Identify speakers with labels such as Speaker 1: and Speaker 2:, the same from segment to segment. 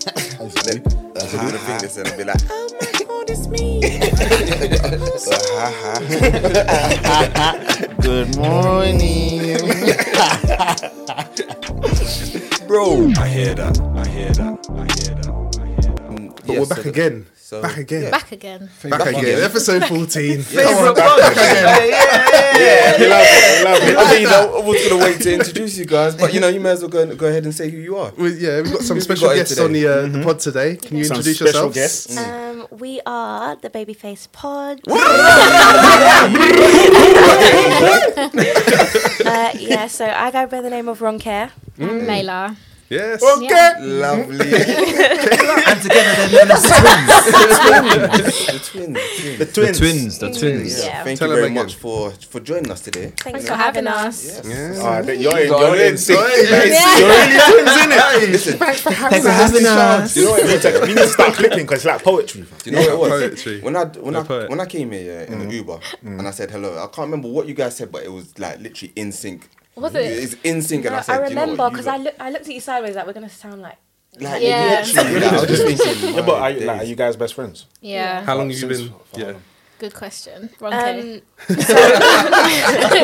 Speaker 1: Then
Speaker 2: Uh,
Speaker 1: to do the
Speaker 2: ha, ha.
Speaker 1: fingers and I'll be like,
Speaker 3: How much more does me?
Speaker 2: Uh, ha, ha. Good morning.
Speaker 1: bro, I hear that. I hear that. I hear that. I hear that.
Speaker 4: But
Speaker 1: Yeah,
Speaker 4: we're
Speaker 1: so
Speaker 4: back
Speaker 1: the-
Speaker 4: again.
Speaker 1: so-
Speaker 4: back again. Back,
Speaker 3: Back again.
Speaker 4: again. Episode 14.
Speaker 1: Favorite
Speaker 4: back again.
Speaker 1: Yeah, you love it. You love it. I mean, you know, I was gonna wait to introduce you guys, but you know, you may as well go, go ahead and say who you are.
Speaker 4: We, yeah, we've got some
Speaker 1: We've
Speaker 4: special
Speaker 1: got it
Speaker 4: guests
Speaker 1: today.
Speaker 4: on the, uh, the pod today. Can you
Speaker 3: Some
Speaker 4: introduce
Speaker 5: special
Speaker 4: yourselves?
Speaker 5: guests.
Speaker 1: Mm.
Speaker 3: Um, we are the Babyface Pod. uh, yeah, so I go by the name of Roncare.
Speaker 6: Layla.
Speaker 4: Yes.
Speaker 6: Yeah.
Speaker 1: Lovely.
Speaker 2: and together they're known as twins.
Speaker 1: the twins. twins.
Speaker 4: The twins.
Speaker 5: the twins.
Speaker 1: Yeah.
Speaker 3: Yeah.
Speaker 1: Thank
Speaker 4: Tell
Speaker 1: you
Speaker 4: them
Speaker 1: very
Speaker 4: again.
Speaker 1: much for for joining us today.
Speaker 3: Thanks
Speaker 6: for having us.
Speaker 4: Yeah.
Speaker 5: Oh, I bet you're in.
Speaker 1: You're
Speaker 5: You're
Speaker 1: in.
Speaker 5: in. Sick.
Speaker 1: Listen,
Speaker 2: Thanks for having us.
Speaker 5: You know what? We need to- we need to start clipping because it's like poetry. fam.
Speaker 1: Do you know what it was?
Speaker 4: Poetry.
Speaker 1: When I when I
Speaker 4: You're a poet.
Speaker 1: when I came here yeah, in the Uber and I said hello, I can't remember what you guys said, but it was like literally in sync.
Speaker 6: Was it?
Speaker 1: It's in sync, and I
Speaker 3: I,
Speaker 1: said, "Do you know what,
Speaker 3: remember
Speaker 1: you
Speaker 3: because
Speaker 1: lot-
Speaker 3: I, look, I looked at you sideways like we're going to sound like.
Speaker 1: like,
Speaker 6: Yeah.
Speaker 1: literally, like, I was just thinking,
Speaker 5: Yeah, but are
Speaker 1: my
Speaker 5: you, like, are
Speaker 1: days.
Speaker 5: you guys best friends?
Speaker 6: Yeah.
Speaker 4: How long have you
Speaker 5: Since-
Speaker 4: been?
Speaker 5: for how
Speaker 4: Yeah.
Speaker 5: long?
Speaker 6: Good question. Wrong
Speaker 3: Um,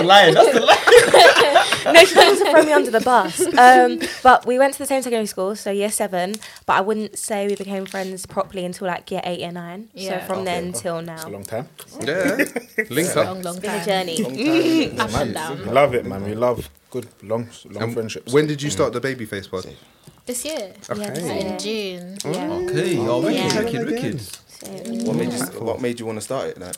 Speaker 2: Lying. That's the
Speaker 3: no, she wants to throw me under the bus. Um, but we went to the same secondary school, so year seven. But I wouldn't say we became friends properly until like year eight, year nine.
Speaker 6: Yeah.
Speaker 3: So from
Speaker 1: Okay.
Speaker 3: then till
Speaker 5: It's
Speaker 3: now,
Speaker 5: a long time.
Speaker 4: Yeah. Link up.
Speaker 6: long, long
Speaker 3: been a
Speaker 6: time.
Speaker 3: journey.
Speaker 1: Long time.
Speaker 6: Up and down.
Speaker 5: Love it, man. We love good long, long
Speaker 4: And
Speaker 5: friendships.
Speaker 4: When did you start the babyface pod?
Speaker 6: This year.
Speaker 3: Yeah,
Speaker 6: In June.
Speaker 4: Oh,
Speaker 3: yeah.
Speaker 2: Okay, you're wicked,
Speaker 3: Yeah.
Speaker 2: wicked, wicked.
Speaker 1: What made you What made you want to start it? Like,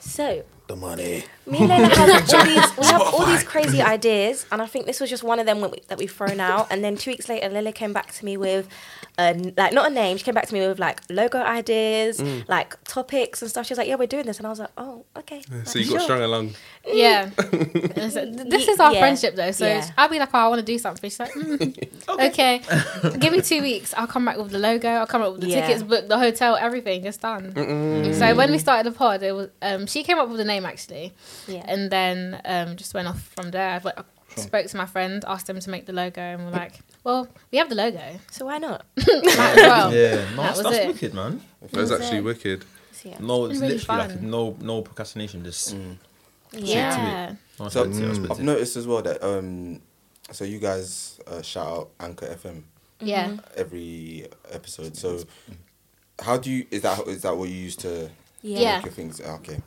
Speaker 3: So
Speaker 5: the money.
Speaker 3: me and Layla have all these, we have all these crazy ideas, and I think this was just one of them that we- that we've thrown out. And then two weeks later, Layla came back to me with, a, n- like, not a name. She came back to me with like logo ideas,
Speaker 4: Mm.
Speaker 3: like topics and stuff. She was like, "Yeah, we're doing this," and I was like, "Oh, okay." Like,
Speaker 4: So you got
Speaker 3: sure.
Speaker 4: strung along.
Speaker 6: Yeah. And it's like, th- this is our
Speaker 3: Yeah.
Speaker 6: friendship though. So
Speaker 3: Yeah.
Speaker 6: I'll be like, oh, I want to do something. She's like, mm, okay. Give me two weeks. I'll come back with the logo. I'll come up with the
Speaker 3: Yeah.
Speaker 6: tickets, book the hotel, everything. It's done. So when we started the pod, it was um, she came up with the name actually.
Speaker 3: Yeah.
Speaker 6: And then um, just went off from there. Like, I spoke to my friend, asked them to make the logo, and we're like, well, we have the logo.
Speaker 3: so why not?
Speaker 6: Might as well.
Speaker 2: Yeah, no,
Speaker 6: That
Speaker 2: that's,
Speaker 6: was
Speaker 2: that's
Speaker 6: it.
Speaker 2: wicked, man.
Speaker 4: That was
Speaker 3: That's
Speaker 4: actually
Speaker 3: it.
Speaker 4: wicked.
Speaker 3: So, yeah.
Speaker 2: No, it's
Speaker 6: Really
Speaker 2: literally like
Speaker 6: fun.
Speaker 2: no, no procrastination. Just
Speaker 6: Yeah.
Speaker 2: Mm. no,
Speaker 1: so
Speaker 2: it's- it's-
Speaker 1: I've noticed as well that um, so you guys uh, shout out Anchor FM
Speaker 6: Yeah.
Speaker 1: every episode. So how do you is that is that what you use to
Speaker 3: Yeah.
Speaker 6: Yeah.
Speaker 1: make your things? Ah, Okay,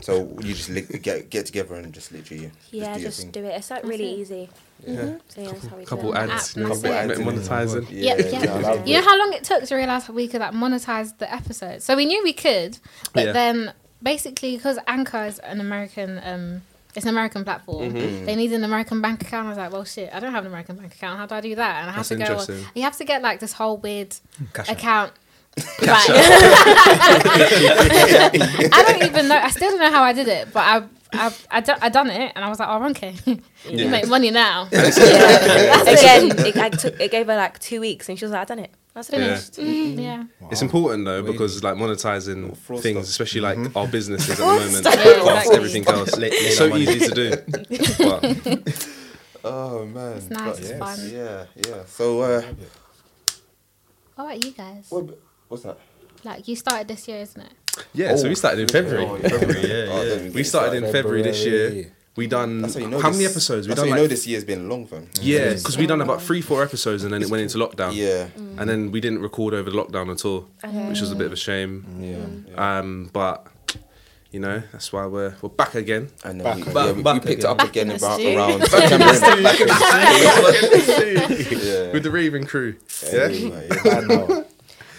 Speaker 1: so you just li- get get together and just literally
Speaker 3: Yeah,
Speaker 1: your
Speaker 3: just
Speaker 1: thing.
Speaker 3: do it. It's like really
Speaker 6: it.
Speaker 3: easy. Mm-hmm.
Speaker 1: Yeah.
Speaker 3: So yeah, that's how we
Speaker 4: Couple
Speaker 3: do it.
Speaker 4: ads.
Speaker 6: App,
Speaker 4: you know,
Speaker 6: couple
Speaker 1: ads and
Speaker 4: Monetizing.
Speaker 6: Yeah, yeah.
Speaker 1: no,
Speaker 6: You know how long it took to realize we could like monetize the episode. So we knew we could, but
Speaker 4: Yeah.
Speaker 6: then basically because Anchor is an American, um, it's an American platform. They need an American bank account. I was like, well, shit, I don't have an American bank account. How do I do that? And I have
Speaker 4: That's
Speaker 6: to go.
Speaker 4: interesting.
Speaker 6: You have to get like this whole weird
Speaker 2: Cash app.
Speaker 6: account. Right. I don't even know. I still don't know how I did it, but I. I I, do, I done it and I was like, oh, okay, you make money now.
Speaker 3: Again, it, I took, it gave her like two weeks, and she was like, "I done it." I said,
Speaker 4: Yeah.
Speaker 3: "Finished."
Speaker 6: Mm, yeah.
Speaker 4: It's important though because like monetizing
Speaker 1: Fraud
Speaker 4: things,
Speaker 1: stuff.
Speaker 4: especially like our businesses at the moment,
Speaker 3: stuff.
Speaker 6: Yeah,
Speaker 4: plus
Speaker 6: exactly.
Speaker 4: everything else.
Speaker 2: Lay- lay
Speaker 4: It's
Speaker 2: down
Speaker 4: so
Speaker 2: money.
Speaker 4: easy to do. But
Speaker 1: Oh man,
Speaker 6: It's nice, it's fun.
Speaker 1: Yeah, yeah. So uh,
Speaker 6: What about you guys?
Speaker 1: what, what's that?
Speaker 6: Like you started this year, isn't it?
Speaker 4: yeah, so we started in February.
Speaker 1: Oh, yeah.
Speaker 2: February, yeah,
Speaker 1: Oh, I
Speaker 2: yeah.
Speaker 1: don't even
Speaker 4: We
Speaker 1: get
Speaker 4: started in February this year.
Speaker 5: February.
Speaker 4: We done
Speaker 1: That's how you know.
Speaker 4: how
Speaker 1: this-
Speaker 4: many episodes? We
Speaker 1: That's
Speaker 4: done
Speaker 1: how you
Speaker 4: like
Speaker 1: know this year's been long, fam.
Speaker 4: yeah, because we done about three, four episodes, and then it went into lockdown.
Speaker 1: Yeah.
Speaker 4: and then we didn't record over the lockdown at all, which was a bit of a shame.
Speaker 1: Yeah.
Speaker 4: Um, but you know that's why we're we're back again.
Speaker 1: And then
Speaker 5: Back
Speaker 1: we,
Speaker 5: again.
Speaker 1: yeah, we, we
Speaker 2: Back
Speaker 1: picked it up
Speaker 6: again.
Speaker 1: again
Speaker 6: Back in
Speaker 1: about
Speaker 6: the
Speaker 1: around September. yeah.
Speaker 4: With the Raven crew.
Speaker 1: Yeah.
Speaker 4: Yeah,
Speaker 1: yeah.
Speaker 5: I know.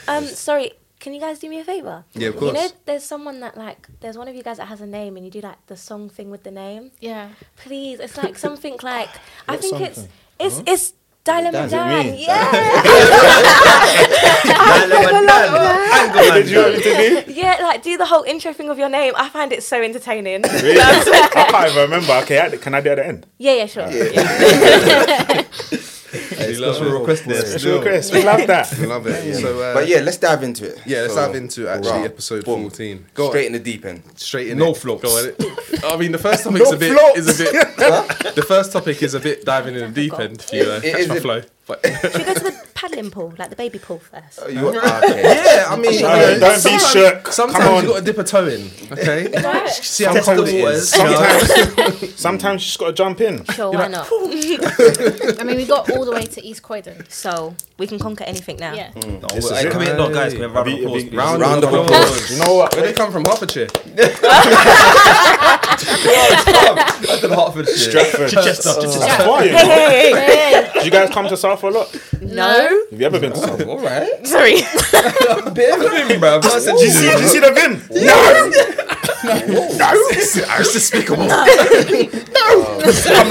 Speaker 3: Um, sorry, can you guys do me a favor?
Speaker 4: yeah, of
Speaker 3: You know,
Speaker 4: course.
Speaker 3: there's someone that like, there's one of you guys that has a name, and you do like the song thing with the name.
Speaker 6: Yeah.
Speaker 3: Please, it's like something like I
Speaker 5: What
Speaker 3: think
Speaker 5: song
Speaker 3: it's
Speaker 5: thing?
Speaker 3: it's it's Dilemma
Speaker 1: Dan.
Speaker 3: Dan.
Speaker 2: Me.
Speaker 3: Yeah,
Speaker 5: Did you want me to do?
Speaker 3: yeah, like do the whole intro thing of your name. I find it so entertaining.
Speaker 5: Really? I can't even remember. Okay, I- can I do it at the end?
Speaker 3: Yeah, yeah, sure.
Speaker 2: Special request there.
Speaker 5: Sure, Chris. We love that.
Speaker 4: Love it. So, uh,
Speaker 1: But yeah, let's dive into it.
Speaker 4: yeah, let's
Speaker 1: So,
Speaker 4: dive into actually
Speaker 1: Right.
Speaker 4: episode
Speaker 1: Boom.
Speaker 4: fourteen. Go
Speaker 1: straight
Speaker 4: straight,
Speaker 1: in the deep end.
Speaker 4: straight in.
Speaker 2: No
Speaker 4: it.
Speaker 2: flops.
Speaker 4: Go on it. I mean, the first topic's a bit
Speaker 5: flops.
Speaker 4: is a bit. the first topic is a bit diving in the deep end. If you uh,
Speaker 1: It
Speaker 4: catch
Speaker 1: is
Speaker 4: my
Speaker 1: a-
Speaker 4: flow.
Speaker 2: But
Speaker 3: Should we go to the paddling pool, like the baby pool first?
Speaker 7: You are, yeah, I mean,
Speaker 5: Sorry,
Speaker 7: you know,
Speaker 5: don't be
Speaker 7: sometimes-
Speaker 5: shook.
Speaker 7: Sometimes
Speaker 5: uh, Come on.
Speaker 7: you got to dip a toe in. Okay, see how
Speaker 5: Test
Speaker 7: cold
Speaker 5: what
Speaker 7: it
Speaker 5: it
Speaker 7: is.
Speaker 2: is.
Speaker 7: you know?
Speaker 5: Sometimes, sometimes you just gotta jump in.
Speaker 3: Sure, why not?
Speaker 6: I mean, we got all the way to East Croydon.
Speaker 3: So we can conquer anything now.
Speaker 6: Yeah.
Speaker 2: no,
Speaker 5: This
Speaker 2: I-
Speaker 5: is
Speaker 2: can
Speaker 5: it.
Speaker 2: we, no, guys, can we have a round of
Speaker 5: It'd be-
Speaker 2: applause.
Speaker 5: it'd
Speaker 2: please?
Speaker 7: Round
Speaker 5: be-
Speaker 7: of applause.
Speaker 5: You know what?
Speaker 7: Where they come from, Hertfordshire.
Speaker 2: I did Hertfordshire.
Speaker 5: Stratford.
Speaker 2: Chichester. Chichester.
Speaker 5: That's why. you know.
Speaker 3: Hey,
Speaker 5: Do you guys come to South a lot? Have
Speaker 3: No,
Speaker 5: you ever been to South?
Speaker 7: All right,
Speaker 3: sorry.
Speaker 7: bit of him, bruv. I said,
Speaker 5: Did you see, did you see the vim? No!
Speaker 7: It's despicable.
Speaker 5: I'm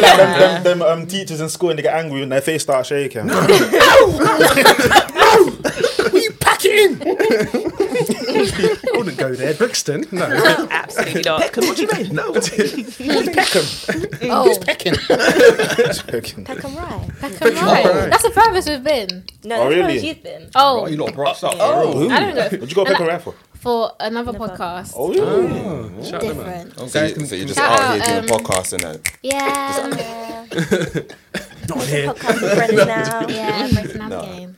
Speaker 5: like them, them, them um, teachers in school and they get angry and their face start shaking.
Speaker 7: I wouldn't go there. Brixton? No.
Speaker 3: Absolutely not.
Speaker 2: What do you mean? No.
Speaker 6: Oh,
Speaker 5: Shaking.
Speaker 3: Peckham Rye.
Speaker 6: Peckham Rye. That's the furthest we've been.
Speaker 3: No,
Speaker 5: Oh,
Speaker 3: that's where
Speaker 5: really?
Speaker 3: you've been.
Speaker 6: Oh,
Speaker 2: Oh, you lot brushed up. Oh,
Speaker 6: I don't go
Speaker 5: Would you go pick a rifle?
Speaker 6: for another podcast.
Speaker 5: Oh, yeah.
Speaker 6: Different.
Speaker 1: So, you, so you're just
Speaker 6: Shout
Speaker 1: out
Speaker 6: out,
Speaker 1: here doing
Speaker 6: um,
Speaker 1: podcasts and that.
Speaker 6: Yeah.
Speaker 3: Podcast with friends now.
Speaker 6: Yeah, breaking out the game.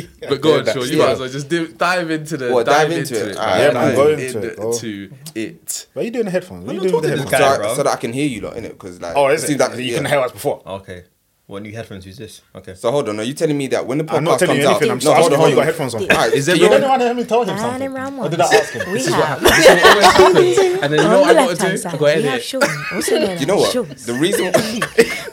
Speaker 1: Okay.
Speaker 4: But go on,
Speaker 1: Yeah,
Speaker 4: sure.
Speaker 1: that's-
Speaker 4: You
Speaker 1: yeah.
Speaker 4: might as well just dive, dive into the
Speaker 1: Well,
Speaker 4: dive, into, it.
Speaker 1: Alright,
Speaker 5: Yeah,
Speaker 4: Dive
Speaker 5: man, go into it, go.
Speaker 4: into it.
Speaker 5: Why are you doing the headphones? What are
Speaker 2: I'm
Speaker 5: you doing with
Speaker 2: not
Speaker 5: the
Speaker 1: so,
Speaker 5: headphones?
Speaker 2: talking to this Yeah,
Speaker 1: I,
Speaker 2: bro.
Speaker 1: so that I can hear you lot, innit? Because like,
Speaker 5: Oh, is it?
Speaker 1: seems like-
Speaker 5: you
Speaker 1: yeah.
Speaker 5: can hear us before.
Speaker 2: Okay. What new headphones is this? Okay.
Speaker 1: So hold on, are you telling me that when the podcast
Speaker 5: I'm not telling
Speaker 1: comes
Speaker 5: you anything.
Speaker 1: out?
Speaker 5: I'm just asking why you got headphones on.
Speaker 1: Alright,
Speaker 4: Is
Speaker 1: can
Speaker 4: everyone-
Speaker 1: you-
Speaker 5: Did anyone hear me tell him
Speaker 3: And in
Speaker 5: something?
Speaker 3: round
Speaker 5: Or
Speaker 3: one,
Speaker 5: did I ask him?
Speaker 3: we have
Speaker 4: This is what always happens. and then you know
Speaker 3: on the
Speaker 4: what I
Speaker 3: left
Speaker 4: gotta
Speaker 3: hand
Speaker 4: do? I
Speaker 3: side.
Speaker 4: gotta
Speaker 3: We have
Speaker 4: edit. it.
Speaker 3: Sean. What's your name?
Speaker 1: You know what?
Speaker 3: Sean.
Speaker 1: The reason the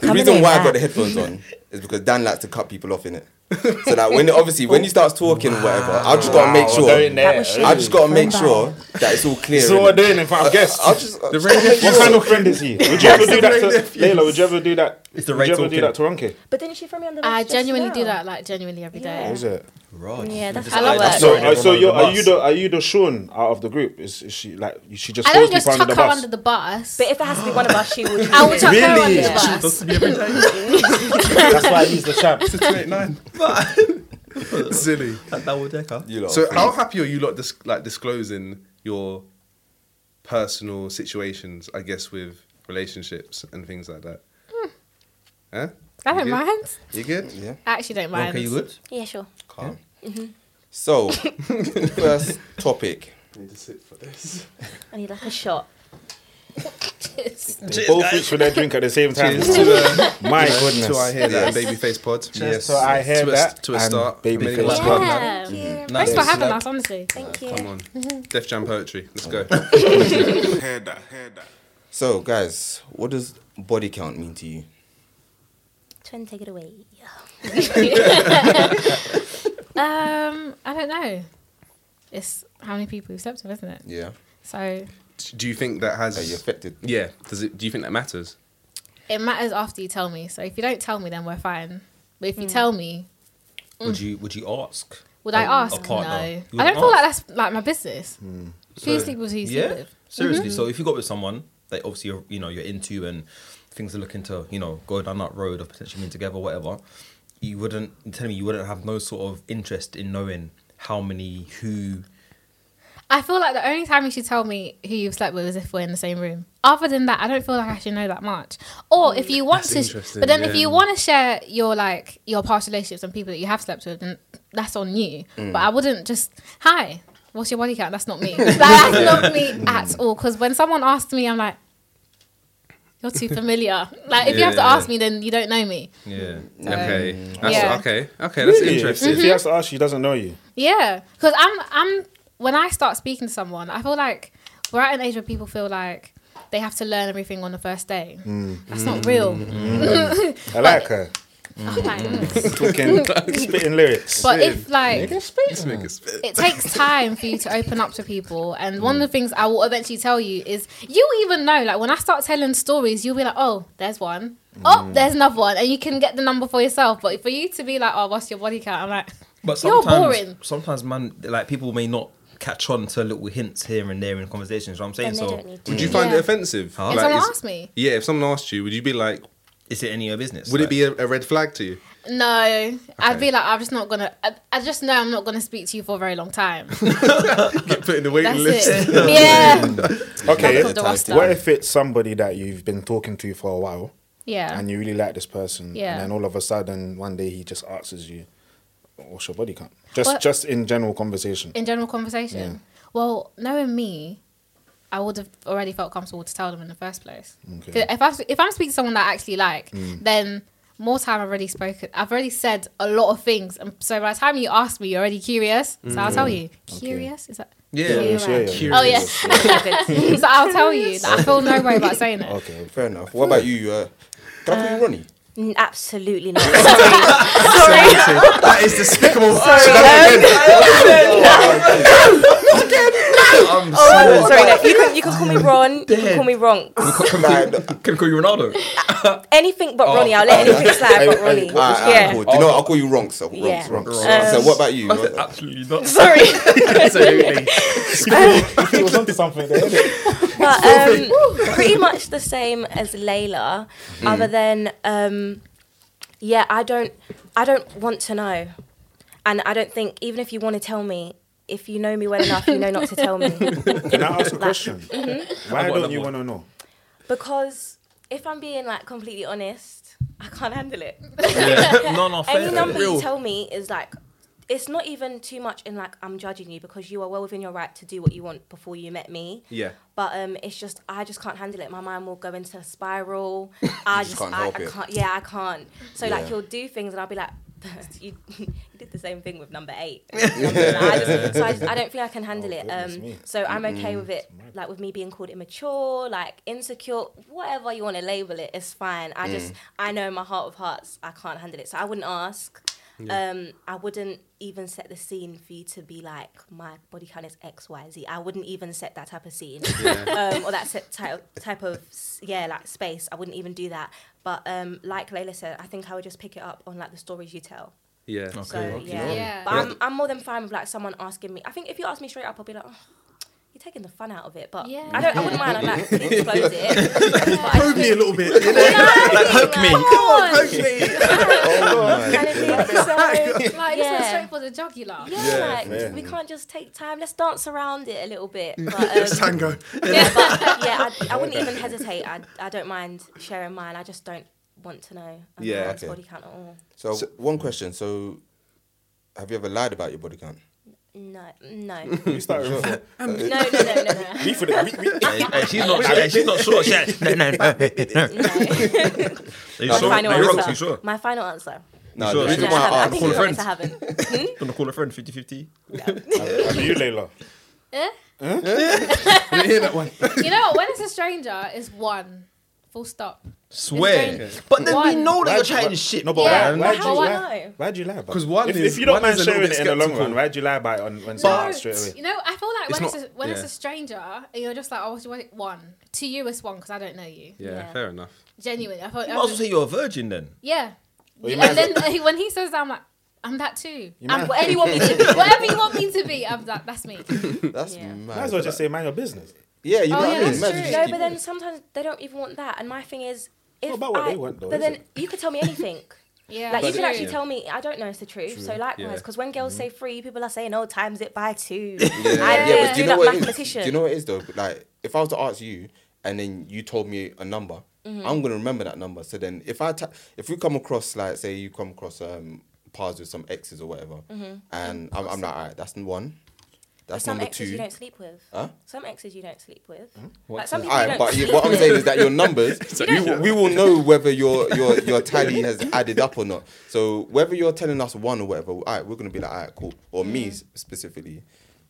Speaker 3: Coming
Speaker 1: reason
Speaker 3: in
Speaker 1: why I
Speaker 3: hot.
Speaker 1: got the headphones on is because Dan likes to cut people off in it. So that when obviously when he starts talking or whatever, I just gotta make
Speaker 5: Wow, going
Speaker 1: sure.
Speaker 5: there.
Speaker 3: was
Speaker 1: I just gotta make
Speaker 3: Fun
Speaker 1: sure that it's all clear.
Speaker 5: So
Speaker 1: innit?
Speaker 5: what we're doing in front of guests.
Speaker 1: I'll just
Speaker 4: The red
Speaker 5: What kind of friend is he? Would you ever do that to Layla? Would you ever do that?
Speaker 2: It's the
Speaker 5: Would you
Speaker 2: right
Speaker 5: ever do that to Ronke?
Speaker 3: But didn't she throw me on the bus
Speaker 6: I
Speaker 3: just
Speaker 6: genuinely do
Speaker 3: now?
Speaker 6: that, like, genuinely every day.
Speaker 5: Is it?
Speaker 2: Rod.
Speaker 3: Yeah,
Speaker 2: you
Speaker 3: that's
Speaker 2: just
Speaker 3: how it
Speaker 2: added
Speaker 3: works.
Speaker 2: that
Speaker 5: So,
Speaker 2: to
Speaker 5: uh, so
Speaker 2: the
Speaker 5: you're, are you
Speaker 2: bus.
Speaker 5: the are you the Sean out of the group? Is, is she like she just
Speaker 6: I
Speaker 5: throws
Speaker 6: don't just
Speaker 5: people under the
Speaker 6: chuck her under
Speaker 5: bus?
Speaker 6: the bus.
Speaker 3: But if there has to be one of us, she will. choose
Speaker 6: I will
Speaker 3: it.
Speaker 6: chuck her under
Speaker 5: Really?
Speaker 6: the bus.
Speaker 2: Supposed to be every day.
Speaker 5: That's why he's the champ.
Speaker 4: It's a 289. Silly.
Speaker 2: That double decker.
Speaker 1: you lot.
Speaker 4: So
Speaker 1: are
Speaker 4: how
Speaker 1: friends.
Speaker 4: happy are you lot dis- like disclosing your personal situations, I guess, with relationships and things like that? Huh?
Speaker 6: I don't
Speaker 4: You good?
Speaker 6: mind.
Speaker 4: You good?
Speaker 1: yeah,
Speaker 6: I actually don't mind.
Speaker 2: Okay, you good?
Speaker 3: Yeah, sure.
Speaker 1: calm. So first topic.
Speaker 4: need to sit for this.
Speaker 3: I need like a shot.
Speaker 5: They both reach for their drink at the same time.
Speaker 4: Cheers to,
Speaker 5: My
Speaker 4: uh,
Speaker 5: goodness.
Speaker 4: to I hear that baby face pod. yes.
Speaker 5: So I hear
Speaker 4: to a,
Speaker 5: that.
Speaker 4: to a
Speaker 5: and
Speaker 4: start.
Speaker 5: Baby
Speaker 4: Many
Speaker 5: face
Speaker 2: Yeah.
Speaker 5: pod.
Speaker 6: Yeah.
Speaker 3: Yeah.
Speaker 6: Thanks for
Speaker 2: Nice.
Speaker 6: having us, honestly.
Speaker 3: Thank you.
Speaker 4: Come on, Def Jam poetry. Let's go.
Speaker 1: So guys, what does body count mean to you?
Speaker 3: Twin, take it away.
Speaker 6: Um, I don't know. It's how many people you've slept with, isn't it?
Speaker 1: Yeah,
Speaker 6: So
Speaker 4: Do you think that
Speaker 1: are you
Speaker 4: has?
Speaker 1: affected?
Speaker 4: Yeah. Does it? Do you think that matters?
Speaker 6: it matters after you tell me. So if you don't tell me, then we're fine. But if you tell me,
Speaker 2: Would you Mm. Would you ask?
Speaker 6: would I
Speaker 2: A-
Speaker 6: ask?
Speaker 2: a
Speaker 6: No,
Speaker 2: partner.
Speaker 6: I
Speaker 2: You
Speaker 6: don't
Speaker 2: would
Speaker 6: feel like
Speaker 2: ask. Hmm.
Speaker 6: that's like my business. Who you
Speaker 2: So-
Speaker 6: sleep with, who you sleep
Speaker 2: Yeah.
Speaker 6: with.
Speaker 2: Seriously. So if you got with someone that obviously you're, you know you're into and things are looking to you know go down that road of potentially being together, whatever, you wouldn't you tell me you wouldn't have no sort of interest in knowing how many who.
Speaker 6: I feel like the only time you should tell me who you've slept with is if we're in the same room. Other than that, I don't feel like I should know that much. Or if you want
Speaker 4: Mm, That's
Speaker 6: to,
Speaker 4: interesting,
Speaker 6: but then if
Speaker 4: yeah.
Speaker 6: you want to share your like your past relationships and people that you have slept with, then that's on you.
Speaker 4: Mm.
Speaker 6: But I wouldn't just hi, what's your body count? That's not me. Like, that's not me at all. Because when someone asks me, I'm like, you're too familiar. Like if you have to
Speaker 4: Yeah.
Speaker 6: ask me, then you don't know me.
Speaker 2: Yeah.
Speaker 4: Okay. That's
Speaker 6: Um, Yeah.
Speaker 4: okay. Okay. That's
Speaker 5: Really? Mm-hmm.
Speaker 4: interesting.
Speaker 5: If he has to ask, she doesn't know you.
Speaker 6: Yeah, because I'm I'm when I start speaking to someone, I feel like we're at an age where people feel like they have to learn everything on the first day. That's not real.
Speaker 2: Mm.
Speaker 5: I like her.
Speaker 6: I'm like, mm.
Speaker 5: Talking, spitting lyrics.
Speaker 6: But if like
Speaker 4: This nigga's fit.
Speaker 6: it takes time for you to open up to people, and one of the
Speaker 2: Mm.
Speaker 6: things I will eventually tell you is you even know like when I start telling stories, you'll be like, oh, there's one. Oh, there's another one, and you can get the number for yourself. But for you to be like, "Oh, what's your body count?" I'm like,
Speaker 2: But
Speaker 6: You're
Speaker 2: sometimes,
Speaker 6: boring.
Speaker 2: sometimes, man, like people may not catch on to little hints here and there in conversations. You know what I'm saying,
Speaker 3: And they
Speaker 2: so
Speaker 3: don't need to.
Speaker 4: Would you find
Speaker 6: Yeah.
Speaker 4: it offensive?
Speaker 2: Huh?
Speaker 6: if
Speaker 4: Like,
Speaker 6: someone
Speaker 4: is-
Speaker 6: asked me,
Speaker 4: Yeah, if someone asked you, would you be like,
Speaker 2: is it any of your business?
Speaker 4: would it
Speaker 2: Like-
Speaker 4: be a, a red flag to you?
Speaker 6: No, I'd be like, I'm just not gonna. I, I just know I'm not gonna speak to you for a very long time.
Speaker 4: Get put in the waiting
Speaker 6: That's
Speaker 4: list.
Speaker 6: it. yeah.
Speaker 5: Okay.
Speaker 6: Back of the roster.
Speaker 5: What if it's somebody that you've been talking to for a while
Speaker 6: Yeah.
Speaker 8: and you really like this person,
Speaker 6: Yeah.
Speaker 8: and then all of a sudden one day he just asks you, "What's your body count?" Just
Speaker 6: Well-
Speaker 8: just in general conversation.
Speaker 6: in general conversation. Well, knowing me, I would have already felt comfortable to tell them in the first place. 'Cause
Speaker 8: Okay. Mm.
Speaker 6: If I if I'm speaking to someone that I actually like, then more time I've already spoken. I've already said a lot of things, and so by the time you ask me, you're already curious. So I'll tell you. Curious is that?
Speaker 2: Yeah.
Speaker 6: Curious.
Speaker 8: Mm. yeah.
Speaker 6: Oh yeah. so I'll tell you. That I feel no way about saying it.
Speaker 8: Okay.
Speaker 1: Fair enough. What about you? you, Uh, can I call you Ronnie?
Speaker 3: N- Absolutely not. Sorry. Sorry.
Speaker 2: that is despicable. I'm
Speaker 3: Oh, sorry. No, you, can, you can call me Ron. You can call me Ron.
Speaker 2: so can I call you Ronaldo.
Speaker 3: Anything but Ronnie. I'll let anything slide but Ronnie.
Speaker 1: Ah, ah,
Speaker 3: yeah.
Speaker 1: cool. Do you know what? I'll call you Ronks. So,
Speaker 3: Yeah.
Speaker 1: Ronks, Ronks.
Speaker 3: Um,
Speaker 1: so what about you?
Speaker 2: I said, absolutely not.
Speaker 3: Sorry.
Speaker 2: Absolutely.
Speaker 5: He was onto something there. wasn't it?
Speaker 3: But um, pretty much the same as Layla, other than um, yeah, I don't, I don't want to know, and I don't think even if you want to tell me, if you know me well enough, you know not to tell me.
Speaker 8: Can I ask a question? Why
Speaker 2: I've got
Speaker 8: don't
Speaker 2: another
Speaker 8: you
Speaker 2: one.
Speaker 8: want to know?
Speaker 3: Because if I'm being like completely honest, I can't handle it.
Speaker 2: No, no, fair.
Speaker 3: Any number you tell me is like, it's not even too much in like I'm judging you because you are well within your right to do what you want before you met me.
Speaker 4: Yeah.
Speaker 3: But um, it's just I just can't handle it. My mind will go into a spiral. I
Speaker 1: just
Speaker 3: just,
Speaker 1: can't
Speaker 3: I,
Speaker 1: help
Speaker 3: I
Speaker 1: it.
Speaker 3: can't. Yeah, I can't. So like
Speaker 1: Yeah.
Speaker 3: you'll do things and I'll be like. You, you did the same thing with number eight. I just, so I, just, I don't think I can handle it.
Speaker 8: Oh, goodness
Speaker 3: Um,
Speaker 8: me.
Speaker 3: so I'm okay with it, like with me being called immature, like insecure, whatever you want to label it, it's fine. I just,
Speaker 8: Mm.
Speaker 3: I know in my heart of hearts, I can't handle it. So I wouldn't ask. Um, I wouldn't even set the scene for you to be like, my body count is X, Y, Z. I wouldn't even set that type of scene um, or that set type, type of, s- yeah, like space. I wouldn't even do that. But um, like Layla said, I think I would just pick it up on like the stories you tell.
Speaker 4: Yeah.
Speaker 5: Oh.
Speaker 3: So yeah.
Speaker 6: Yeah.
Speaker 3: But I'm, I'm more than fine with like someone asking me. I think if you ask me straight up, I'll be like, oh, you're taking the fun out of it. But
Speaker 6: Yeah.
Speaker 3: I don't. I wouldn't mind. I'm like, please close it. But I
Speaker 8: Probe me a little bit.
Speaker 2: Like, poke me.
Speaker 3: kind of think so.
Speaker 6: Like just went
Speaker 3: Yeah.
Speaker 6: straight for the jugular.
Speaker 3: Yeah, like,
Speaker 8: fair.
Speaker 3: we can't just take time. Let's dance around it a little bit. But, um, tango. Yeah, but, yeah I, I wouldn't even hesitate. I, I don't mind sharing mine. I just don't want to know. about
Speaker 4: Yeah,
Speaker 3: one's
Speaker 1: okay.
Speaker 3: body count at all.
Speaker 1: So, one question. So, have you ever lied about your body count?
Speaker 3: No, no,
Speaker 5: You started with that.
Speaker 3: no, no, no, no, no.
Speaker 5: We for the- we- we-
Speaker 2: Hey, hey, she's not. hey, she's not sure. She, no, no, no. Are
Speaker 3: no.
Speaker 2: you
Speaker 3: My
Speaker 2: sure?
Speaker 3: final
Speaker 2: Are you wrong? Are
Speaker 3: answer.
Speaker 2: you sure?
Speaker 3: My final answer.
Speaker 1: No,
Speaker 2: sure?
Speaker 1: the
Speaker 2: You
Speaker 1: reason
Speaker 3: No,
Speaker 2: should
Speaker 1: why
Speaker 3: I
Speaker 1: I
Speaker 3: haven't.
Speaker 1: asked
Speaker 3: I think
Speaker 2: Call
Speaker 3: you
Speaker 2: a
Speaker 3: promised I
Speaker 2: friend.
Speaker 3: haven't.
Speaker 2: Gonna call a friend. 50-50.
Speaker 5: and you, Layla.
Speaker 6: Eh? You know, when it's a stranger, it's one. Full stop.
Speaker 2: Swear.
Speaker 6: strange.
Speaker 2: But then we
Speaker 6: One.
Speaker 2: know that
Speaker 5: Why'd
Speaker 2: you're
Speaker 5: you-
Speaker 2: chatting shit.
Speaker 5: No, but
Speaker 6: Yeah,
Speaker 5: why,
Speaker 6: but
Speaker 5: why'd
Speaker 6: how
Speaker 5: you
Speaker 6: would I
Speaker 5: lie?
Speaker 6: know?
Speaker 5: Why'd you lie about?
Speaker 4: Because
Speaker 5: it?
Speaker 4: one
Speaker 5: if,
Speaker 4: is
Speaker 5: if you don't
Speaker 4: one
Speaker 5: mind
Speaker 4: is a little
Speaker 5: sharing it
Speaker 4: bit
Speaker 5: in the long
Speaker 4: skeptical.
Speaker 5: run, why'd you lie about it on when
Speaker 6: No,
Speaker 5: someone asked straight away?
Speaker 6: you know, I feel like
Speaker 4: It's
Speaker 6: when it's
Speaker 4: not-
Speaker 6: a, when it's
Speaker 4: yeah.
Speaker 6: a stranger, and you're just like, oh, what's your weight? one to you, it's one because I don't know you.
Speaker 4: Yeah,
Speaker 3: Yeah.
Speaker 4: fair enough.
Speaker 6: Genuinely, I thought,
Speaker 2: You might as well say you're a virgin then.
Speaker 6: yeah.
Speaker 8: you
Speaker 6: and
Speaker 8: might
Speaker 6: then uh, when he says that, I'm like, I'm that too.
Speaker 8: might
Speaker 6: I'm whatever you want me to be. Whatever you want me to be, I'm that. That's me.
Speaker 1: That's
Speaker 3: Yeah.
Speaker 1: mad.
Speaker 5: Might as well just say, mind your business.
Speaker 1: yeah, you know
Speaker 6: Oh,
Speaker 1: what
Speaker 6: yeah,
Speaker 1: I mean. Might
Speaker 6: that's
Speaker 1: as well
Speaker 6: true.
Speaker 1: just
Speaker 3: No,
Speaker 1: keep
Speaker 3: but
Speaker 1: it.
Speaker 3: then sometimes they don't even want that. And my thing is, if
Speaker 5: about what
Speaker 3: I,
Speaker 5: they want, though,
Speaker 3: but
Speaker 5: is
Speaker 3: then you could tell me anything.
Speaker 6: Yeah.
Speaker 3: Like you
Speaker 6: true.
Speaker 3: can actually tell me I don't know it's the truth. So likewise,
Speaker 4: Yeah.
Speaker 3: because when girls say three, people are saying, "Oh, times it by two.
Speaker 1: Mm-hmm. Yeah,
Speaker 3: I
Speaker 1: yeah,
Speaker 3: yeah,
Speaker 1: but do
Speaker 3: do
Speaker 1: you know
Speaker 3: that
Speaker 1: what it is?
Speaker 3: mathematician.
Speaker 1: Do you know what it is though? Like, if I was to ask you, and then you told me a number,
Speaker 3: Mm-hmm.
Speaker 1: I'm gonna remember that number. So then, if I ta- if we come across like, say you come across um pars with some X's or whatever, and I'm, I'm like, alright, that's one, that's
Speaker 3: Mm-hmm. some
Speaker 1: number
Speaker 3: exes you
Speaker 1: two.
Speaker 3: don't sleep with.
Speaker 1: Huh? Hmm?
Speaker 3: Some exes you don't sleep with. Like some people you
Speaker 1: Alright,
Speaker 3: don't
Speaker 1: but
Speaker 3: sleep
Speaker 1: you, what I'm
Speaker 3: with.
Speaker 1: saying is that your numbers, we, will- we will know whether your your your tally has added up or not. So whether you're telling us one or whatever, alright, we're gonna be like, alright, cool. Or me specifically,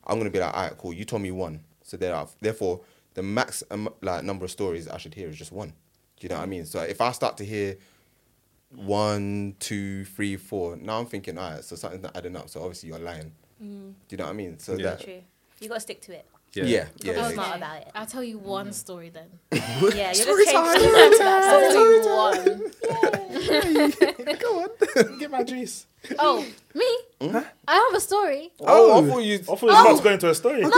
Speaker 1: I'm gonna be like, alright, cool. You told me one, so there are therefore the max um, like number of stories I should hear is just one. Do you know what I mean? So if I start to hear one, two, three, four, now I'm thinking, alright, so something's not adding up. So obviously you're lying. Do you know what I mean? So that,
Speaker 3: True. You gotta stick to it.
Speaker 1: yeah, yeah,
Speaker 3: That's
Speaker 1: yeah.
Speaker 3: not about it.
Speaker 6: I'll tell you one story then.
Speaker 3: Yeah, you're just changing.
Speaker 6: I'll tell you one.
Speaker 5: Get my juice.
Speaker 6: Oh, me? I have a story.
Speaker 1: Oh, I thought you.
Speaker 5: I thought you was about to go into a story.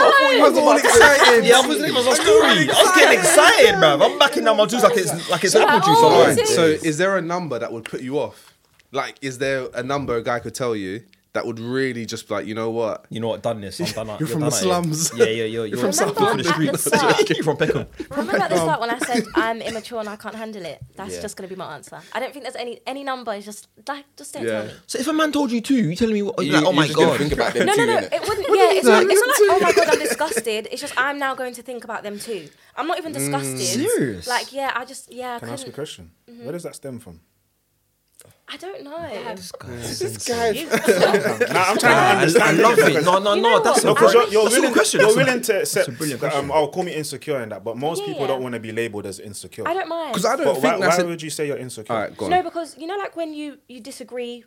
Speaker 2: Yeah, I was, it was a story. I was getting excited, man. I'm backing down my juice like it's like it's apple juice.
Speaker 6: Oh,
Speaker 2: alright.
Speaker 6: is it?
Speaker 4: So, is there a number that would put you off? Like, is there a number a guy could tell you that would really just be like, you know what?
Speaker 2: You know what? Done this. I'm done.
Speaker 4: You're
Speaker 2: you're
Speaker 4: from
Speaker 2: done
Speaker 4: the
Speaker 2: at it.
Speaker 4: slums.
Speaker 2: Yeah, yeah, yeah. You're,
Speaker 4: from
Speaker 2: South
Speaker 3: Remember
Speaker 2: London
Speaker 3: at the start-
Speaker 2: Street. You're from Peckham.
Speaker 3: Remember at the start when I said I'm immature and I can't handle it? That's
Speaker 1: Yeah.
Speaker 3: just going to be my answer. I don't think there's any any number. It's just like just don't
Speaker 4: Yeah.
Speaker 3: tell me.
Speaker 2: So if a man told you two, you telling me what?
Speaker 1: You-
Speaker 2: You're like, oh
Speaker 1: you're
Speaker 2: my
Speaker 1: just gonna
Speaker 2: god.
Speaker 1: Think about them
Speaker 3: No,
Speaker 1: too,
Speaker 3: no, no.
Speaker 1: innit?
Speaker 3: It wouldn't. Yeah, it's not, it's not like oh my god, I'm disgusted. It's just I'm now going to think about them too. I'm not even disgusted.
Speaker 2: Serious?
Speaker 3: Like yeah, I just yeah. I
Speaker 8: Can I ask you a
Speaker 3: couldn't-
Speaker 8: question? Where does that stem from?
Speaker 3: I don't know.
Speaker 2: This guy's insane.
Speaker 5: Nah, I'm
Speaker 2: Nah,
Speaker 5: trying to
Speaker 2: I, I
Speaker 5: understand.
Speaker 2: love it. No, no,
Speaker 3: You
Speaker 2: no.
Speaker 3: know what?
Speaker 2: That's
Speaker 5: No,
Speaker 2: a
Speaker 5: because you're,
Speaker 2: question.
Speaker 5: you're,
Speaker 2: That's a
Speaker 5: willing,
Speaker 2: good question.
Speaker 5: you're
Speaker 2: That's a-
Speaker 5: willing to accept.
Speaker 2: brilliant
Speaker 5: that, um, I'll call me insecure and that, but most
Speaker 3: Yeah,
Speaker 5: people
Speaker 3: yeah.
Speaker 5: don't want to be labelled as insecure.
Speaker 3: I don't mind.
Speaker 4: Because I don't
Speaker 5: But
Speaker 4: think
Speaker 5: why,
Speaker 4: that's.
Speaker 5: why
Speaker 4: a-
Speaker 5: would you say you're insecure?
Speaker 4: All right, go on.
Speaker 3: No, because you know, like when you you disagree,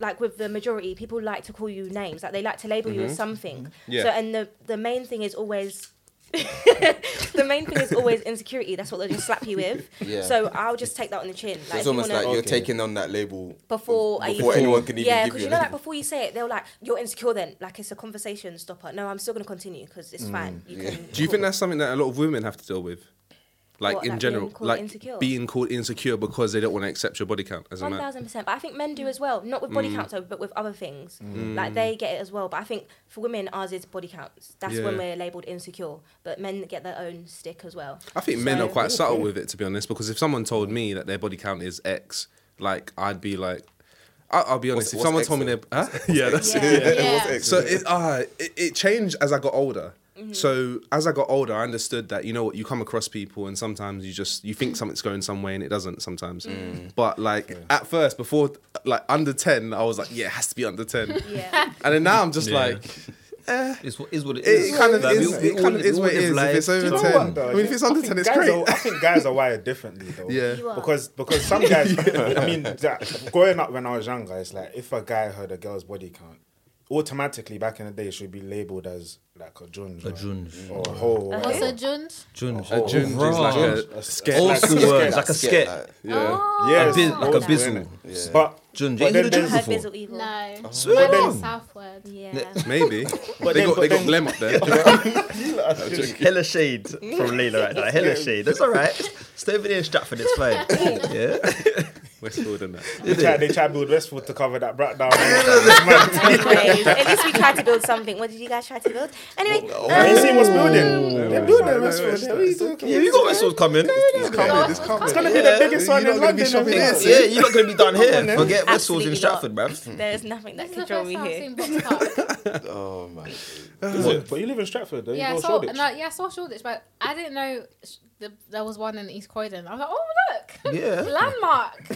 Speaker 3: like with the majority, people like to call you names. Like they like to label you
Speaker 1: Mm-hmm.
Speaker 3: as something.
Speaker 4: Yeah.
Speaker 3: So and the the main thing is always. the main thing is always insecurity. That's what they'll just slap you with.
Speaker 1: Yeah.
Speaker 3: So I'll just take that on the chin. Like, if
Speaker 1: It's
Speaker 3: you
Speaker 1: almost
Speaker 3: wanna-
Speaker 1: like you're taking on that label
Speaker 3: before, I
Speaker 1: before
Speaker 3: even-
Speaker 1: anyone can even
Speaker 3: yeah,
Speaker 1: give
Speaker 3: because
Speaker 1: you.
Speaker 3: you
Speaker 1: a
Speaker 3: know, like
Speaker 1: label.
Speaker 3: before you say it, they're like, "You're insecure." Then, like, it's a conversation stopper. No, I'm still gonna continue because
Speaker 1: Mm,
Speaker 3: it's fine. You can.
Speaker 4: Do you
Speaker 3: cool.
Speaker 4: think that's something that a lot of women have to deal with? Like
Speaker 3: What,
Speaker 4: in
Speaker 3: like
Speaker 4: general,
Speaker 3: being called
Speaker 4: like
Speaker 3: insecure?
Speaker 4: being called insecure because they don't want to accept your body count as a
Speaker 3: One
Speaker 4: man.
Speaker 3: thousand percent. But I think men
Speaker 2: Mm.
Speaker 3: do as well. Not with body counts, though, but with other things. Like they get it as well. But I think for women, ours is body counts. That's when
Speaker 4: Yeah.
Speaker 3: we're labelled insecure. But men get their own stick as well.
Speaker 4: I think men
Speaker 3: So-
Speaker 4: are quite subtle with it, to be honest. Because if someone told me that their body count is X, like I'd be like, I- I'll be honest.
Speaker 1: What's-
Speaker 4: if
Speaker 1: what's
Speaker 4: someone
Speaker 1: X
Speaker 4: told me
Speaker 1: then?
Speaker 4: their, huh? yeah, that's
Speaker 3: Yeah.
Speaker 4: it.
Speaker 6: Yeah.
Speaker 4: So it, uh, it it changed as I got older. So as I got older, I understood that you know what you come across people, and sometimes you just you think something's going some way, and it doesn't sometimes.
Speaker 2: Mm.
Speaker 4: But like at first, before like under ten, I was like, yeah, it has to be under ten.
Speaker 3: Yeah.
Speaker 4: And then now I'm just
Speaker 2: Yeah.
Speaker 4: like,
Speaker 2: It's what is what it is.
Speaker 4: it kind of
Speaker 2: Like,
Speaker 4: is.
Speaker 2: we- we
Speaker 4: It kind
Speaker 2: all-
Speaker 4: of is
Speaker 2: we
Speaker 4: what
Speaker 2: all
Speaker 4: it is.
Speaker 2: live
Speaker 4: If
Speaker 2: life.
Speaker 4: it's over
Speaker 5: You know
Speaker 4: ten,
Speaker 5: what, though?
Speaker 4: I mean, if it's
Speaker 5: I
Speaker 4: under
Speaker 5: think
Speaker 4: ten, it's
Speaker 5: guys
Speaker 4: great.
Speaker 5: Are, I think guys are wired differently though.
Speaker 4: Yeah.
Speaker 3: You are.
Speaker 5: Because because some guys, I mean, that, growing up when I was younger, it's like if a guy heard a girl's body count, automatically back in the day, should be labeled as like a junj,
Speaker 2: A
Speaker 5: or-
Speaker 2: junj.
Speaker 5: or a hoe. or
Speaker 6: What's
Speaker 5: whatever.
Speaker 6: a junge?
Speaker 2: Junj.
Speaker 4: A junge is like
Speaker 2: Bruh.
Speaker 4: a,
Speaker 5: sketch.
Speaker 2: Old
Speaker 5: Like
Speaker 2: school
Speaker 5: sketch.
Speaker 2: words, like a
Speaker 1: Skit,
Speaker 2: skit.
Speaker 1: like-
Speaker 4: yeah.
Speaker 6: Oh,
Speaker 5: Yeah,
Speaker 2: A biz- like a
Speaker 5: old school,
Speaker 2: bizzle.
Speaker 5: innit? But
Speaker 2: Junj.
Speaker 5: But
Speaker 2: Ain't you
Speaker 5: then
Speaker 2: the
Speaker 5: there's-
Speaker 2: junj
Speaker 3: Heard
Speaker 2: before?
Speaker 3: Bizzle Evil.
Speaker 6: No.
Speaker 2: Swear
Speaker 6: Mine is
Speaker 2: on.
Speaker 6: Southward.
Speaker 3: Yeah.
Speaker 4: Maybe
Speaker 5: But
Speaker 4: they
Speaker 5: then-
Speaker 4: got they
Speaker 5: but
Speaker 4: got
Speaker 5: then-
Speaker 4: glam up there.
Speaker 2: Hella shade from Layla right now. Hella shade. That's all right. Stay over there in Stratford. It's fine. Yeah.
Speaker 4: Westfield and that.
Speaker 5: they try, they try to build Westwood to cover that brat down.
Speaker 3: Anyway, at least we tried to build something. What did you guys try to build? Anyway,
Speaker 2: Oh,
Speaker 5: Have you
Speaker 3: um,
Speaker 5: seen what's building? They're building Westwood.
Speaker 2: Yeah, you got whistles coming. It's coming. It's coming.
Speaker 5: It's gonna be the biggest one in London. isn't it?
Speaker 2: Yeah, you're not going to be down here. Forget whistles
Speaker 3: Absolutely
Speaker 2: in Stratford, bruv.
Speaker 3: not. um, There's nothing that
Speaker 6: This is the
Speaker 3: can draw
Speaker 6: first
Speaker 3: me
Speaker 6: time I've
Speaker 3: here.
Speaker 6: seen Box Park.
Speaker 1: Oh my. days.
Speaker 5: But you live in Stratford, though.
Speaker 6: yeah,
Speaker 5: you go
Speaker 6: I saw,
Speaker 5: Shoreditch.
Speaker 6: no, yeah, I saw Shoreditch, but I didn't know sh- the, there was one in East Croydon. I was like, oh, look.
Speaker 2: Yeah.
Speaker 6: Landmark.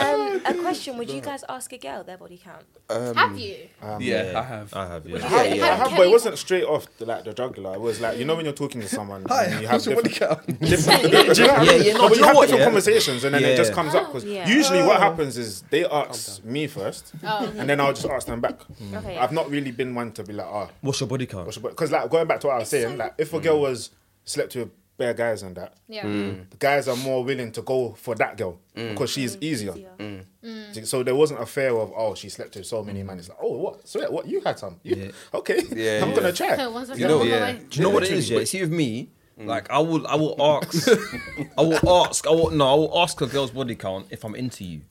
Speaker 3: Um, a question: Would you guys ask a girl their body count?
Speaker 6: Have you?
Speaker 4: Yeah, I have.
Speaker 2: I have, Oh. yeah.
Speaker 5: I, I have, but
Speaker 6: Kelly-
Speaker 5: it wasn't straight off the, like the jugular. It was like you know when you're talking to someone, and you have
Speaker 4: your body
Speaker 5: different,
Speaker 4: count?
Speaker 5: different, do you know what I
Speaker 2: Yeah,
Speaker 5: mean?
Speaker 2: yeah, no,
Speaker 5: No,
Speaker 2: do
Speaker 5: but
Speaker 2: you
Speaker 5: you
Speaker 2: know
Speaker 5: have
Speaker 2: what,
Speaker 5: different
Speaker 2: yeah?
Speaker 5: conversations, and then
Speaker 2: Yeah. Oh.
Speaker 5: it just comes up because
Speaker 3: Yeah.
Speaker 5: usually what happens is they ask me first,
Speaker 6: Oh.
Speaker 5: and then I'll just ask them back.
Speaker 2: Mm.
Speaker 3: Okay.
Speaker 5: I've not really been one to be like, oh,
Speaker 2: What's your body count?
Speaker 5: because like going back to what I was saying, like if a girl was slept with bare guys and that,
Speaker 6: Yeah.
Speaker 5: the guys are more willing to go for that girl because she's
Speaker 6: Mm.
Speaker 5: easier.
Speaker 1: Mm.
Speaker 5: So there wasn't a fear of oh she slept with so many men. It's like oh what so what you had some You-
Speaker 2: Yeah.
Speaker 5: okay
Speaker 1: Yeah,
Speaker 5: I'm
Speaker 1: yeah.
Speaker 5: gonna
Speaker 6: Okay,
Speaker 5: try.
Speaker 6: once I've
Speaker 1: You
Speaker 6: done
Speaker 1: know,
Speaker 6: all the
Speaker 4: yeah.
Speaker 6: way.
Speaker 2: Do you know what it is? Yeah, see with me, like I will, I will ask, I will ask, I will no, I will ask a girl's body count if I'm into you.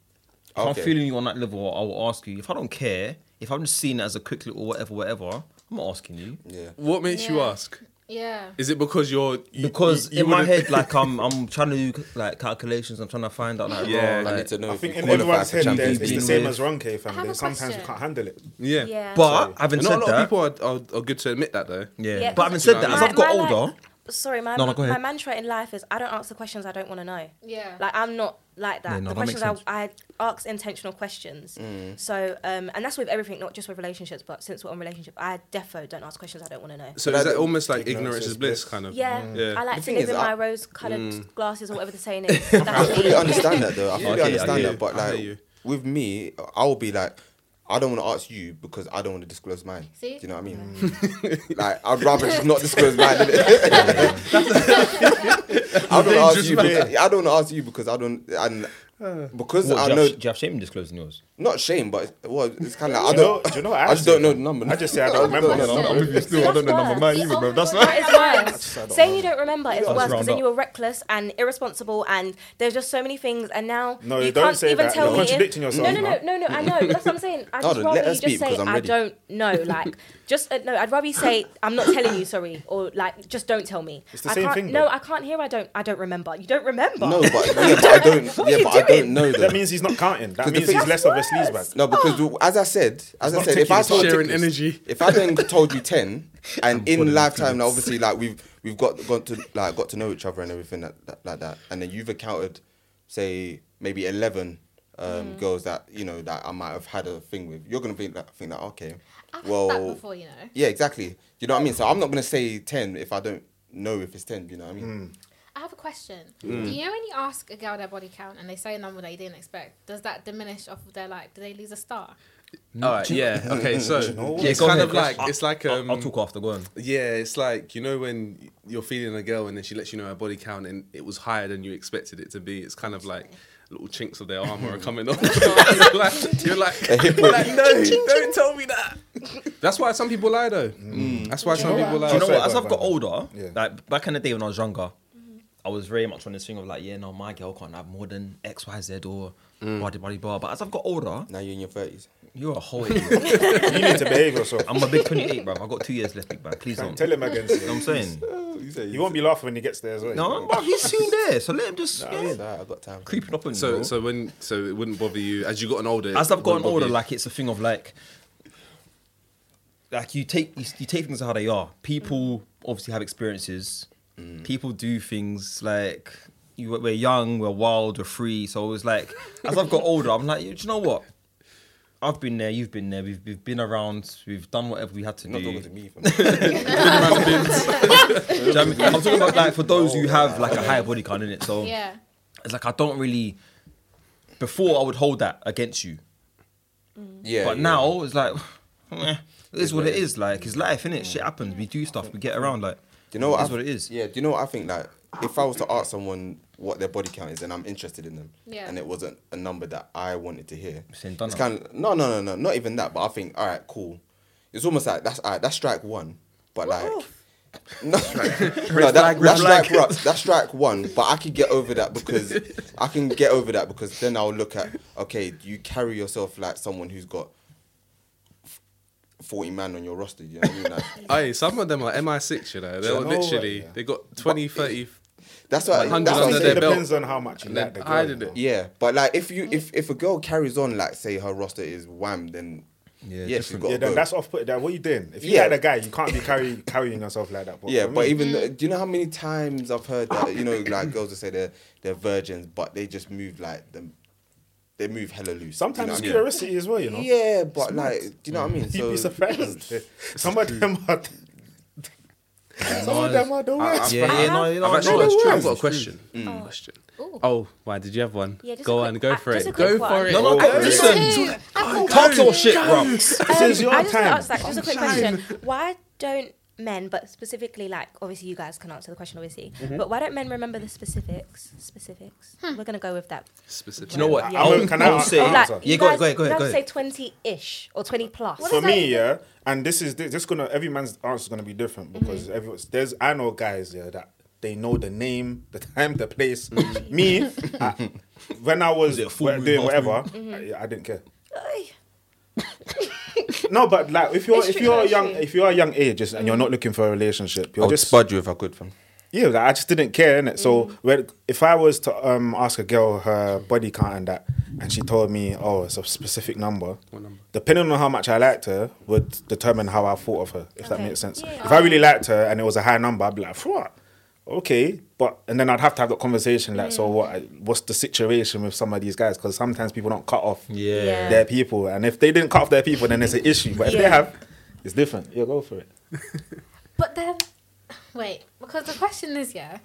Speaker 2: If I'm
Speaker 1: Okay.
Speaker 2: feeling you on that level, I will ask you. If I don't care, if I'm just seeing it as a quick little whatever, whatever, I'm not asking you.
Speaker 1: Yeah.
Speaker 4: What makes you
Speaker 6: Yeah.
Speaker 4: ask?
Speaker 6: Yeah.
Speaker 4: Is it because you're you,
Speaker 2: Because
Speaker 4: you- you
Speaker 2: in my
Speaker 4: wouldn't-
Speaker 2: head, like I'm, I'm trying to do like calculations. I'm trying to find out like, yeah,
Speaker 4: Yeah.
Speaker 1: I need to know.
Speaker 5: I
Speaker 1: if
Speaker 5: think
Speaker 1: you
Speaker 5: in
Speaker 1: qualify
Speaker 5: everyone's
Speaker 1: for
Speaker 5: head
Speaker 1: Champions
Speaker 5: there's- it's the
Speaker 2: League.
Speaker 1: League.
Speaker 5: same as Ron K
Speaker 6: have
Speaker 5: family.
Speaker 6: a
Speaker 5: Sometimes we
Speaker 6: question.
Speaker 5: can't handle it.
Speaker 4: yeah.
Speaker 3: Yeah.
Speaker 2: but having
Speaker 4: And not
Speaker 2: said
Speaker 4: a lot
Speaker 2: that,
Speaker 4: of people are, are, are good to admit that though.
Speaker 2: yeah.
Speaker 3: Yeah,
Speaker 2: but having said that, as I've got
Speaker 3: my, my,
Speaker 2: older,
Speaker 3: like- sorry, my,
Speaker 2: No, no, go
Speaker 3: my
Speaker 2: ahead.
Speaker 3: mantra in life is I don't answer questions I don't want to know.
Speaker 6: Yeah.
Speaker 3: Like I'm not like that.
Speaker 2: Yeah, no,
Speaker 3: the
Speaker 2: that makes
Speaker 3: questions I, I ask intentional questions.
Speaker 1: Mm.
Speaker 3: So um, and that's with everything, not just with relationships, but since we're on relationship, I defo don't ask questions I don't want to know.
Speaker 4: So
Speaker 1: But
Speaker 4: is
Speaker 1: I
Speaker 4: that
Speaker 1: don't-
Speaker 4: almost like ignorance is bliss kind of?
Speaker 3: yeah, I like to
Speaker 1: thing
Speaker 3: live
Speaker 1: is,
Speaker 3: in
Speaker 1: I- Mm.
Speaker 3: my rose-colored glasses or whatever the saying is. That's
Speaker 1: I fully
Speaker 3: me.
Speaker 1: understand that though. I fully
Speaker 2: Okay, I
Speaker 1: understand
Speaker 2: hear
Speaker 4: you.
Speaker 1: that, but
Speaker 4: I hear
Speaker 1: like
Speaker 4: you.
Speaker 1: with me, I'll be like, I don't want to ask you because I don't want to disclose mine.
Speaker 6: See?
Speaker 1: Do you know what I mean?
Speaker 3: Mm.
Speaker 1: like I'd rather just not disclose mine. innit? I don't wanna ask you.
Speaker 4: Dangerous man.
Speaker 1: Because, I don't want to ask you because I don't. And because
Speaker 2: What, do,
Speaker 1: I
Speaker 2: you
Speaker 1: know
Speaker 2: have, do you have shame in disclosing yours?
Speaker 1: not shame, but it's- well, it's kind of I
Speaker 5: you know,
Speaker 1: don't.
Speaker 5: do you know what
Speaker 1: I just
Speaker 5: actually-
Speaker 1: don't know the number.
Speaker 5: I just say I don't remember.
Speaker 1: know the
Speaker 6: That's
Speaker 1: number.
Speaker 6: it.
Speaker 1: I'm with you still. I don't know the number. Man, you remember. That's
Speaker 3: That is worse. Saying you don't remember is
Speaker 2: Let's
Speaker 3: worse because
Speaker 2: round
Speaker 3: then
Speaker 2: up.
Speaker 3: you were reckless and irresponsible, and there's just so many things. And now
Speaker 5: No,
Speaker 3: you
Speaker 5: don't
Speaker 3: can't
Speaker 5: say
Speaker 3: even
Speaker 5: that.
Speaker 3: tell
Speaker 5: You're
Speaker 3: me. if-
Speaker 5: contradicting yourself
Speaker 3: No, no,
Speaker 5: now.
Speaker 3: no, no, no. I know. That's what I'm saying. I
Speaker 1: No,
Speaker 3: just
Speaker 1: then let
Speaker 3: rather
Speaker 1: her
Speaker 3: you
Speaker 1: speak
Speaker 3: just say
Speaker 1: 'cause I'm
Speaker 3: I
Speaker 1: ready."
Speaker 3: don't know. Like just uh, no. I'd rather you say I'm not telling you. Sorry, or like just don't tell me.
Speaker 5: It's the
Speaker 3: I
Speaker 5: same
Speaker 3: can't,
Speaker 5: thing,
Speaker 3: No,
Speaker 5: though.
Speaker 3: I can't hear. I don't. I don't remember. You don't remember.
Speaker 1: No, but yeah, but I don't. Yeah, but I don't know though.
Speaker 5: That means he's not counting. That
Speaker 1: Because the
Speaker 5: means he's
Speaker 1: thing-
Speaker 5: less of a sleazebag.
Speaker 1: No, because
Speaker 6: Ah.
Speaker 1: as I said, as I said, if I told
Speaker 4: sharing
Speaker 1: Ticklish-
Speaker 4: energy.
Speaker 1: if I then told you ten, and in lifetime, now obviously, like we've we've got got to like got to know each other and everything that, that, like that, and then you've accounted, say maybe eleven um,
Speaker 6: Mm.
Speaker 1: girls that you know that I might have had a thing with. You're gonna think that think that okay,
Speaker 6: I've
Speaker 1: well,
Speaker 6: had that before, you know.
Speaker 1: yeah, exactly. You know what I mean? So I'm not gonna say ten if I don't know if it's ten. You know what I
Speaker 2: Hmm.
Speaker 1: mean?
Speaker 6: I have a question. Do you know when you ask a girl their body count and they say a number that you didn't expect, does that diminish off of their like? Do they lose a star?
Speaker 4: All right, yeah. Okay, so
Speaker 2: Yeah,
Speaker 4: it's
Speaker 2: go
Speaker 4: kind
Speaker 2: ahead,
Speaker 4: of
Speaker 2: go
Speaker 4: like
Speaker 2: ahead.
Speaker 4: it's like
Speaker 2: I'll-
Speaker 4: um,
Speaker 2: I'll talk after. Go on.
Speaker 4: Yeah, it's like you know when you're feeling a girl and then she lets you know her body count and it was higher than you expected it to be. It's kind of like little chinks of their armor are coming off. you're like, you're like, you're like, no, don't tell me that. That's why some people lie though. Mm. That's why some people lie.
Speaker 2: Mm. Do you know
Speaker 5: Sorry,
Speaker 2: what? As
Speaker 5: go on,
Speaker 2: I've
Speaker 5: go
Speaker 2: got
Speaker 5: on.
Speaker 2: older, like back in the day when I was younger,
Speaker 3: Mm-hmm.
Speaker 2: I was very much on this thing of like, yeah, no, my girl can't have more than X, Y, Z or
Speaker 4: Mm.
Speaker 2: blah, blah, blah, blah. But as I've got older,
Speaker 1: Now you're in your thirties.
Speaker 2: you're a whole idiot.
Speaker 5: You need to behave yourself.
Speaker 2: I'm a big 28, bro. I've got two years left, big man. Please don't.
Speaker 5: Tell him again.
Speaker 2: You know what I'm saying?
Speaker 5: He won't be laughing when he gets there as well.
Speaker 2: No, bro, he's soon there. So let him just yeah,
Speaker 1: I've got time.
Speaker 2: creeping up on you.
Speaker 4: So
Speaker 2: bro.
Speaker 4: so when so it wouldn't bother you as you gotten older.
Speaker 2: as I've
Speaker 4: it
Speaker 2: gotten
Speaker 4: wouldn't bother
Speaker 2: older,
Speaker 4: you.
Speaker 2: like it's a thing of like, like you take you, you take things how they are. People obviously have experiences.
Speaker 1: Mm.
Speaker 2: People do things like you. We're young, we're wild, we're free. So it was like, as I've got older, I'm like, do you know what? I've been there, you've been there, we've, we've been around, we've done whatever we had to
Speaker 1: Not
Speaker 2: do.
Speaker 1: talking to me. fam.
Speaker 2: Do you know what I mean? I'm talking about like for those who have like a higher body count in it. So
Speaker 6: Yeah.
Speaker 2: it's like I don't really. Before I would hold that against you.
Speaker 1: Yeah,
Speaker 2: but
Speaker 1: yeah.
Speaker 2: now it's like, eh, it is what it is. Like it's life, innit? Shit happens. We do stuff. We get around. Like
Speaker 1: Do you know what?
Speaker 2: it is
Speaker 1: I-
Speaker 2: what it is.
Speaker 1: Yeah. Do you know what I think? Like, if I was to ask someone what their body count is, and I'm interested in them,
Speaker 6: Yeah.
Speaker 1: and it wasn't a number that I wanted to hear,
Speaker 2: saying done
Speaker 1: it's
Speaker 2: up.
Speaker 1: kind of no, no, no, no, not even that. But I think, all right, cool. It's almost like that's all right, that's strike one, but like. No, no that, that's strike one. That's strike one, but I can get over that because I can get over that because then I'll look at okay, you carry yourself like someone who's got f- forty man on your roster. You know what I mean? Like,
Speaker 4: Aye, some of them are MI6, you know. They're
Speaker 5: Yeah, no way,
Speaker 4: literally
Speaker 5: yeah.
Speaker 4: they got 20, 30
Speaker 1: that's what. that's what
Speaker 4: Like,
Speaker 1: I'm
Speaker 4: under
Speaker 5: It
Speaker 1: saying.
Speaker 4: their belt.
Speaker 5: depends on how much you
Speaker 4: and then
Speaker 5: like the girl.
Speaker 4: I did
Speaker 5: you know.
Speaker 4: it.
Speaker 1: Yeah, but like if you if if a girl carries on like say her roster is wham, then
Speaker 2: Yeah,
Speaker 1: yeah, yeah she's
Speaker 2: different.
Speaker 1: got
Speaker 5: Yeah,
Speaker 1: to go.
Speaker 5: then that's off put that. What you doing? If you
Speaker 1: Yeah.
Speaker 5: like the guy, you can't be carry, carrying yourself like that. But
Speaker 1: yeah,
Speaker 5: for
Speaker 1: but
Speaker 5: me-
Speaker 1: even though- do you know how many times I've heard that you know like girls will say they're they're virgins, but they just move like them, they move hella loose.
Speaker 5: sometimes it's
Speaker 1: you know what
Speaker 5: curiosity as well, you
Speaker 1: I
Speaker 5: know.
Speaker 1: mean? Yeah, but like, do you know what I mean?
Speaker 5: You'd be
Speaker 1: So
Speaker 5: surprised. Some of them are. Some of them are the
Speaker 4: I-
Speaker 5: worst.
Speaker 4: I've-
Speaker 2: Yeah, yeah, no, you know,
Speaker 4: I've
Speaker 2: I
Speaker 4: actually
Speaker 2: know.
Speaker 4: got a-
Speaker 5: It's
Speaker 4: I've got a
Speaker 5: true.
Speaker 4: question. Question. Oh, why did you have one?
Speaker 3: Yeah, just
Speaker 4: go
Speaker 3: a quick-
Speaker 4: on, go
Speaker 3: uh,
Speaker 4: for
Speaker 3: just a
Speaker 4: it.
Speaker 3: quick
Speaker 4: Go
Speaker 3: one.
Speaker 4: for it.
Speaker 2: No,
Speaker 4: Go
Speaker 2: no, I-
Speaker 4: for it.
Speaker 2: listen.
Speaker 6: I've got
Speaker 2: Talk your shit, bro.
Speaker 5: This is your
Speaker 3: Um, I
Speaker 5: time.
Speaker 3: just want to ask like, just a quick question. Why don't men, but specifically, like, obviously, you guys can answer the question, obviously,
Speaker 2: Mm-hmm.
Speaker 3: but why don't men remember the specifics? Specifics. We're gonna go with that.
Speaker 4: Specific.
Speaker 2: Do you know what?
Speaker 5: I- I
Speaker 2: I'll,
Speaker 5: will- can I
Speaker 2: I'll
Speaker 5: ask-
Speaker 2: say,
Speaker 5: I'll
Speaker 3: Like,
Speaker 5: answer.
Speaker 2: yeah,
Speaker 3: you
Speaker 2: go
Speaker 3: guys-
Speaker 2: ahead, go ahead, go
Speaker 3: you
Speaker 2: ahead,
Speaker 3: guys
Speaker 2: go
Speaker 3: say
Speaker 2: ahead.
Speaker 3: twenty-ish or twenty plus.
Speaker 5: for me, yeah, and this is this, this gonna every man's answer is gonna be different
Speaker 3: Mm-hmm.
Speaker 5: because everyone's there's I know guys yeah that they know the name, the time, the place. me, I, when I was,
Speaker 2: it a full
Speaker 5: wha-
Speaker 2: moon,
Speaker 5: doing
Speaker 2: half
Speaker 5: whatever,
Speaker 3: Mm-hmm.
Speaker 5: I, I didn't care. No, but like if you're
Speaker 3: It's
Speaker 5: if
Speaker 3: true, Mm-hmm.
Speaker 5: you're
Speaker 3: it's
Speaker 5: young
Speaker 3: true.
Speaker 5: if you're young ages and you're not looking for a relationship,
Speaker 1: I
Speaker 5: you're
Speaker 1: would
Speaker 5: just
Speaker 1: spud you if I could, fam.
Speaker 5: yeah, like, I just didn't care, innit? So
Speaker 3: Mm.
Speaker 5: when, if I was to um, ask a girl her body count and that, and she told me, oh, it's a specific number, depending on how much I liked her would determine how I thought of her, if that
Speaker 3: Okay.
Speaker 5: makes sense.
Speaker 3: Yeah.
Speaker 5: If I really liked her and it was a high number, I'd be like, what? Okay, but and then I'd have to have that conversation, like,
Speaker 3: Mm.
Speaker 5: so what? What's the situation with some of these guys? Because sometimes people don't cut off
Speaker 2: Yeah.
Speaker 3: Yeah.
Speaker 5: their people, and if they didn't cut off their people, then it's an issue. But if they
Speaker 3: Yeah.
Speaker 5: have, it's different. Yeah, go for it.
Speaker 6: But then, wait, because the question is, yeah,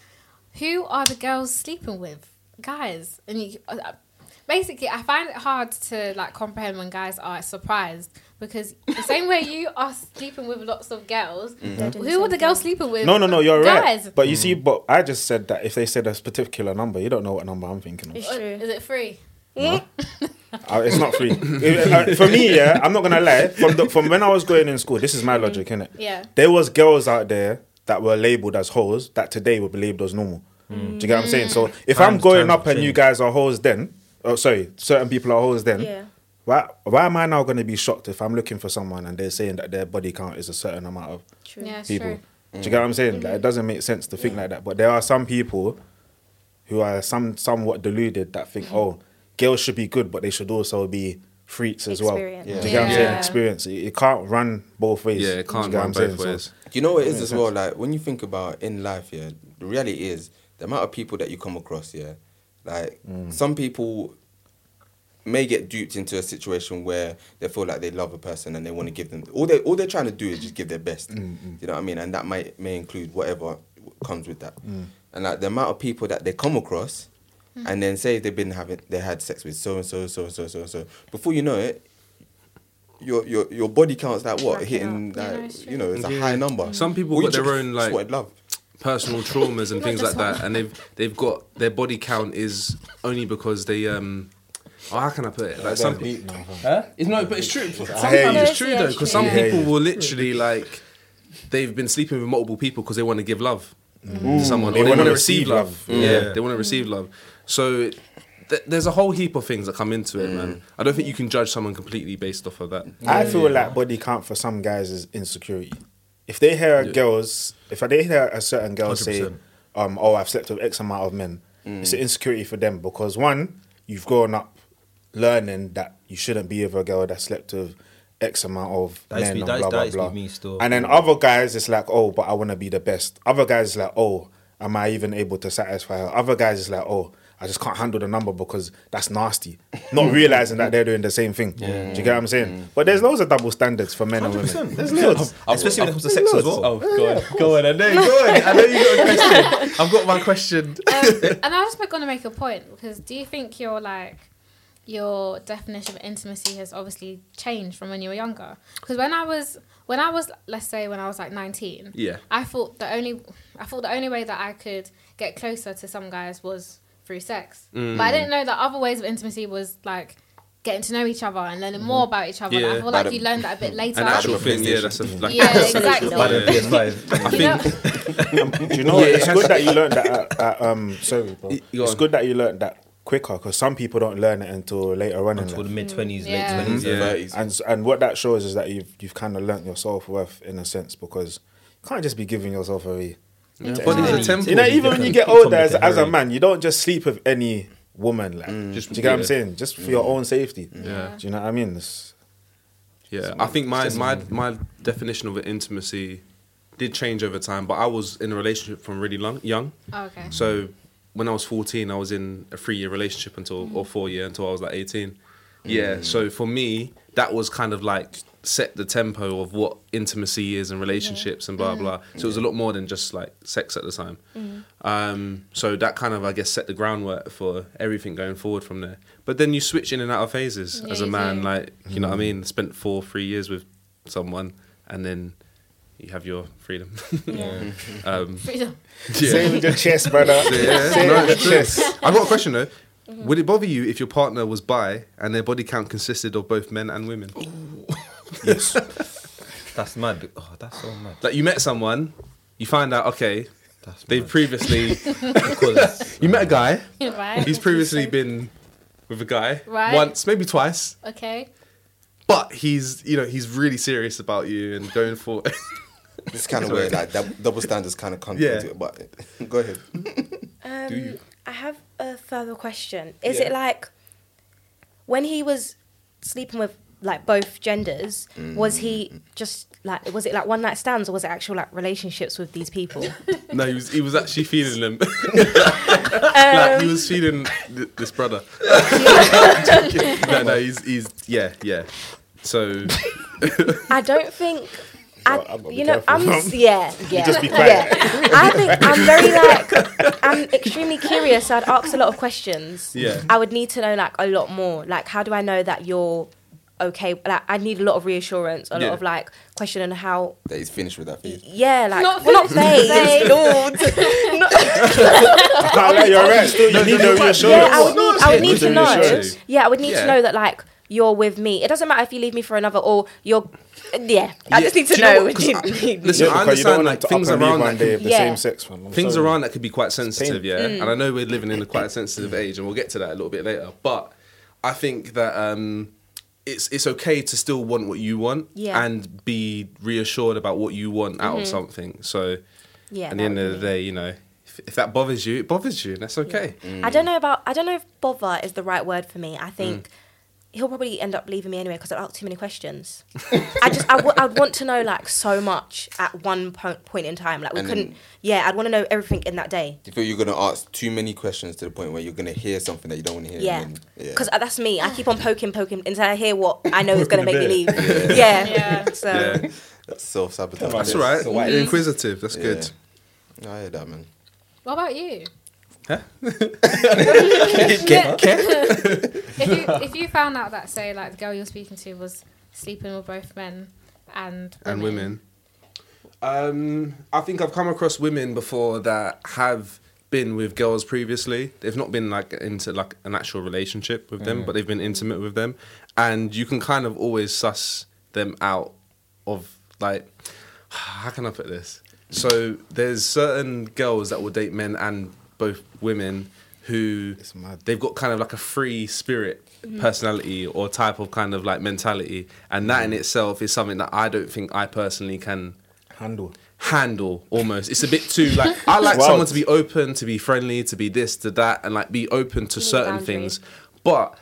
Speaker 6: who are the girls sleeping with? Guys, and you, uh, uh, basically, I find it hard to like comprehend when guys are surprised because the same way you are sleeping with lots of girls, who were the girls sleeping with?
Speaker 5: Mm-hmm. No, no, no. You're
Speaker 6: guys.
Speaker 5: right. But you see, but I just said that if they said a particular number, you don't know what number I'm thinking of.
Speaker 3: It's true.
Speaker 6: Is it free?
Speaker 3: Hmm?
Speaker 5: Uh, it's not free If- uh, for me. Yeah, I'm not gonna lie. From the, from when I was going in school, this is my logic, innit?
Speaker 6: Mm-hmm. Yeah.
Speaker 5: There was girls out there that were labeled as hoes that today were labeled as normal. Do you get what I'm saying? So if I'm
Speaker 2: Times-
Speaker 5: going
Speaker 2: times
Speaker 5: up
Speaker 2: have
Speaker 5: and you
Speaker 2: changed.
Speaker 5: guys are hoes, then oh sorry, certain people are hoes, then
Speaker 3: Yeah.
Speaker 5: why why am I now gonna be shocked if I'm looking for someone and they're saying that their body count is a certain amount of
Speaker 3: True.
Speaker 6: Yeah, it's
Speaker 5: people.
Speaker 6: true.
Speaker 5: Do you get what I'm saying? Like, it doesn't make sense to think like that. But there are some people who are some somewhat deluded that think, oh, girls should be good, but they should also be freaks as
Speaker 3: Experience.
Speaker 5: well.
Speaker 3: Yeah.
Speaker 5: Do you get what I'm saying?
Speaker 6: Yeah.
Speaker 5: Experience. It, it can't run both ways.
Speaker 4: Yeah, it
Speaker 5: Do you
Speaker 4: can't
Speaker 5: get what
Speaker 4: run
Speaker 5: I'm saying?
Speaker 4: both
Speaker 5: So-
Speaker 4: ways.
Speaker 1: Do you know what it is as well? Like when you think about in life, yeah, the reality is the amount of people that you come across, yeah, like some people may get duped into a situation where they feel like they love a person and they want to give them all they all they're trying to do is just give their best. You know what I mean? And that might may include whatever comes with that. And like the amount of people that they come across and then say they've been having they had sex with so and so, so and so, so and so. Before you know it, your your your body count's like what?
Speaker 3: Racking
Speaker 1: Hitting
Speaker 3: up.
Speaker 1: like
Speaker 6: Yeah, no, it's true.
Speaker 1: you know, it's a high number.
Speaker 4: Some people
Speaker 1: Or you
Speaker 4: got their
Speaker 1: just-
Speaker 4: own,
Speaker 1: just
Speaker 4: like-
Speaker 1: wanted love.
Speaker 4: personal traumas and things like that, and they've they've got their body count is only because they um. Oh, how can I put it? Like some, huh? It's no, but it's true. Sometimes
Speaker 3: you.
Speaker 4: it's true
Speaker 3: Yeah,
Speaker 4: though,
Speaker 3: it's
Speaker 4: because
Speaker 3: true.
Speaker 4: some
Speaker 3: I hear
Speaker 4: people will literally like they've been sleeping with multiple people because they want to give love to someone,
Speaker 5: They
Speaker 4: or they
Speaker 5: wanna
Speaker 4: want to
Speaker 5: receive
Speaker 4: receive love.
Speaker 5: love.
Speaker 4: Yeah, they want to receive love. So th- there's a whole heap of things that come into it, man. I don't think you can judge someone completely based off of that.
Speaker 5: I feel like body count for some guys is insecurity. If they hear a girls, if they hear a certain girl say,
Speaker 2: 100%.
Speaker 5: um, "Oh, I've slept with X amount of men," it's an insecurity for them because one, you've grown up learning that you shouldn't be with a girl that slept with X amount of
Speaker 2: That used
Speaker 5: men
Speaker 2: to be-
Speaker 5: and
Speaker 2: that-
Speaker 5: blah
Speaker 2: that
Speaker 5: blah
Speaker 2: used to
Speaker 5: blah.
Speaker 2: be me still.
Speaker 5: And then other guys, it's like, "Oh, but I want to be the best." Other guys, is like, "Oh, am I even able to satisfy her?" Other guys, is like, "Oh." I just can't handle the number because that's nasty. Not realizing that they're doing the same thing. Do you get what I'm saying?
Speaker 2: Mm.
Speaker 5: But there's loads of double standards for men and women. There's loads.
Speaker 2: Especially when it comes to sex as well.
Speaker 5: Oh,
Speaker 2: go on, go on. I know, go on. I know you got a question. I've got my question.
Speaker 6: Um, and I was just going to make a point because do you think your like your definition of intimacy has obviously changed from when you were younger? Because when I was when I was let's say when I was like nineteen,
Speaker 4: Yeah.
Speaker 6: I thought the only I thought the only way that I could get closer to some guys was through sex, but
Speaker 4: Mm.
Speaker 6: I didn't know that other ways of intimacy was like getting to know each other and learning more about each other.
Speaker 4: Mm-hmm. Yeah.
Speaker 6: I feel like
Speaker 1: Adam-
Speaker 6: you learned that a bit later.
Speaker 4: An actual
Speaker 1: a
Speaker 4: thing, yeah.
Speaker 1: PlayStation.
Speaker 4: That's a, like,
Speaker 6: yeah,
Speaker 4: that's a-
Speaker 6: exactly.
Speaker 3: By the
Speaker 4: Yeah.
Speaker 2: PS5.
Speaker 6: You know-
Speaker 5: Do you know what? It's good that you learned that. At, at, um, sorry, bro.
Speaker 4: go
Speaker 5: It's
Speaker 4: on.
Speaker 5: good that you learned that quicker because some people don't learn it until later on in
Speaker 2: Until the
Speaker 5: life.
Speaker 2: mid 20s,
Speaker 6: Yeah.
Speaker 2: late 20s.
Speaker 4: Yeah.
Speaker 1: Thirties.
Speaker 5: And and what that shows is that you've you've kind of learnt your self worth in a sense because you can't just be giving yourself away.
Speaker 4: Body
Speaker 2: Yeah.
Speaker 4: temple.
Speaker 5: You know,
Speaker 2: Totally
Speaker 5: even when you
Speaker 2: different.
Speaker 5: get
Speaker 2: People
Speaker 5: older as,
Speaker 2: become
Speaker 5: as a
Speaker 2: very-
Speaker 5: man, you don't just sleep with any woman. Like,
Speaker 4: Mm. Just-
Speaker 5: do you get what I'm
Speaker 4: yeah.
Speaker 5: saying? Just for your own safety.
Speaker 4: Yeah.
Speaker 5: Do you know what I mean? It's,
Speaker 4: Yeah, I think my my my definition of intimacy did change over time, but I was in a relationship from really long, young.
Speaker 6: Oh, okay.
Speaker 4: So when I was 14, I was in a three year relationship until
Speaker 6: Mm-hmm.
Speaker 4: or four year until I was like 18. Yeah, so for me, that was kind of like set the tempo of what intimacy is and relationships and
Speaker 6: Mm.
Speaker 4: blah blah. So it was a lot more than just like sex at the time. Um, so that kind of I guess set the groundwork for everything going forward from there. But then you switch in and out of phases as
Speaker 6: Yeah,
Speaker 4: a
Speaker 6: you
Speaker 4: man,
Speaker 6: do.
Speaker 4: like you know what I mean. Spent four three years with someone and then. You have your freedom. um,
Speaker 6: Freedom.
Speaker 5: Say it with your chest, brother.
Speaker 4: yeah,
Speaker 5: Say
Speaker 4: no,
Speaker 5: it with
Speaker 4: it's
Speaker 5: your
Speaker 4: true.
Speaker 5: chest.
Speaker 4: I've got a question though.
Speaker 6: Mm-hmm.
Speaker 4: Would it bother you if your partner was bi and their body count consisted of both men and women?
Speaker 2: That's mad. Oh, that's so mad.
Speaker 4: Like you met someone, you find out okay,
Speaker 2: That's
Speaker 4: they've
Speaker 2: mad.
Speaker 4: previously
Speaker 2: Because
Speaker 4: you met a guy,
Speaker 6: right?
Speaker 4: he's previously been with a guy
Speaker 6: Right.
Speaker 4: once, maybe twice,
Speaker 6: okay.
Speaker 4: but he's you know he's really serious about you and going for.
Speaker 1: It's kind of weird. Like dou- double standards kind of come
Speaker 4: Yeah.
Speaker 1: into it. But go ahead.
Speaker 3: Um, I have a further question. Is it like when he was sleeping with like both genders, was
Speaker 2: Mm-hmm.
Speaker 3: he just like was it like one night stands or was it actual like relationships with these people?
Speaker 4: no, he was he was actually feeling them. like he was feeling th- this brother. no, no, he's he's yeah yeah. So
Speaker 3: I don't think I,
Speaker 5: gotta be
Speaker 3: you know, I'm
Speaker 5: careful.
Speaker 3: yeah, yeah,
Speaker 5: just be quiet.
Speaker 3: yeah. I think I'm very like I'm extremely curious. So I'd ask a lot of questions.
Speaker 4: Yeah.
Speaker 3: I would need to know like a lot more. Like, how do I know that you're okay? Like, I need a lot of reassurance, a lot
Speaker 4: Yeah.
Speaker 3: of like question on how.
Speaker 1: That he's finished with that phase.
Speaker 3: Yeah, like
Speaker 6: Not
Speaker 3: well, not
Speaker 6: phase.
Speaker 3: phase, Lord.
Speaker 5: Can't let your rest. You need no
Speaker 3: Yeah, I
Speaker 5: reassurance.
Speaker 3: would need, I would need to
Speaker 5: Within
Speaker 3: know.
Speaker 4: reassurance.
Speaker 3: Yeah, I would need
Speaker 4: Yeah.
Speaker 3: to know that like you're with me. It doesn't matter if you leave me for another or you're. Yeah, I just need to
Speaker 4: Do you know
Speaker 3: know.
Speaker 4: what? 'Cause I- listen,
Speaker 5: Yeah,
Speaker 4: I
Speaker 5: because you don't
Speaker 4: understand
Speaker 5: want them
Speaker 4: like
Speaker 5: to up
Speaker 4: things
Speaker 5: and leave
Speaker 4: around
Speaker 5: one
Speaker 4: that
Speaker 5: day
Speaker 4: can
Speaker 5: of the
Speaker 3: Yeah.
Speaker 5: same sex, man. I'm
Speaker 4: things
Speaker 5: sorry.
Speaker 4: around that could be quite sensitive, yeah.
Speaker 3: Mm.
Speaker 4: And I know we're living in a quite sensitive age, and we'll get to that a little bit later. But I think that um, it's it's okay to still want what you want
Speaker 3: Yeah. Mm-hmm.
Speaker 4: and be reassured about what you want out of something. So
Speaker 3: Yeah,
Speaker 4: at
Speaker 3: that
Speaker 4: the end
Speaker 3: would
Speaker 4: of the day, you know, if, if that bothers you, it bothers you, and that's okay.
Speaker 3: I don't know about. I don't know if bother is the right word for me. I think he'll probably end up leaving me anyway because I've asked too many questions. I just I w- I'd want to know like so much at one po- point in time. Like we
Speaker 1: And
Speaker 3: couldn't.
Speaker 1: then-
Speaker 3: yeah, I'd want to know everything in that day.
Speaker 1: Do you feel you're gonna ask too many questions to the point where you're gonna hear something that you don't want to hear?
Speaker 3: Yeah,
Speaker 1: and then-
Speaker 3: because that's me. I keep on poking, poking until I hear what I know is going to make me leave. Yeah,
Speaker 6: Yeah.
Speaker 3: So
Speaker 4: Yeah,
Speaker 1: that's self sabotage.
Speaker 4: that's all right.
Speaker 2: why-
Speaker 4: You're inquisitive. That's good.
Speaker 1: I hear that, man.
Speaker 6: What about you?
Speaker 2: Get- get-
Speaker 6: If you if you found out that say like the girl you're speaking to was sleeping with both men and women,
Speaker 4: and women. Um, I think I've come across women before that have been with girls previously. They've not been like into like an actual relationship with
Speaker 5: Mm.
Speaker 4: them, but they've been intimate with them, and you can kind of always suss them out of like how can I put this? So there's certain girls that will date men and both women who
Speaker 5: It's mad.
Speaker 4: they've got kind of like a free spirit personality or type of kind of like mentality and
Speaker 5: Mm.
Speaker 4: that in itself is something that I don't think I personally can
Speaker 5: Handle.
Speaker 4: handle almost it's a bit too like I like
Speaker 5: Wow.
Speaker 4: someone to be open to be friendly to be this to that and like be open to
Speaker 3: need
Speaker 4: certain
Speaker 3: boundaries.
Speaker 4: things but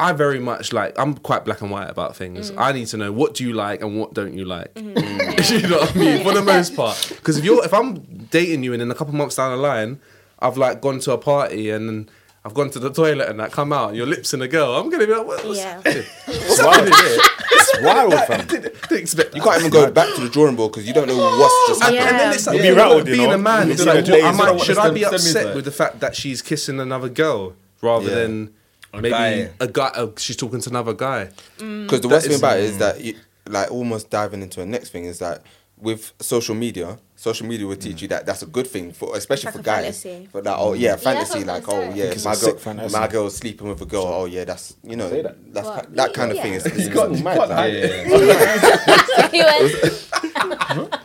Speaker 4: I very much like I'm quite black and white about things. I need to know what do you like and what don't you like. you know what I mean? For the most part, because if you're if I'm dating you and in a couple months down the line, I've like gone to a party and then I've gone to the toilet and I come out and your lips and a girl, I'm gonna be like, what, what's
Speaker 3: Yeah.
Speaker 4: happening? What's happening here?
Speaker 5: It's wild, fam.
Speaker 4: Didn't, didn't expect
Speaker 1: You can't even go back to the drawing board because you don't know what's just
Speaker 4: and,
Speaker 1: happened.
Speaker 4: and then it's like,
Speaker 5: You'll be
Speaker 4: yeah,
Speaker 5: rattled, you
Speaker 4: being
Speaker 5: know?
Speaker 4: a man,
Speaker 5: You'll
Speaker 4: it's
Speaker 5: be
Speaker 4: like,
Speaker 5: days
Speaker 4: well, am I,
Speaker 2: old.
Speaker 4: should I be
Speaker 2: Send me
Speaker 4: upset
Speaker 2: that.
Speaker 4: with the fact that she's kissing another girl rather
Speaker 1: Yeah.
Speaker 4: than maybe
Speaker 2: guy.
Speaker 4: a guy? Oh, she's talking to another guy.
Speaker 1: Because the worst thing about it is that, you, like, almost diving into the next thing is that with social media, social media will teach you that that's a good thing for, especially
Speaker 3: Like
Speaker 1: for
Speaker 3: a
Speaker 1: guys.
Speaker 3: fantasy.
Speaker 1: But that, oh yeah, fantasy,
Speaker 6: what I
Speaker 1: like,
Speaker 6: was
Speaker 1: oh
Speaker 6: saying.
Speaker 1: yeah,
Speaker 5: it's
Speaker 1: my
Speaker 5: a sick
Speaker 1: girl,
Speaker 5: fantasy.
Speaker 1: my girl sleeping with a girl. Oh yeah, that's you know, that's
Speaker 6: What?
Speaker 1: ki- that kind of thing is. is mad, like.
Speaker 3: you went,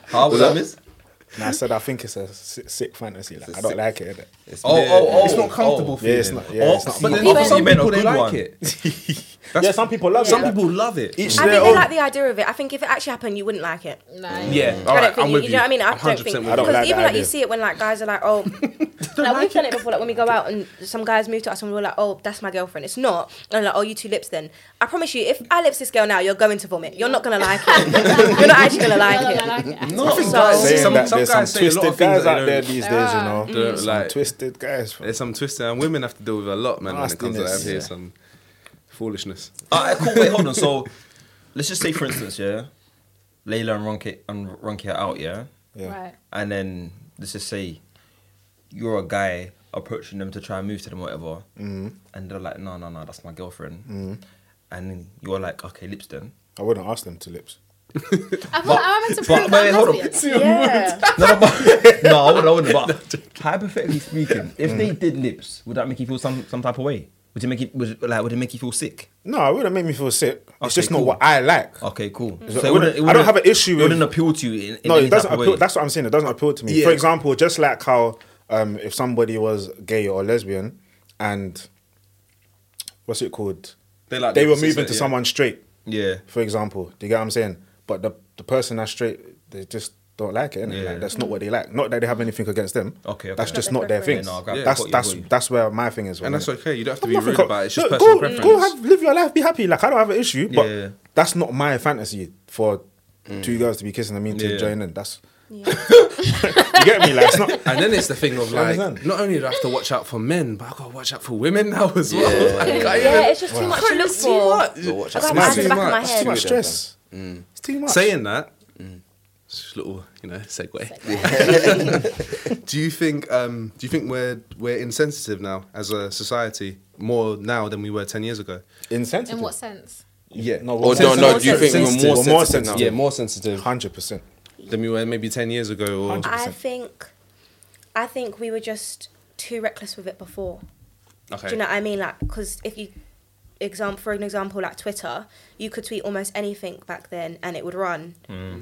Speaker 2: How was that, miss?
Speaker 5: And I said, I think it's a si- sick fantasy. Like,
Speaker 1: It's a
Speaker 5: I don't
Speaker 1: sick-
Speaker 5: like it. innit?
Speaker 1: It's
Speaker 2: Oh,
Speaker 1: mad.
Speaker 2: oh, oh.
Speaker 4: It's not comfortable for
Speaker 5: Yeah,
Speaker 4: you.
Speaker 5: it's not. Yeah, it's not.
Speaker 2: But then
Speaker 3: People-
Speaker 2: obviously
Speaker 4: some
Speaker 2: you meant a
Speaker 4: people they
Speaker 2: good
Speaker 4: like
Speaker 2: one.
Speaker 4: it.
Speaker 5: yeah, some people love
Speaker 2: Some
Speaker 5: it.
Speaker 2: people love it.
Speaker 5: Each
Speaker 3: I
Speaker 5: their
Speaker 3: think they
Speaker 5: own.
Speaker 3: like the idea of it. I think if it actually happened, you wouldn't like it.
Speaker 6: No.
Speaker 4: Yeah, all
Speaker 3: I
Speaker 4: right,
Speaker 3: don't think
Speaker 4: I'm
Speaker 3: you,
Speaker 4: with
Speaker 3: you know what I mean. I
Speaker 4: I'm
Speaker 3: don't
Speaker 4: 100%
Speaker 3: think
Speaker 4: with
Speaker 5: I don't
Speaker 4: you.
Speaker 3: because
Speaker 5: like
Speaker 3: even
Speaker 5: that
Speaker 3: like you
Speaker 5: idea.
Speaker 3: see it when like guys are like, oh, like we've done it before. Like when we go out and some guys move to us and we're like, oh, that's my girlfriend. It's not. And I'm like, oh, you two lips then. I promise you, if I lips this girl now, you're going to vomit. You're not gonna like it. you're not actually gonna
Speaker 6: I
Speaker 3: like
Speaker 6: don't
Speaker 3: it.
Speaker 6: like it at
Speaker 2: No,
Speaker 6: all.
Speaker 2: I think
Speaker 3: guys
Speaker 4: Some-
Speaker 5: saying
Speaker 4: some
Speaker 5: that there's some
Speaker 4: guys say a lot of
Speaker 5: twisted guys
Speaker 4: things that
Speaker 5: out
Speaker 4: they
Speaker 5: there
Speaker 4: don't- Mm.
Speaker 5: these
Speaker 6: There
Speaker 5: days, you
Speaker 6: are.
Speaker 5: know.
Speaker 4: Don't like-
Speaker 5: Some twisted guys. fam.
Speaker 4: There's some twisted and women have to deal with a lot, man. When it comes to that,
Speaker 5: Nastiness,
Speaker 4: I hear
Speaker 5: yeah.
Speaker 4: some foolishness.
Speaker 2: All right, cool. Uh, Wait, hold on. So, let's just say, for instance, yeah, Layla and Ronke and Ronke are out, yeah,
Speaker 5: Yeah.
Speaker 6: Right.
Speaker 2: and then let's just say you're a guy approaching them to try and move to them, whatever, and they're like, no, no, no, that's my girlfriend, and then you're like, okay, lips then.
Speaker 5: I wouldn't ask them to lips.
Speaker 6: I feel like I'm meant to
Speaker 2: But
Speaker 6: prove
Speaker 2: wait,
Speaker 6: I'm
Speaker 2: hold
Speaker 6: lesbian.
Speaker 2: on.
Speaker 3: Yeah.
Speaker 2: No, but, no, Mm. I wouldn't. I wouldn't. But hypothetically speaking, if they did lips, would that make you feel some some type of way? Would it make you would, like would it make you feel sick?
Speaker 5: No, it wouldn't make me feel sick.
Speaker 2: Okay,
Speaker 5: It's just not
Speaker 2: cool.
Speaker 5: what I like.
Speaker 2: Okay, cool.
Speaker 5: So it wouldn't- I don't have an issue
Speaker 2: It
Speaker 5: with-
Speaker 2: wouldn't appeal to you. In, in
Speaker 5: no,
Speaker 2: any
Speaker 5: it doesn't
Speaker 2: type of
Speaker 5: appeal.
Speaker 2: Way.
Speaker 5: That's what I'm saying. It doesn't appeal to me. For example, just like how um, if somebody was gay or lesbian, and what's it called?
Speaker 4: They like
Speaker 5: they
Speaker 4: the
Speaker 5: were
Speaker 4: opposite
Speaker 5: moving
Speaker 4: sex,
Speaker 5: to
Speaker 4: yeah.
Speaker 5: someone straight.
Speaker 2: yeah.
Speaker 5: For example, do you get what I'm saying? But the the person that's straight, they just don't like it. innit?
Speaker 2: Yeah.
Speaker 5: Like, that's not what they like. Not that they have anything against them.
Speaker 2: Okay, okay.
Speaker 5: that's just
Speaker 3: Not
Speaker 5: not
Speaker 3: their
Speaker 5: their thing.
Speaker 3: preference.
Speaker 2: Yeah, no, I grab-
Speaker 5: that's
Speaker 2: got you,
Speaker 5: that's
Speaker 2: got you.
Speaker 5: that's where my thing is.
Speaker 4: And that's
Speaker 5: innit?
Speaker 4: okay. You don't have to
Speaker 5: I'm
Speaker 4: be
Speaker 5: nothing
Speaker 4: rude
Speaker 5: co-
Speaker 4: about it. It's just
Speaker 5: Look,
Speaker 4: personal
Speaker 5: go,
Speaker 4: preference.
Speaker 5: Go have live your life, be happy. Like I don't have an issue, but
Speaker 2: Yeah.
Speaker 5: that's not my fantasy for
Speaker 4: Mm.
Speaker 5: two girls to be kissing. I mean to
Speaker 2: Yeah.
Speaker 5: join in. That's you get me. Like it's not.
Speaker 4: And then it's the thing of like,
Speaker 5: understand?
Speaker 4: not only do I have to watch out for men, but I gotta watch out for women now as well. Like, I can't even-
Speaker 3: Yeah, it's just too much to look for.
Speaker 1: So watch
Speaker 3: I
Speaker 1: out.
Speaker 3: got my eyes in
Speaker 4: Too
Speaker 3: the back of my
Speaker 4: much. Mm.
Speaker 5: It's too
Speaker 3: head.
Speaker 5: much stress. It's too much.
Speaker 3: Mm.
Speaker 4: Saying that, Just a little, you know, segue. do you think um, do you think we're we're insensitive now as a society more now than we were ten years ago?
Speaker 5: Insensitive.
Speaker 6: In what sense?
Speaker 4: Yeah.
Speaker 5: No,
Speaker 1: Or
Speaker 5: we're
Speaker 1: no, no, do you think
Speaker 5: sensitive.
Speaker 1: we're more
Speaker 5: We're more
Speaker 1: sensitive now?
Speaker 4: Yeah, more sensitive
Speaker 5: Hundred percent.
Speaker 4: than we were maybe ten years ago. Or
Speaker 3: I think, I think we were just too reckless with it before.
Speaker 4: okay.
Speaker 3: Do you know what I mean? Like, because if you, example, for an example, like Twitter, you could tweet almost anything back then and it would run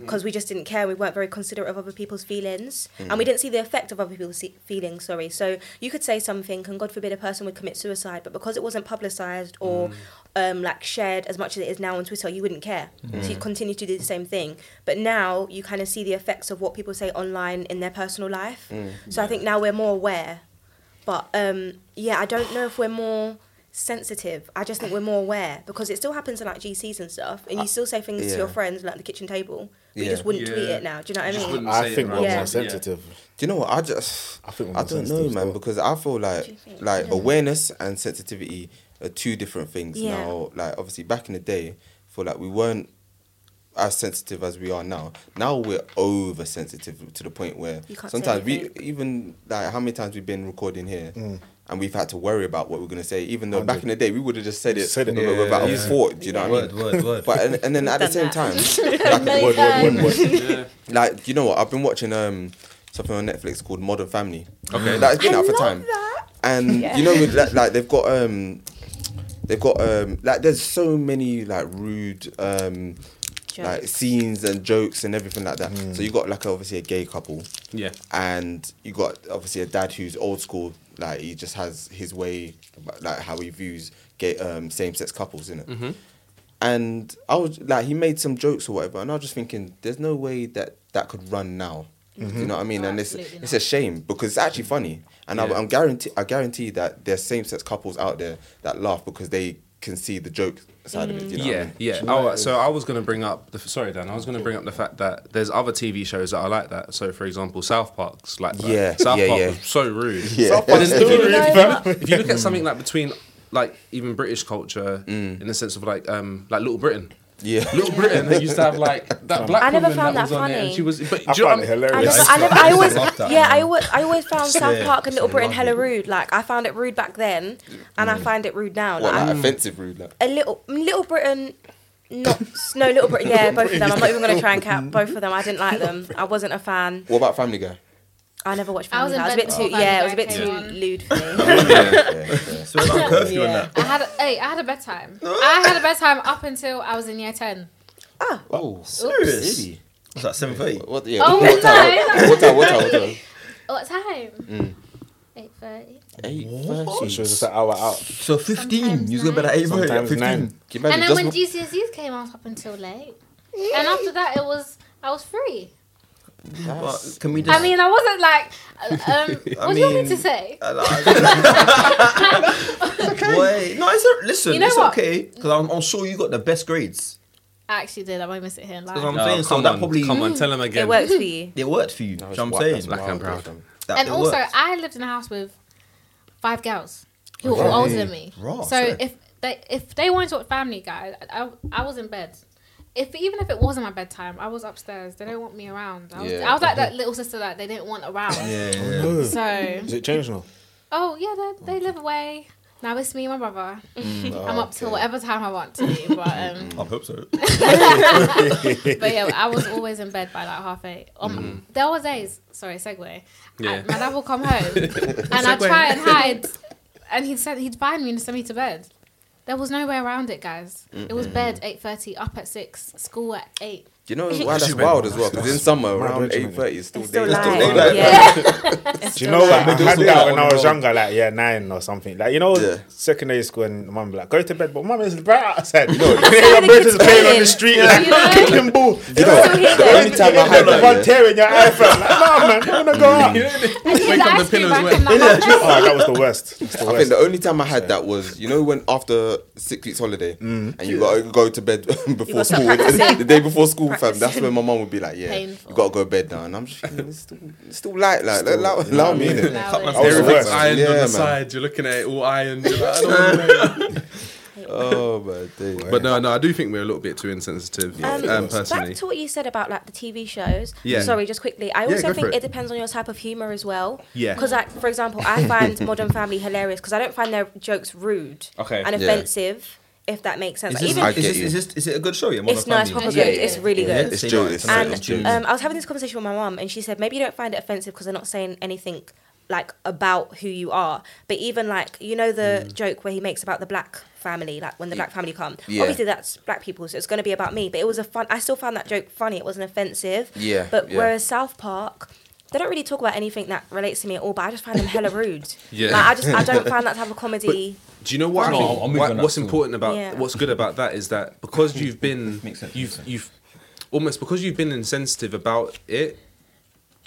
Speaker 3: because we just didn't care. We weren't very considerate of other people's feelings and we didn't see the effect of other people's se- feelings. Sorry. So you could say something, and God forbid a person would commit suicide, but because it wasn't publicized or um, like shared as much as it is now on Twitter, you wouldn't care. So you continue to do the same thing. But now you kind of see the effects of what people say online in their personal life. So I think now we're more aware. But um, yeah, I don't know if we're more sensitive. I just think we're more aware because it still happens in like GCs and stuff, and you still say things
Speaker 1: Uh, yeah.
Speaker 3: to your friends like the kitchen table. But
Speaker 1: Yeah.
Speaker 3: You just wouldn't tweet
Speaker 4: Yeah.
Speaker 3: it now. Do you know
Speaker 4: You
Speaker 3: what
Speaker 4: just
Speaker 3: I mean?
Speaker 4: wouldn't say
Speaker 5: I
Speaker 4: it
Speaker 5: think
Speaker 4: around
Speaker 5: we're
Speaker 3: Yeah.
Speaker 5: more
Speaker 4: people. Yeah.
Speaker 5: sensitive.
Speaker 1: Do you know what? I just I,
Speaker 5: I think we're more
Speaker 1: don't know,
Speaker 5: sensitive
Speaker 1: man,
Speaker 5: still.
Speaker 1: because I feel
Speaker 3: do you
Speaker 1: like
Speaker 3: think?
Speaker 1: like
Speaker 3: Yeah.
Speaker 1: awareness and sensitivity are two different things
Speaker 3: Yeah.
Speaker 1: now. Like obviously back in the day, I feel like we weren't as sensitive as we are now. Now we're oversensitive to the point where
Speaker 3: You can't say
Speaker 1: sometimes we
Speaker 3: anything.
Speaker 1: even like how many times we've been recording here.
Speaker 2: Mm.
Speaker 1: And we've had to worry about what we're gonna say, even though back in the day we would have just said it,
Speaker 5: Said it.
Speaker 1: wi- without
Speaker 2: Yeah.
Speaker 1: a thought. Do you know what I mean?
Speaker 2: Word, word, word.
Speaker 1: But and, and then at the same
Speaker 3: Done
Speaker 1: time,
Speaker 6: Many
Speaker 4: Um,
Speaker 6: times.
Speaker 1: like you know what? I've been watching um something on Netflix called Modern Family. Okay, that's been
Speaker 3: I
Speaker 1: out for
Speaker 3: love
Speaker 1: time.
Speaker 3: that.
Speaker 1: And
Speaker 3: Yeah.
Speaker 1: you know, with that, like they've got um, they've got um, like there's so many like rude um, like
Speaker 3: Jokes.
Speaker 1: scenes and jokes and everything like that. So you got like obviously a gay couple,
Speaker 4: Yeah.
Speaker 1: and you got obviously a dad who's old school. Like he just has his way, like how he views gay um, same sex couples, innit? And I was like, he made some jokes or whatever, and I was just thinking, there's no way that that could run now.
Speaker 4: Mm-hmm.
Speaker 1: You know what I mean?
Speaker 6: No,
Speaker 1: and it's
Speaker 6: absolutely
Speaker 1: it's
Speaker 6: not.
Speaker 1: a shame because it's actually funny, and I,
Speaker 4: Yeah.
Speaker 1: I'm guarantee I guarantee that there's same sex couples out there that laugh because they can see the joke side of it. You know
Speaker 4: yeah, yeah. Oh, so I was going to bring up the sorry, Dan. I was going to bring up the fact that there's other TV shows that are like that. So, for example, South Park's like that.
Speaker 1: Yeah,
Speaker 4: South
Speaker 1: yeah,
Speaker 4: Park
Speaker 1: yeah.
Speaker 4: was so rude.
Speaker 1: Yeah. South
Speaker 4: But
Speaker 1: Park's
Speaker 4: then if you
Speaker 3: rude,
Speaker 4: look-
Speaker 3: fam.
Speaker 4: if you- If you look at something like between like even British culture
Speaker 1: Mm.
Speaker 4: in the sense of like um like Little Britain.
Speaker 1: Yeah.
Speaker 4: Little Britain. They used to have like that black
Speaker 3: I never
Speaker 4: woman
Speaker 3: found
Speaker 4: that
Speaker 3: that
Speaker 4: was on it, and
Speaker 3: funny.
Speaker 4: she was. But,
Speaker 5: I
Speaker 4: do you know
Speaker 5: find it
Speaker 4: what I'm-
Speaker 3: I,
Speaker 5: hilarious.
Speaker 3: never, I, never, I always,
Speaker 2: Love that.
Speaker 3: yeah, I always, I always found South
Speaker 2: Yeah.
Speaker 3: Park and Little Britain
Speaker 2: Love
Speaker 3: hella
Speaker 2: it.
Speaker 3: rude. Like I found it rude back then, and I find it rude now.
Speaker 1: Mm. what,
Speaker 3: Like,
Speaker 1: like
Speaker 4: Mm.
Speaker 3: I'm-
Speaker 1: offensive rude, like.
Speaker 3: a little Little Britain. Not no Little Britain. Yeah, both of them. I'm not even gonna try and count both of them. I didn't like them. I wasn't a fan.
Speaker 1: What about Family Guy?
Speaker 3: I never watched.
Speaker 6: I was
Speaker 3: Family Guy.
Speaker 6: in
Speaker 3: I was a bit
Speaker 6: bed
Speaker 3: too.
Speaker 6: before
Speaker 3: Yeah, it was a
Speaker 6: Family
Speaker 3: bit
Speaker 6: Guy
Speaker 3: too
Speaker 6: came on.
Speaker 3: lewd for me.
Speaker 2: So it's like curfew and
Speaker 3: yeah.
Speaker 2: that.
Speaker 6: I had a, hey, I had a bedtime. I had a bedtime up until I was in year ten.
Speaker 1: Oh,
Speaker 6: Serious?
Speaker 1: really?
Speaker 2: It's like seven thirty.
Speaker 1: What? Yeah.
Speaker 6: Oh
Speaker 1: what time?
Speaker 6: no!
Speaker 1: What time? What time? What time?
Speaker 6: What time?
Speaker 4: Mm.
Speaker 6: Eight thirty.
Speaker 1: Eight
Speaker 5: So
Speaker 1: thirty.
Speaker 5: she was just an hour out.
Speaker 2: So fifteen.
Speaker 6: Sometimes
Speaker 2: You was gonna bed at eight thirty.
Speaker 5: Sometimes
Speaker 2: Fifteen.
Speaker 5: nine.
Speaker 1: Can you
Speaker 6: And
Speaker 1: imagine
Speaker 6: then when
Speaker 1: just-
Speaker 6: GCSEs came out up until late, and after that it was I was free.
Speaker 2: But can we just?
Speaker 6: I mean, I wasn't like. Um,
Speaker 2: I
Speaker 6: what do you want me
Speaker 2: mean,
Speaker 6: to say?
Speaker 2: Wait, no, it's a, listen,
Speaker 6: You know
Speaker 2: it's
Speaker 6: what?
Speaker 2: okay because I'm, I'm sure you got the best grades.
Speaker 6: I actually did. I won't miss it here. and lie.
Speaker 2: 'Cause I'm
Speaker 4: Oh,
Speaker 2: saying so
Speaker 4: come
Speaker 2: that
Speaker 4: on,
Speaker 2: probably
Speaker 4: come on, tell him again.
Speaker 3: it works for you.
Speaker 2: It worked for you. do you know what I'm saying,
Speaker 1: Black
Speaker 2: like,
Speaker 1: and
Speaker 4: proud.
Speaker 1: brown.
Speaker 2: that,
Speaker 6: and
Speaker 2: it
Speaker 6: also,
Speaker 2: worked.
Speaker 6: I lived in a house with five girls who were
Speaker 2: Right.
Speaker 6: all older than me.
Speaker 2: Right.
Speaker 6: So if they if they wanted to watch Family Guy, I, I, I was in bed. If even if it wasn't my bedtime, I was upstairs. They don't want me around. I was,
Speaker 1: Yeah.
Speaker 6: I was like that little sister that they didn't want around.
Speaker 2: yeah, yeah, yeah.
Speaker 5: Is
Speaker 6: So
Speaker 5: it changed now?
Speaker 6: oh yeah, they, they live away. Now it's me and my brother.
Speaker 2: Mm,
Speaker 6: I'm up till whatever time I want to be, but um,
Speaker 2: I hope so.
Speaker 6: but yeah, I was always in bed by like half eight. Um, There was days, sorry, segue.
Speaker 4: Mm-hmm. Yeah.
Speaker 6: And my dad will come home and I'd try and hide, and he'd send, he'd find me and send me to bed. There was no way around it, guys. It was bed eight thirty, up at six, school at eight.
Speaker 1: Do you know why that's wild as well? Because in summer around
Speaker 5: original.
Speaker 1: eight thirty, it's still
Speaker 3: It's still
Speaker 1: daylight.
Speaker 3: light.
Speaker 1: daylight.
Speaker 3: Yeah. It's
Speaker 5: Do you
Speaker 3: still
Speaker 5: know what?
Speaker 3: light.
Speaker 5: I had
Speaker 1: do
Speaker 5: that
Speaker 1: that
Speaker 5: when
Speaker 1: on
Speaker 5: I
Speaker 1: the
Speaker 5: was
Speaker 1: road.
Speaker 5: younger, like yeah, nine or something. Like you know,
Speaker 1: Yeah.
Speaker 5: secondary school, and mum be like, "Go to bed," but mum is right outside. You know,
Speaker 3: how
Speaker 5: your
Speaker 3: the
Speaker 5: brothers
Speaker 3: kids
Speaker 5: playing on
Speaker 3: playing.
Speaker 5: the street, like
Speaker 6: You know?
Speaker 5: kicking ball. You
Speaker 1: know,
Speaker 5: know,
Speaker 3: Still hear
Speaker 1: the
Speaker 3: them.
Speaker 1: only time I had
Speaker 5: like the one
Speaker 1: that, yeah,
Speaker 5: tear in your eye, fam. Like, nah, man, I'm gonna go out.
Speaker 6: And he was
Speaker 4: up
Speaker 6: ice
Speaker 4: the
Speaker 6: cream
Speaker 4: pillows
Speaker 6: back
Speaker 4: wet.
Speaker 6: in the house.
Speaker 5: Oh, that was the worst. It's the
Speaker 1: I think
Speaker 5: worst.
Speaker 1: the only time I had that was you know when after six weeks holiday and you gotta go to bed before school
Speaker 3: gotta start practicing.
Speaker 1: the day before school, fam. That's
Speaker 3: Practicing.
Speaker 1: when my mum would be like, yeah,
Speaker 6: Painful.
Speaker 1: you gotta go to bed now, and I'm just thinking, it's still, it's still light, like allow, allow me Oh, in it.
Speaker 6: Flowers.
Speaker 5: I was the
Speaker 4: Everything's
Speaker 5: worst.
Speaker 4: ironed
Speaker 1: Yeah,
Speaker 4: on the
Speaker 1: man.
Speaker 4: side. You're looking at it all ironed. You're like, I don't wanna know.
Speaker 1: Oh my days.
Speaker 4: But no, no, I do think we're a little bit too insensitive, um, personally.
Speaker 3: Back to what you said about like the TV shows.
Speaker 4: Yeah.
Speaker 3: Sorry, just quickly. I
Speaker 4: Yeah,
Speaker 3: also
Speaker 4: go
Speaker 3: think
Speaker 4: for
Speaker 3: it.
Speaker 4: it.
Speaker 3: depends on your type of humor as well.
Speaker 4: Yeah.
Speaker 3: Because like for example, I find Modern Family hilarious because I don't find their jokes rude
Speaker 2: Okay.
Speaker 3: and
Speaker 2: Yeah.
Speaker 3: offensive, if that makes sense.
Speaker 2: Is
Speaker 3: Like,
Speaker 2: this,
Speaker 3: even
Speaker 1: I
Speaker 2: is,
Speaker 1: get
Speaker 2: this,
Speaker 1: you.
Speaker 2: is, this, is it a good show? Yeah, Modern
Speaker 3: it's nice,
Speaker 2: Family?
Speaker 3: proper
Speaker 6: Yeah,
Speaker 3: good.
Speaker 6: yeah,
Speaker 3: It's
Speaker 6: yeah.
Speaker 3: really
Speaker 2: Yeah,
Speaker 3: good.
Speaker 1: It's
Speaker 2: say
Speaker 1: true,
Speaker 2: that,
Speaker 1: it's
Speaker 2: say that,
Speaker 1: true, it's
Speaker 2: true.
Speaker 3: And um, I was having this conversation with my mum, and she said maybe you don't find it offensive because they're not saying anything like about who you are, but even like you know the joke where he makes about the black family, like when the black family come.
Speaker 1: Yeah.
Speaker 3: Obviously, that's black people, so it's going to be about me. But it was a fun. I still found that joke funny. It wasn't offensive.
Speaker 1: Yeah,
Speaker 3: But
Speaker 1: yeah.
Speaker 3: whereas South Park. They don't really talk about anything that relates to me at all, but I just find them hella rude.
Speaker 4: Yeah.
Speaker 3: Like, I just I don't find that type of comedy.
Speaker 4: Do you know what?
Speaker 2: No,
Speaker 4: I think,
Speaker 2: I'll move
Speaker 4: what-
Speaker 2: on that
Speaker 4: what's
Speaker 2: soon.
Speaker 4: important about
Speaker 3: Yeah.
Speaker 4: what's good about that is that because you've been
Speaker 2: Makes sense,
Speaker 4: you've
Speaker 2: makes sense.
Speaker 4: you've almost because you've been insensitive about it.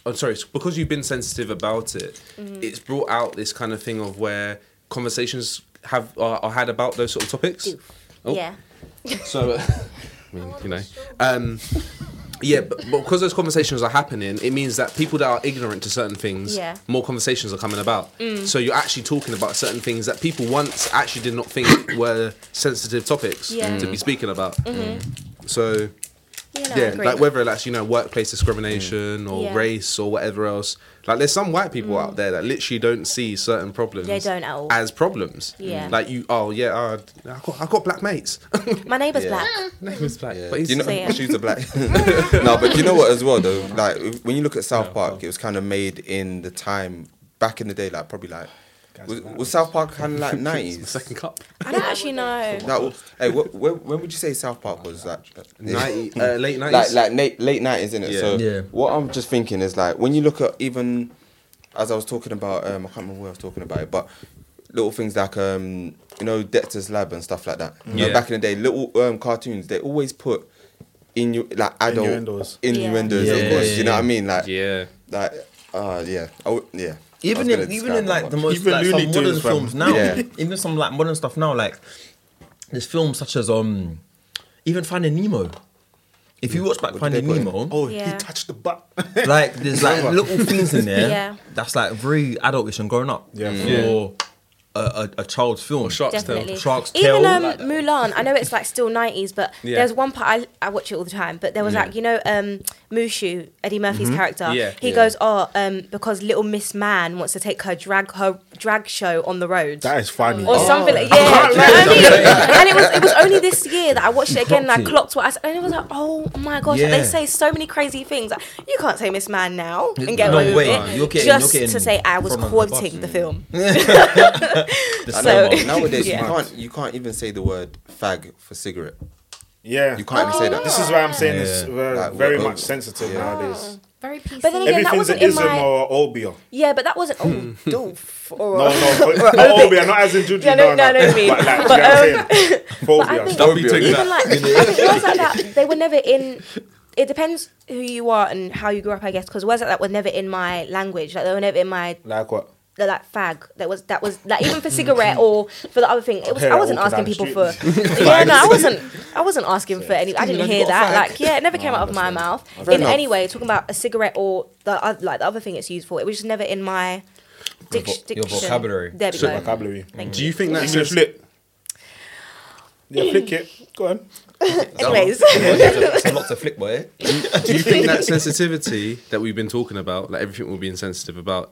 Speaker 4: I'm sorry, s- because you've been sensitive about it, it's brought out this kind of thing of where conversations have are, are had about those sort of topics. Oh.
Speaker 3: Yeah.
Speaker 4: So, uh, I mean, you know, um, yeah, but, but because those conversations are happening, it means that people that are ignorant to certain things,
Speaker 3: Yeah. Mm.
Speaker 4: more conversations are coming about. So you're actually talking about certain things that people once actually did not think were sensitive topics
Speaker 3: Yeah.
Speaker 4: to be speaking about. So
Speaker 3: Yeah, no, I
Speaker 4: yeah,
Speaker 3: agree.
Speaker 4: like whether that's you know workplace discrimination or
Speaker 3: Yeah. Mm.
Speaker 4: race or whatever else. Like there's some white people out there that literally don't see certain problems.
Speaker 3: They don't at all.
Speaker 4: as problems.
Speaker 3: Yeah.
Speaker 4: Like you, oh yeah, uh, I got I got black mates.
Speaker 3: My neighbour's
Speaker 1: Yeah.
Speaker 3: black.
Speaker 4: Name is black,
Speaker 1: Yeah.
Speaker 4: but he's
Speaker 1: you know,
Speaker 3: So, yeah.
Speaker 1: shoes are black. no, but you know what? As well, though, like when you look at South Park, it was kind of made in the time back in the day, like probably like was, was South Park kind of like nineties.
Speaker 4: second cup.
Speaker 3: I don't actually know.
Speaker 1: That was, hey, wh- wh- when would you say South Park was like
Speaker 4: Ninety, uh, late
Speaker 1: like
Speaker 4: nineties.
Speaker 1: like late late nineties, isn't it?
Speaker 4: Yeah.
Speaker 1: So
Speaker 2: Yeah.
Speaker 1: what I'm just thinking is like when you look at even as I was talking about, um, I can't remember where I was talking about it, but little things like um, you know Dexter's Lab and stuff like that. You know,
Speaker 4: Yeah.
Speaker 1: back in the day, little um, cartoons they always put in you like adult
Speaker 5: Innuendos.
Speaker 1: innuendos, of
Speaker 2: Yeah.
Speaker 1: course.
Speaker 2: Yeah,
Speaker 1: you know
Speaker 2: yeah,
Speaker 1: what I mean? Like
Speaker 4: yeah.
Speaker 1: like uh yeah, I would- yeah. I
Speaker 2: even
Speaker 1: was gonna
Speaker 2: in even
Speaker 1: describe
Speaker 2: in
Speaker 1: that
Speaker 2: like
Speaker 1: much.
Speaker 2: the most
Speaker 5: Even
Speaker 2: like, some
Speaker 5: Looney
Speaker 2: modern
Speaker 5: Tunes, fam.
Speaker 2: films now,
Speaker 1: Yeah.
Speaker 2: even some like modern stuff now, like there's films such as um, even Finding Nemo. If you watch back Finding
Speaker 1: they put in?
Speaker 2: Nemo,
Speaker 5: Oh,
Speaker 3: Yeah.
Speaker 5: he touched the butt.
Speaker 2: like there's like little things in there
Speaker 3: Yeah.
Speaker 2: that's like very adultish and grown up
Speaker 5: Yeah.
Speaker 2: for a, a, a child's film.
Speaker 4: Shark's
Speaker 3: Definitely.
Speaker 4: tail.
Speaker 2: Shark's
Speaker 3: Even
Speaker 2: tail.
Speaker 3: um,
Speaker 2: Like that.
Speaker 3: Mulan, I know it's like still 90s, but
Speaker 4: Yeah.
Speaker 3: there's one part I, I watch it all the time. But there was like you know um, Mushu, Eddie Murphy's character.
Speaker 4: Yeah.
Speaker 3: He
Speaker 4: Yeah.
Speaker 3: goes, oh, um, because Little Miss Man wants to take her drag her drag show on the road.
Speaker 5: That is Oh. funny.
Speaker 3: or something like yeah, do you know what I mean? and it was it was only this year that I watched it again. And I
Speaker 2: Clocked it.
Speaker 3: clocked what I said, and it was like, oh my gosh, like, they
Speaker 2: Yeah.
Speaker 3: say so many crazy things. Like, you can't say Miss Man now and get
Speaker 2: No
Speaker 3: away with
Speaker 2: way.
Speaker 3: it.
Speaker 2: You're getting-
Speaker 3: just
Speaker 2: you're getting
Speaker 3: to say I was
Speaker 2: thrown under the bus.
Speaker 3: quoting the film.
Speaker 2: The
Speaker 1: I
Speaker 3: so-
Speaker 1: know, but nowadays
Speaker 3: Yeah.
Speaker 1: you can't you can't even say the word fag for cigarette.
Speaker 5: yeah.
Speaker 1: You can't even say that.
Speaker 5: This is why I'm saying it's
Speaker 2: Yeah.
Speaker 5: very,
Speaker 1: Like,
Speaker 5: very
Speaker 1: we're-
Speaker 5: much sensitive nowadays.
Speaker 6: Very PC.
Speaker 3: But then again, that
Speaker 5: Everything's
Speaker 3: wasn't
Speaker 5: an
Speaker 3: in
Speaker 5: ism
Speaker 3: my
Speaker 5: or obio.
Speaker 3: yeah, but that wasn't oh doof or
Speaker 5: No, no, but, no obia, not as in juju.
Speaker 3: Yeah, no, no, no, me.
Speaker 5: But like,
Speaker 3: But, um,
Speaker 5: you know what I'm saying? Phobia.
Speaker 3: I think-
Speaker 4: Don't be taking
Speaker 3: even
Speaker 4: that.
Speaker 3: like I think girls like that, they were never in. It depends who you are and how you grew up, I guess. Because words like that were never in my language. Like they were never in my
Speaker 5: Like what?
Speaker 3: that like, fag. That was that was like even for cigarette or for the other thing. It was
Speaker 5: Hear
Speaker 3: I
Speaker 5: that
Speaker 3: wasn't
Speaker 5: walking
Speaker 3: asking
Speaker 5: down the
Speaker 3: people for. yeah, no, I wasn't. I wasn't asking for any. I didn't
Speaker 2: Like, you
Speaker 3: hear
Speaker 2: got a
Speaker 3: that.
Speaker 2: fag.
Speaker 3: Like yeah, it never came out of my mouth.
Speaker 1: Fair
Speaker 3: in
Speaker 1: enough.
Speaker 3: any way, talking about a cigarette or the oth- like the other thing it's used for. It was just never in my. Dic-
Speaker 2: vo- your
Speaker 3: diction.
Speaker 2: vocabulary.
Speaker 3: There we go.
Speaker 5: Vocabulary.
Speaker 3: Thank
Speaker 4: Do you think that's
Speaker 5: English lit. Yeah, flick it. Go on.
Speaker 3: Anyways,
Speaker 2: lots of flick boy. eh?
Speaker 4: do you think that sensitivity that we've been talking about, like everything we've been sensitive about,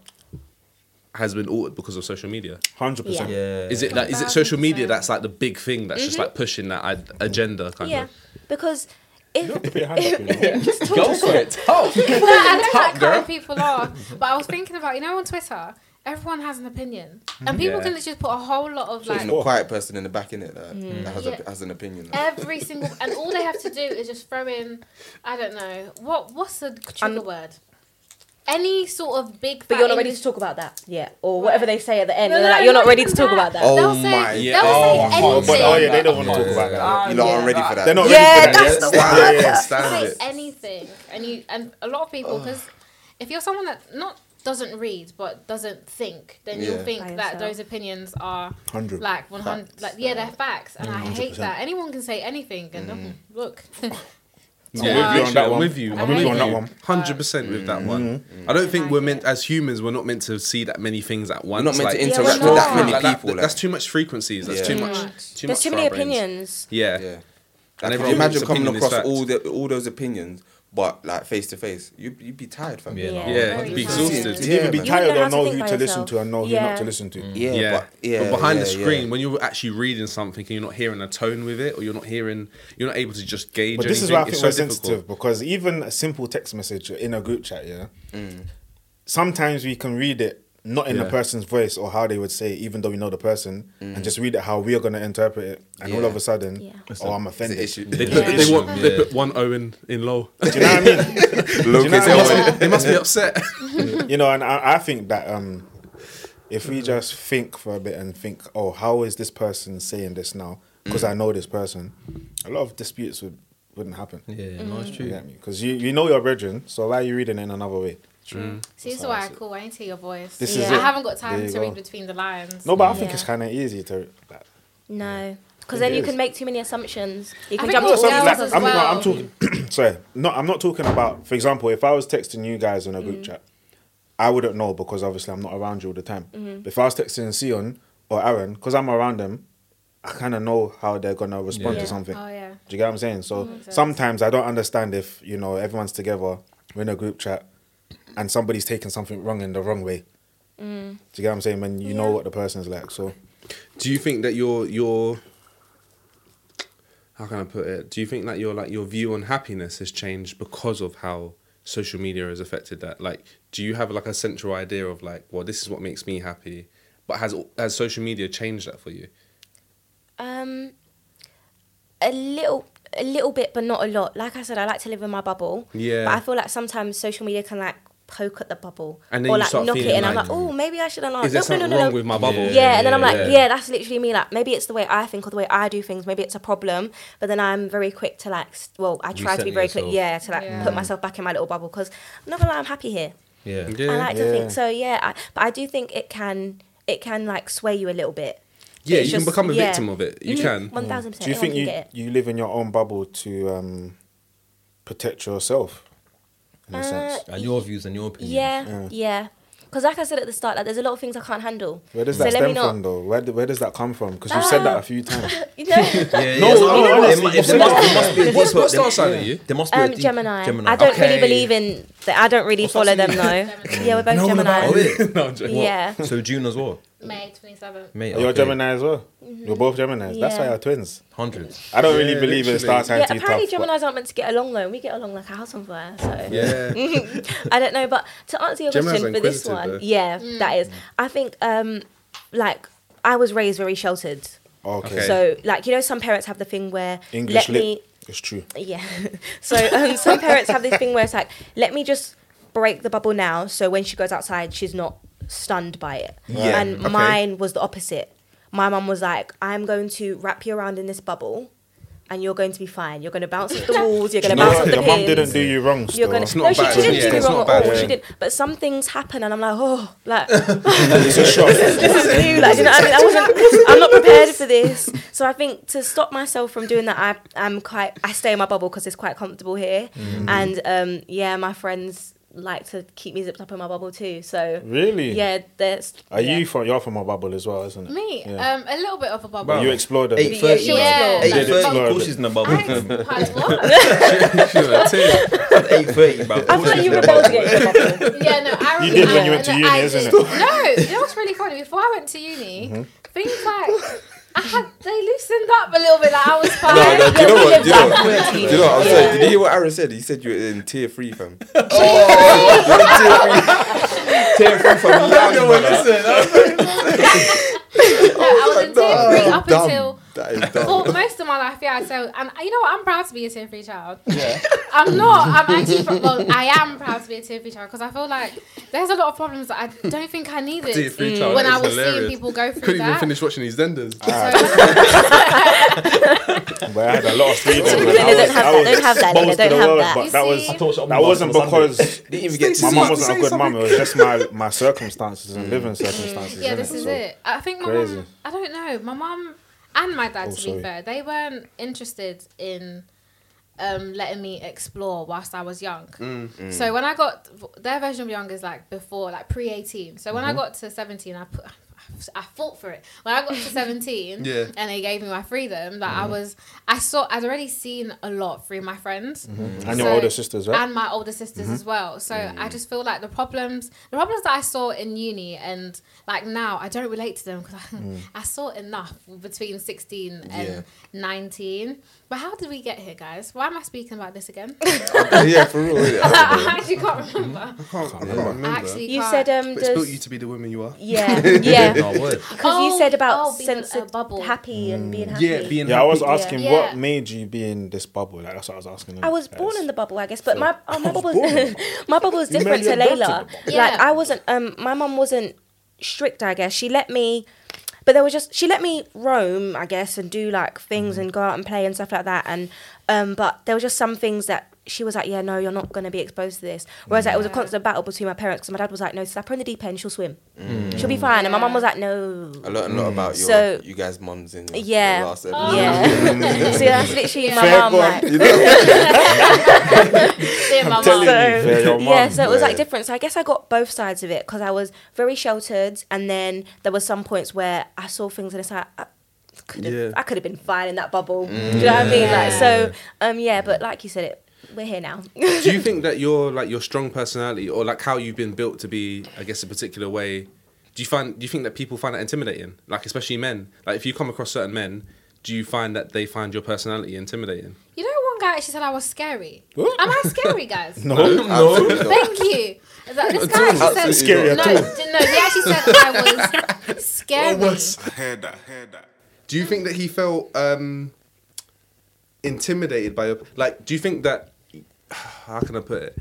Speaker 4: has been altered because of social media?
Speaker 5: 100%.
Speaker 3: Yeah.
Speaker 2: Yeah.
Speaker 4: Is it like is it social media that's like the big thing that's just like pushing that ad- agenda kind
Speaker 3: yeah,
Speaker 4: of?
Speaker 3: because if
Speaker 4: Go for it. Oh,
Speaker 6: I don't like how people are, but I was thinking about you know on Twitter, everyone has an opinion, and people
Speaker 4: Mm-hmm. Yeah.
Speaker 6: can literally put a whole lot of
Speaker 1: Even
Speaker 6: like Mm.
Speaker 1: a quiet person in the back in it that, that has,
Speaker 6: Yeah.
Speaker 1: a, has an opinion. like.
Speaker 6: every single, and all they have to do is just throw in, I don't know, what what's the trigger word? Any sort of big.
Speaker 3: But
Speaker 6: fat
Speaker 3: you're not ready
Speaker 6: English-
Speaker 3: to talk about that. Yeah. Or
Speaker 6: Right.
Speaker 3: whatever they say at the end.
Speaker 6: No,
Speaker 3: you're
Speaker 6: no,
Speaker 3: like, you're not ready
Speaker 6: even
Speaker 3: to talk
Speaker 6: that.
Speaker 3: about that.
Speaker 1: Oh
Speaker 6: They'll say,
Speaker 1: my
Speaker 6: They'll
Speaker 1: God.
Speaker 6: say
Speaker 5: Oh,
Speaker 6: anything.
Speaker 5: but, oh, yeah, they don't want to talk about that.
Speaker 1: you lot aren't ready for that.
Speaker 5: They're not
Speaker 3: Yeah,
Speaker 5: ready for that.
Speaker 3: that's the
Speaker 4: Stand
Speaker 3: word.
Speaker 4: it,
Speaker 5: Yeah.
Speaker 4: stand
Speaker 6: say
Speaker 4: it.
Speaker 6: anything, and you and a lot of people because if you're someone that not doesn't read but doesn't think, then you'll
Speaker 1: Yeah.
Speaker 3: By
Speaker 6: think that
Speaker 3: yourself.
Speaker 6: those opinions are
Speaker 5: 100.
Speaker 6: like one hundred,
Speaker 1: Facts.
Speaker 5: Mm-hmm. Mm.
Speaker 6: like yeah, they're facts, and I hate that. Anyone can say anything, and um, look,
Speaker 5: I'm with you on that one.
Speaker 4: I'm with you.
Speaker 5: I'm with you on that one.
Speaker 4: Hundred percent with that one. I don't think we're meant as humans. We're not meant to see that many things at once.
Speaker 1: not meant to
Speaker 4: like-
Speaker 3: Yeah, we're
Speaker 1: interact
Speaker 3: not.
Speaker 1: with that many
Speaker 4: Like,
Speaker 1: people.
Speaker 4: That's too much frequencies. That's
Speaker 1: Yeah.
Speaker 4: too
Speaker 1: Too
Speaker 4: much.
Speaker 6: much.
Speaker 4: Too
Speaker 3: There's
Speaker 4: much
Speaker 3: too
Speaker 4: for
Speaker 3: many
Speaker 4: our brains.
Speaker 3: opinions.
Speaker 4: Yeah.
Speaker 1: Yeah.
Speaker 4: And
Speaker 1: Like, can
Speaker 4: everyone's
Speaker 1: you imagine
Speaker 4: opinion
Speaker 1: coming
Speaker 4: is
Speaker 1: across
Speaker 4: fact.
Speaker 1: all the all those opinions, but like face to face, you'd you'd be tired, fam.
Speaker 3: Yeah,
Speaker 2: Yeah, no.
Speaker 4: Yeah,
Speaker 3: very
Speaker 4: be
Speaker 3: tired.
Speaker 4: exhausted.
Speaker 5: You'd either
Speaker 1: Yeah,
Speaker 5: be
Speaker 1: man.
Speaker 5: tired
Speaker 3: You
Speaker 5: or
Speaker 3: don't know how to
Speaker 5: know
Speaker 3: think
Speaker 5: who
Speaker 3: by
Speaker 5: to listen
Speaker 3: yourself.
Speaker 5: to and know who
Speaker 3: Yeah. Mm.
Speaker 5: not to listen to.
Speaker 1: Yeah, but yeah,
Speaker 4: behind
Speaker 1: yeah,
Speaker 4: the
Speaker 1: yeah.
Speaker 4: screen, when you're actually reading something and you're not hearing a tone with it, or you're not hearing, you're not able to just gauge.
Speaker 5: But this is
Speaker 4: anything,
Speaker 5: why I think
Speaker 4: it's
Speaker 5: we're
Speaker 4: so difficult.
Speaker 5: sensitive because even a simple text message in a group chat, yeah,
Speaker 3: Mm.
Speaker 5: sometimes we can read it not in the
Speaker 4: Yeah.
Speaker 5: person's voice or how they would say, it, even though we know the person, and just read it how we are going to interpret it, and all
Speaker 1: Yeah.
Speaker 5: of a sudden,
Speaker 3: Mm. Yeah.
Speaker 5: oh, I'm offended.
Speaker 1: It's an
Speaker 5: Do
Speaker 1: issue.
Speaker 4: They, put, they,
Speaker 2: Yeah.
Speaker 4: want, they
Speaker 2: Yeah.
Speaker 4: put one O in, in low.
Speaker 5: you know what I mean?
Speaker 1: Low
Speaker 5: know
Speaker 1: case
Speaker 5: what I
Speaker 1: L.
Speaker 4: they must be upset.
Speaker 5: you know, and I, I think that um, if we just think for a bit and think, oh, how is this person saying this now? Because I know this person, a lot of disputes would wouldn't happen.
Speaker 2: Yeah, no, it's true.
Speaker 5: Because you, you know your brethren, so why are you reading it in another way?
Speaker 6: See, this is why I call. I need to hear your voice.
Speaker 5: This
Speaker 3: is Yeah.
Speaker 6: I
Speaker 3: it.
Speaker 6: haven't got
Speaker 5: There
Speaker 6: time
Speaker 5: you
Speaker 6: to read
Speaker 5: go.
Speaker 6: between the lines.
Speaker 5: No, but I think
Speaker 3: Yeah.
Speaker 5: it's kind of easy to. Like,
Speaker 3: No, because
Speaker 5: It
Speaker 3: then you
Speaker 5: is.
Speaker 3: can make too many assumptions.
Speaker 6: I
Speaker 3: You can
Speaker 6: think
Speaker 3: jump to
Speaker 6: also
Speaker 3: all
Speaker 5: something
Speaker 6: girls
Speaker 5: like-
Speaker 3: girls
Speaker 6: as
Speaker 3: as
Speaker 5: I'm, no,
Speaker 6: well.
Speaker 5: I'm talking. sorry, no, I'm not talking about. For example, if I was texting you guys in a
Speaker 6: Mm.
Speaker 5: group chat, I wouldn't know because obviously I'm not around you all the time.
Speaker 6: Mm-hmm.
Speaker 5: But if I was texting Sion or Aaron, because I'm around them, I kind of know how they're gonna respond
Speaker 2: Yeah.
Speaker 5: to something.
Speaker 6: Oh yeah. Mm-hmm.
Speaker 5: Do you get what I'm saying? So sometimes I don't understand if you know everyone's together, we're in a group chat, and somebody's taking something wrong in the wrong way.
Speaker 6: Mm.
Speaker 5: Do you get what I'm saying? When you know what the person's like, so
Speaker 4: Do you think that your your how can I put it? Do you think that your like your view on happiness has changed because of how social media has affected that? Like, do you have like a central idea of like, well, this is what makes me happy? But has has social media changed that for you?
Speaker 3: Um, a little, a little bit, but not a lot. Like I said, I like to live in my bubble.
Speaker 4: Yeah.
Speaker 3: But I feel like sometimes social media can like poke at the bubble
Speaker 4: And then
Speaker 3: or
Speaker 4: you
Speaker 3: like
Speaker 4: start
Speaker 3: knock it,
Speaker 4: feeling
Speaker 3: and I'm
Speaker 4: like,
Speaker 3: like, oh, maybe I should unlock.
Speaker 4: Is there
Speaker 3: no, no,
Speaker 4: something
Speaker 3: no,
Speaker 4: wrong
Speaker 3: no.
Speaker 4: with my bubble?
Speaker 3: yeah, and then I'm like, yeah. that's literally me. Like, maybe it's the way I think or the way I do things. Maybe it's a problem, but then I'm very quick to like, s- well, I try to be
Speaker 2: Resetting
Speaker 3: very quick,
Speaker 2: yourself.
Speaker 3: yeah, to like
Speaker 6: Yeah.
Speaker 3: put myself back in my little bubble because I'm not gonna lie, I'm happy here.
Speaker 2: Yeah.
Speaker 4: Yeah.
Speaker 3: I like to
Speaker 5: Yeah.
Speaker 3: think so, yeah. I, but I do think it can, it can like sway you a little bit.
Speaker 4: Yeah,
Speaker 3: It's
Speaker 4: you can
Speaker 3: just-
Speaker 4: become a
Speaker 3: yeah. Mm-hmm.
Speaker 4: victim of it. You can.
Speaker 3: One thousand percent.
Speaker 5: do you think
Speaker 3: can
Speaker 5: you
Speaker 3: get it.
Speaker 5: you live in your own bubble to um, protect yourself? In
Speaker 3: Uh,
Speaker 5: a sense,
Speaker 2: And your views and your opinions.
Speaker 3: Yeah, yeah. Because like I said at the start, like there's a lot of things I can't handle.
Speaker 5: where does
Speaker 3: so
Speaker 5: that
Speaker 3: let me
Speaker 5: stem
Speaker 3: not. Uh,
Speaker 5: from, though? Where do- where does that come from? Because you've said that a few times.
Speaker 3: You know,
Speaker 2: Yeah,
Speaker 5: No,
Speaker 2: yeah.
Speaker 5: no, no,
Speaker 2: There
Speaker 5: honestly,
Speaker 2: must-
Speaker 5: it's
Speaker 2: there
Speaker 5: not.
Speaker 2: must- there must be a
Speaker 4: What's-
Speaker 2: deeper-
Speaker 4: what's
Speaker 2: there-
Speaker 4: our sign are you?
Speaker 2: There must be a
Speaker 3: um,
Speaker 2: deep-
Speaker 3: Gemini.
Speaker 2: Gemini.
Speaker 3: I don't
Speaker 2: Okay.
Speaker 3: really believe in. that I don't really follow them though. yeah, we're both Gemini.
Speaker 2: Oh, yeah.
Speaker 4: no, I'm joking.
Speaker 3: Yeah.
Speaker 2: So June as well,
Speaker 6: May twenty seventh.
Speaker 2: mate.
Speaker 5: You're
Speaker 2: okay.
Speaker 5: Gemini as well. You're both Gemini's. That's why
Speaker 3: Mm-hmm. Yeah.
Speaker 5: you're twins.
Speaker 2: Hundred.
Speaker 5: I don't really believe in star signs.
Speaker 3: Yeah,
Speaker 5: to be
Speaker 3: apparently
Speaker 5: tough, but-
Speaker 3: Gemini's aren't meant to get along though. We get along like a house on fire. So
Speaker 4: Yeah.
Speaker 3: I don't know, but to answer your
Speaker 4: Gemini's
Speaker 3: question for this
Speaker 4: inquisitive,
Speaker 3: one,
Speaker 4: though.
Speaker 3: yeah, that is. I think um like I was raised very sheltered.
Speaker 5: Okay.
Speaker 4: Okay.
Speaker 3: So like you know some parents have the thing where
Speaker 5: English
Speaker 3: let
Speaker 5: lit.
Speaker 3: me
Speaker 5: It's true.
Speaker 3: Yeah. So um, some parents have this thing where it's like, let me just break the bubble now, so when she goes outside, she's not stunned by it.
Speaker 4: Yeah,
Speaker 3: And
Speaker 4: okay.
Speaker 3: mine was the opposite. My mum was like, I'm going to wrap you around in this bubble, and you're going to be fine. You're going to bounce off the walls. You're going to
Speaker 5: No,
Speaker 3: bounce off the
Speaker 5: your mum didn't
Speaker 3: pins.
Speaker 5: do you wrong. Still.
Speaker 3: You're gonna.
Speaker 4: not
Speaker 3: no, she,
Speaker 4: bad.
Speaker 3: she didn't
Speaker 4: Yeah,
Speaker 3: do me
Speaker 4: it's
Speaker 3: wrong
Speaker 4: not
Speaker 3: at
Speaker 4: bad,
Speaker 3: all.
Speaker 4: yeah.
Speaker 3: She did, but some things happen, and I'm like, oh, like
Speaker 5: it's a shock.
Speaker 3: this is new. Like, you know, what I mean, I wasn't. I'm not prepared for this. So I think to stop myself from doing that, I am quite. I stay in my bubble because it's quite comfortable here.
Speaker 4: Mm-hmm.
Speaker 3: And um, yeah, my friends like to keep me zipped up in my bubble too. So
Speaker 5: Really?
Speaker 3: yeah, that's.
Speaker 5: Are
Speaker 3: yeah.
Speaker 5: you from? You're from a bubble as well, isn't it?
Speaker 6: Me,
Speaker 5: Yeah.
Speaker 6: um, a little bit of a bubble.
Speaker 5: you explored it.
Speaker 2: Eight thirty.
Speaker 3: Uh, Yeah,
Speaker 6: yeah.
Speaker 2: Eight
Speaker 5: Did it.
Speaker 2: thirty. Of
Speaker 5: Exploded.
Speaker 2: course, she's in the bubble.
Speaker 6: I ex- what?
Speaker 2: Eight thirty, bro.
Speaker 3: I feel like you rebelled against your bubble.
Speaker 6: yeah, no, I remember.
Speaker 5: You did when you went to
Speaker 6: and
Speaker 5: uni,
Speaker 6: I
Speaker 5: isn't
Speaker 6: did. No, you know what's really funny? Before I went to uni, things like I had they loosened up a little bit. Like I was fine.
Speaker 1: No, no, do you know what? Do you know
Speaker 3: Yeah,
Speaker 1: what?
Speaker 3: we
Speaker 1: Do you
Speaker 3: live
Speaker 1: know what? I'm
Speaker 3: backwards.
Speaker 1: sorry. Did you hear what Aaron said? He said you were in tier three, fam. Oh, you're in tier three. Tier three, fam. Lounge, brother.
Speaker 6: No, I was in tier three up
Speaker 1: Dumb.
Speaker 6: until.
Speaker 1: That is
Speaker 6: For
Speaker 1: dumb.
Speaker 6: most of my life, yeah. So, and you know what? I'm proud to be a tier three child. I'm not. I'm actually. Pro- well, I am proud to be a tier three child because I feel like there's a lot of problems that I don't think I needed
Speaker 4: Tier three child,
Speaker 6: when
Speaker 4: that
Speaker 6: I
Speaker 4: is
Speaker 6: was seeing
Speaker 4: hilarious.
Speaker 6: people go through
Speaker 4: Couldn't
Speaker 6: that.
Speaker 4: even finish watching these denders.
Speaker 6: So,
Speaker 5: But I had a lot of freedom.
Speaker 3: Lena,
Speaker 5: when I
Speaker 3: don't
Speaker 5: was-
Speaker 3: have
Speaker 5: I
Speaker 3: that,
Speaker 5: was exposed to
Speaker 3: don't have that, Lena, don't
Speaker 5: the
Speaker 3: have
Speaker 5: world,
Speaker 3: that.
Speaker 5: But
Speaker 6: You
Speaker 5: that
Speaker 6: see-
Speaker 5: was
Speaker 6: I
Speaker 5: that wasn't because
Speaker 1: Didn't even get to
Speaker 5: my
Speaker 1: see Mm.
Speaker 5: mum
Speaker 1: it.
Speaker 5: wasn't a good mum. It was just my my circumstances and living circumstances.
Speaker 6: yeah, this
Speaker 5: innit?
Speaker 6: is
Speaker 5: So-
Speaker 6: it. I think my
Speaker 5: Crazy.
Speaker 6: mum. I don't know. My mum and my dad,
Speaker 5: Oh,
Speaker 6: to
Speaker 5: sorry.
Speaker 6: be fair, they weren't interested in um, letting me explore whilst I was young. So when I got their version of young is like before, like pre eighteen. So when
Speaker 5: Mm-hmm.
Speaker 6: I got to seventeen, I put. I fought for it when I got to seventeen,
Speaker 4: Yeah.
Speaker 6: and they gave me my freedom. That
Speaker 5: Mm-hmm.
Speaker 6: I was, I saw, I'd already seen a lot through my friends,
Speaker 5: Mm-hmm. And your older sisters, right?
Speaker 6: and my older sisters as
Speaker 5: Mm-hmm.
Speaker 6: well. So
Speaker 5: Mm.
Speaker 6: I just feel like the problems, the problems that I saw in uni and like now, I don't relate to them because I,
Speaker 5: Mm.
Speaker 6: I saw enough between 16 and 19. But how did we get here, guys? Why am I speaking about this again?
Speaker 1: yeah, for real. yeah.
Speaker 6: I actually can't remember.
Speaker 5: Mm-hmm.
Speaker 4: can't, I can't remember.
Speaker 6: I actually
Speaker 3: You
Speaker 6: can't.
Speaker 3: said um,
Speaker 4: but it's built
Speaker 3: does
Speaker 4: you to be the woman you are.
Speaker 3: yeah, yeah,
Speaker 2: No word.
Speaker 3: because you said about
Speaker 6: Oh, being in a
Speaker 3: sensitive,
Speaker 6: bubble.
Speaker 3: happy and being happy.
Speaker 4: Mm. Yeah, being
Speaker 5: Yeah, I was
Speaker 4: happy.
Speaker 5: asking
Speaker 6: Yeah.
Speaker 5: what made you be in this bubble. Like that's what I was asking. them.
Speaker 3: I was
Speaker 5: Yeah,
Speaker 3: born
Speaker 5: it's-
Speaker 3: in the bubble, I guess, but my oh, my bubble my bubble was
Speaker 5: You
Speaker 3: different to
Speaker 5: made your
Speaker 3: Layla.
Speaker 5: adopted
Speaker 6: bubble.
Speaker 3: Like
Speaker 6: Yeah.
Speaker 3: I wasn't um my mum wasn't strict, I guess. She let me but there was just she let me roam, I guess, and do like things and go out and play and stuff like that and um but there were just some things that she was like, yeah, no, you're not going to be exposed to this. Whereas like, it was a
Speaker 6: Yeah.
Speaker 3: constant battle between my parents because my dad was like, no, slap her in the deep end, she'll swim. She'll be fine. And my mum was like, no.
Speaker 1: I learned a lot about your
Speaker 3: So-
Speaker 1: you guys' mums in your,
Speaker 3: Yeah.
Speaker 1: your last episode.
Speaker 3: Yeah. so that's literally my
Speaker 5: Fair
Speaker 3: mum.
Speaker 5: go on.
Speaker 3: Like,
Speaker 5: You know,
Speaker 6: Dear mama.
Speaker 5: telling you.
Speaker 3: so,
Speaker 5: Yeah, your
Speaker 3: yeah,
Speaker 5: mum.
Speaker 3: so it was like
Speaker 1: Yeah.
Speaker 3: different. So I guess I got both sides of it because I was very sheltered, and then there were some points where I saw things and it's like. I, could have,
Speaker 4: Yeah.
Speaker 3: I could have been fine in that bubble. Do you know what I mean?
Speaker 5: Mm.
Speaker 3: Like so, um, yeah. But like you said, it we're here now.
Speaker 4: Do you think that your like your strong personality or like how you've been built to be, I guess, a particular way? Do you find do you think that people find that intimidating? Like especially men. Like if you come across certain men, do you find that they find your personality intimidating?
Speaker 6: You know, one guy actually said I was scary. Am I scary, guys?
Speaker 5: No,
Speaker 1: Absolutely.
Speaker 6: Thank you. Is that- This guy
Speaker 1: Absolutely
Speaker 6: actually
Speaker 1: not.
Speaker 6: said
Speaker 5: Scary at
Speaker 6: no,
Speaker 5: all.
Speaker 6: d- no, he actually said I was scary.
Speaker 4: Do you think that he felt um intimidated by your like do you think that how can I put it?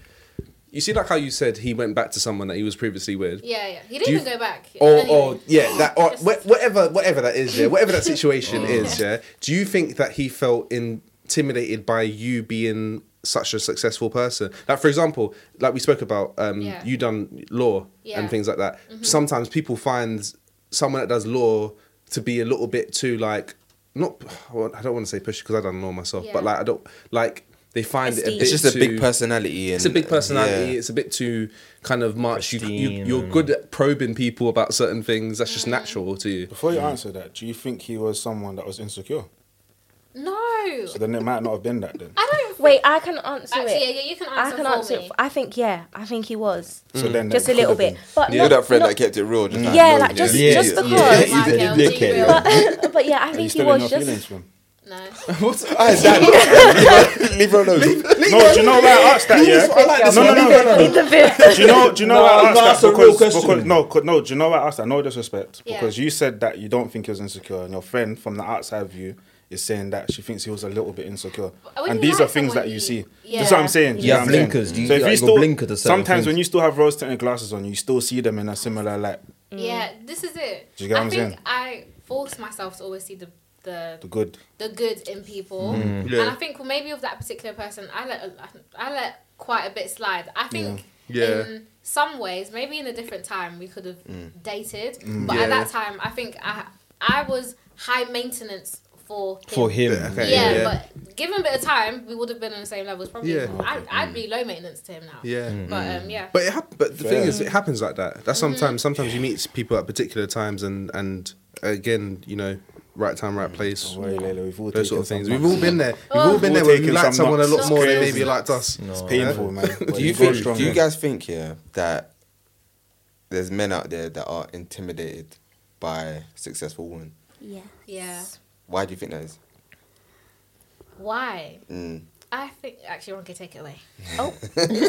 Speaker 4: You see like how you said he went back to someone that he was previously with.
Speaker 6: Yeah, yeah. He didn't
Speaker 4: Do you-
Speaker 6: even go back.
Speaker 5: Oh,
Speaker 4: or,
Speaker 6: Anyway.
Speaker 4: or yeah, that or wha- whatever, whatever that is, yeah, whatever that situation
Speaker 1: Mm.
Speaker 4: is, yeah. Do you think that he felt intimidated by you being such a successful person? Like, for example, like we spoke about, um,
Speaker 6: Yeah.
Speaker 4: you done law
Speaker 6: Yeah. Mm-hmm.
Speaker 4: and things like that. Sometimes people find someone that does law to be a little bit too like, not. well, I don't want to say pushy because I done law myself, but
Speaker 6: Yeah.
Speaker 4: like I don't like they find it a
Speaker 3: Esteem.
Speaker 4: bit.
Speaker 1: It's just a
Speaker 4: too-
Speaker 1: big personality. And,
Speaker 4: it's a big personality.
Speaker 1: yeah.
Speaker 4: It's a bit too kind of much. You, you,
Speaker 2: Pristine
Speaker 4: you're
Speaker 2: and-
Speaker 4: good at probing people about certain things. That's just natural to you.
Speaker 5: Before you answer that, do you think he was someone that was insecure?
Speaker 6: no.
Speaker 5: So then it might not have been that then.
Speaker 6: I don't.
Speaker 3: Wait, I can answer
Speaker 6: Actually, yeah,
Speaker 3: it.
Speaker 6: yeah, you can
Speaker 3: I
Speaker 6: answer.
Speaker 3: can
Speaker 6: for
Speaker 3: answer
Speaker 6: me.
Speaker 3: it. I think yeah. I think he was
Speaker 1: Mm.
Speaker 5: So then
Speaker 3: just a
Speaker 5: that
Speaker 3: little
Speaker 5: could have
Speaker 3: bit, but
Speaker 1: You're
Speaker 3: not,
Speaker 1: that friend
Speaker 3: not-
Speaker 1: that kept it real. Just
Speaker 3: Yeah,
Speaker 1: no,
Speaker 3: like,
Speaker 1: you
Speaker 3: just-
Speaker 1: did it.
Speaker 3: just
Speaker 1: Yeah.
Speaker 3: because.
Speaker 1: Yeah, you
Speaker 6: Michael,
Speaker 1: did
Speaker 6: be
Speaker 1: it.
Speaker 6: real.
Speaker 3: but yeah,
Speaker 5: been.
Speaker 3: I
Speaker 5: Are you
Speaker 3: think he
Speaker 5: still in your
Speaker 3: was just.
Speaker 5: feelings from?
Speaker 6: No.
Speaker 1: Alright, Dan, Leave her alone.
Speaker 5: No, do you know why I asked that? Yeah. No, no, no, no, no. Do you know? Do you know why I
Speaker 1: No, that's
Speaker 5: asked that?
Speaker 1: a real
Speaker 5: Because,
Speaker 1: question.
Speaker 5: because no, 'cause- no. Do you know why I asked that? No disrespect,
Speaker 6: Yeah.
Speaker 5: because you said that you don't think he was insecure, and your friend from the outside view is saying that she thinks he was a little bit insecure.
Speaker 6: when
Speaker 5: And
Speaker 6: you
Speaker 5: these are
Speaker 6: like
Speaker 5: things
Speaker 6: someone,
Speaker 5: that you
Speaker 6: you-
Speaker 5: see.
Speaker 6: yeah.
Speaker 5: That's what I'm saying. do
Speaker 2: You
Speaker 5: know
Speaker 2: have
Speaker 5: what I'm
Speaker 2: blinkers,
Speaker 5: saying?
Speaker 2: do you-
Speaker 5: so if
Speaker 2: like,
Speaker 5: you
Speaker 2: you got
Speaker 5: still
Speaker 2: blinker to certain
Speaker 5: sometimes when
Speaker 2: things.
Speaker 5: you still have rose tinted glasses on, you still see them in a similar light.
Speaker 3: Mm.
Speaker 6: Yeah, this is it.
Speaker 5: Do you get
Speaker 6: I
Speaker 5: what I'm
Speaker 6: think
Speaker 5: saying?
Speaker 6: I force myself to always see the the
Speaker 5: The good.
Speaker 6: the good in people,
Speaker 2: Mm.
Speaker 6: and I think well, maybe of that particular person, I let I let quite a bit slide. I think
Speaker 4: Yeah. Mm.
Speaker 6: in some ways, maybe in a different time, we could have dated, but at
Speaker 4: Yeah.
Speaker 6: that time, I think I I was high maintenance for him.
Speaker 2: For him.
Speaker 4: Okay.
Speaker 6: Yeah,
Speaker 4: Yeah.
Speaker 6: but given a bit of time, we would have been on the same levels. Probably,
Speaker 4: Yeah. Mm.
Speaker 6: I, I'd be low maintenance to him now.
Speaker 4: Yeah.
Speaker 2: Mm.
Speaker 6: but um, yeah.
Speaker 4: But it hap- but the thing
Speaker 5: Fair.
Speaker 4: is, it happens like that. That's sometimes. Sometimes you meet people at particular times, and and again, you know, right time, right place.
Speaker 5: Mm-hmm. Worry, Leila, we've all
Speaker 4: Those
Speaker 5: taken
Speaker 4: sort of things.
Speaker 5: some
Speaker 4: We've all
Speaker 5: nuts.
Speaker 4: been there. We've
Speaker 6: Oh.
Speaker 4: all been
Speaker 5: We've
Speaker 4: there
Speaker 5: all
Speaker 4: where we
Speaker 5: taken
Speaker 4: liked
Speaker 5: some
Speaker 4: someone a lot
Speaker 6: nuts.
Speaker 4: more than
Speaker 6: Crazy.
Speaker 4: maybe liked us.
Speaker 5: It's
Speaker 2: No.
Speaker 5: painful, man. But
Speaker 1: Do you
Speaker 5: go
Speaker 1: think?
Speaker 5: strong,
Speaker 1: Do you
Speaker 5: man.
Speaker 1: guys think yeah that there's men out there that are intimidated by successful women?
Speaker 3: Yeah.
Speaker 6: Yeah.
Speaker 1: Why do you think that is?
Speaker 6: Why?
Speaker 1: Mm.
Speaker 6: I think actually, one could take it away.
Speaker 3: Um, do you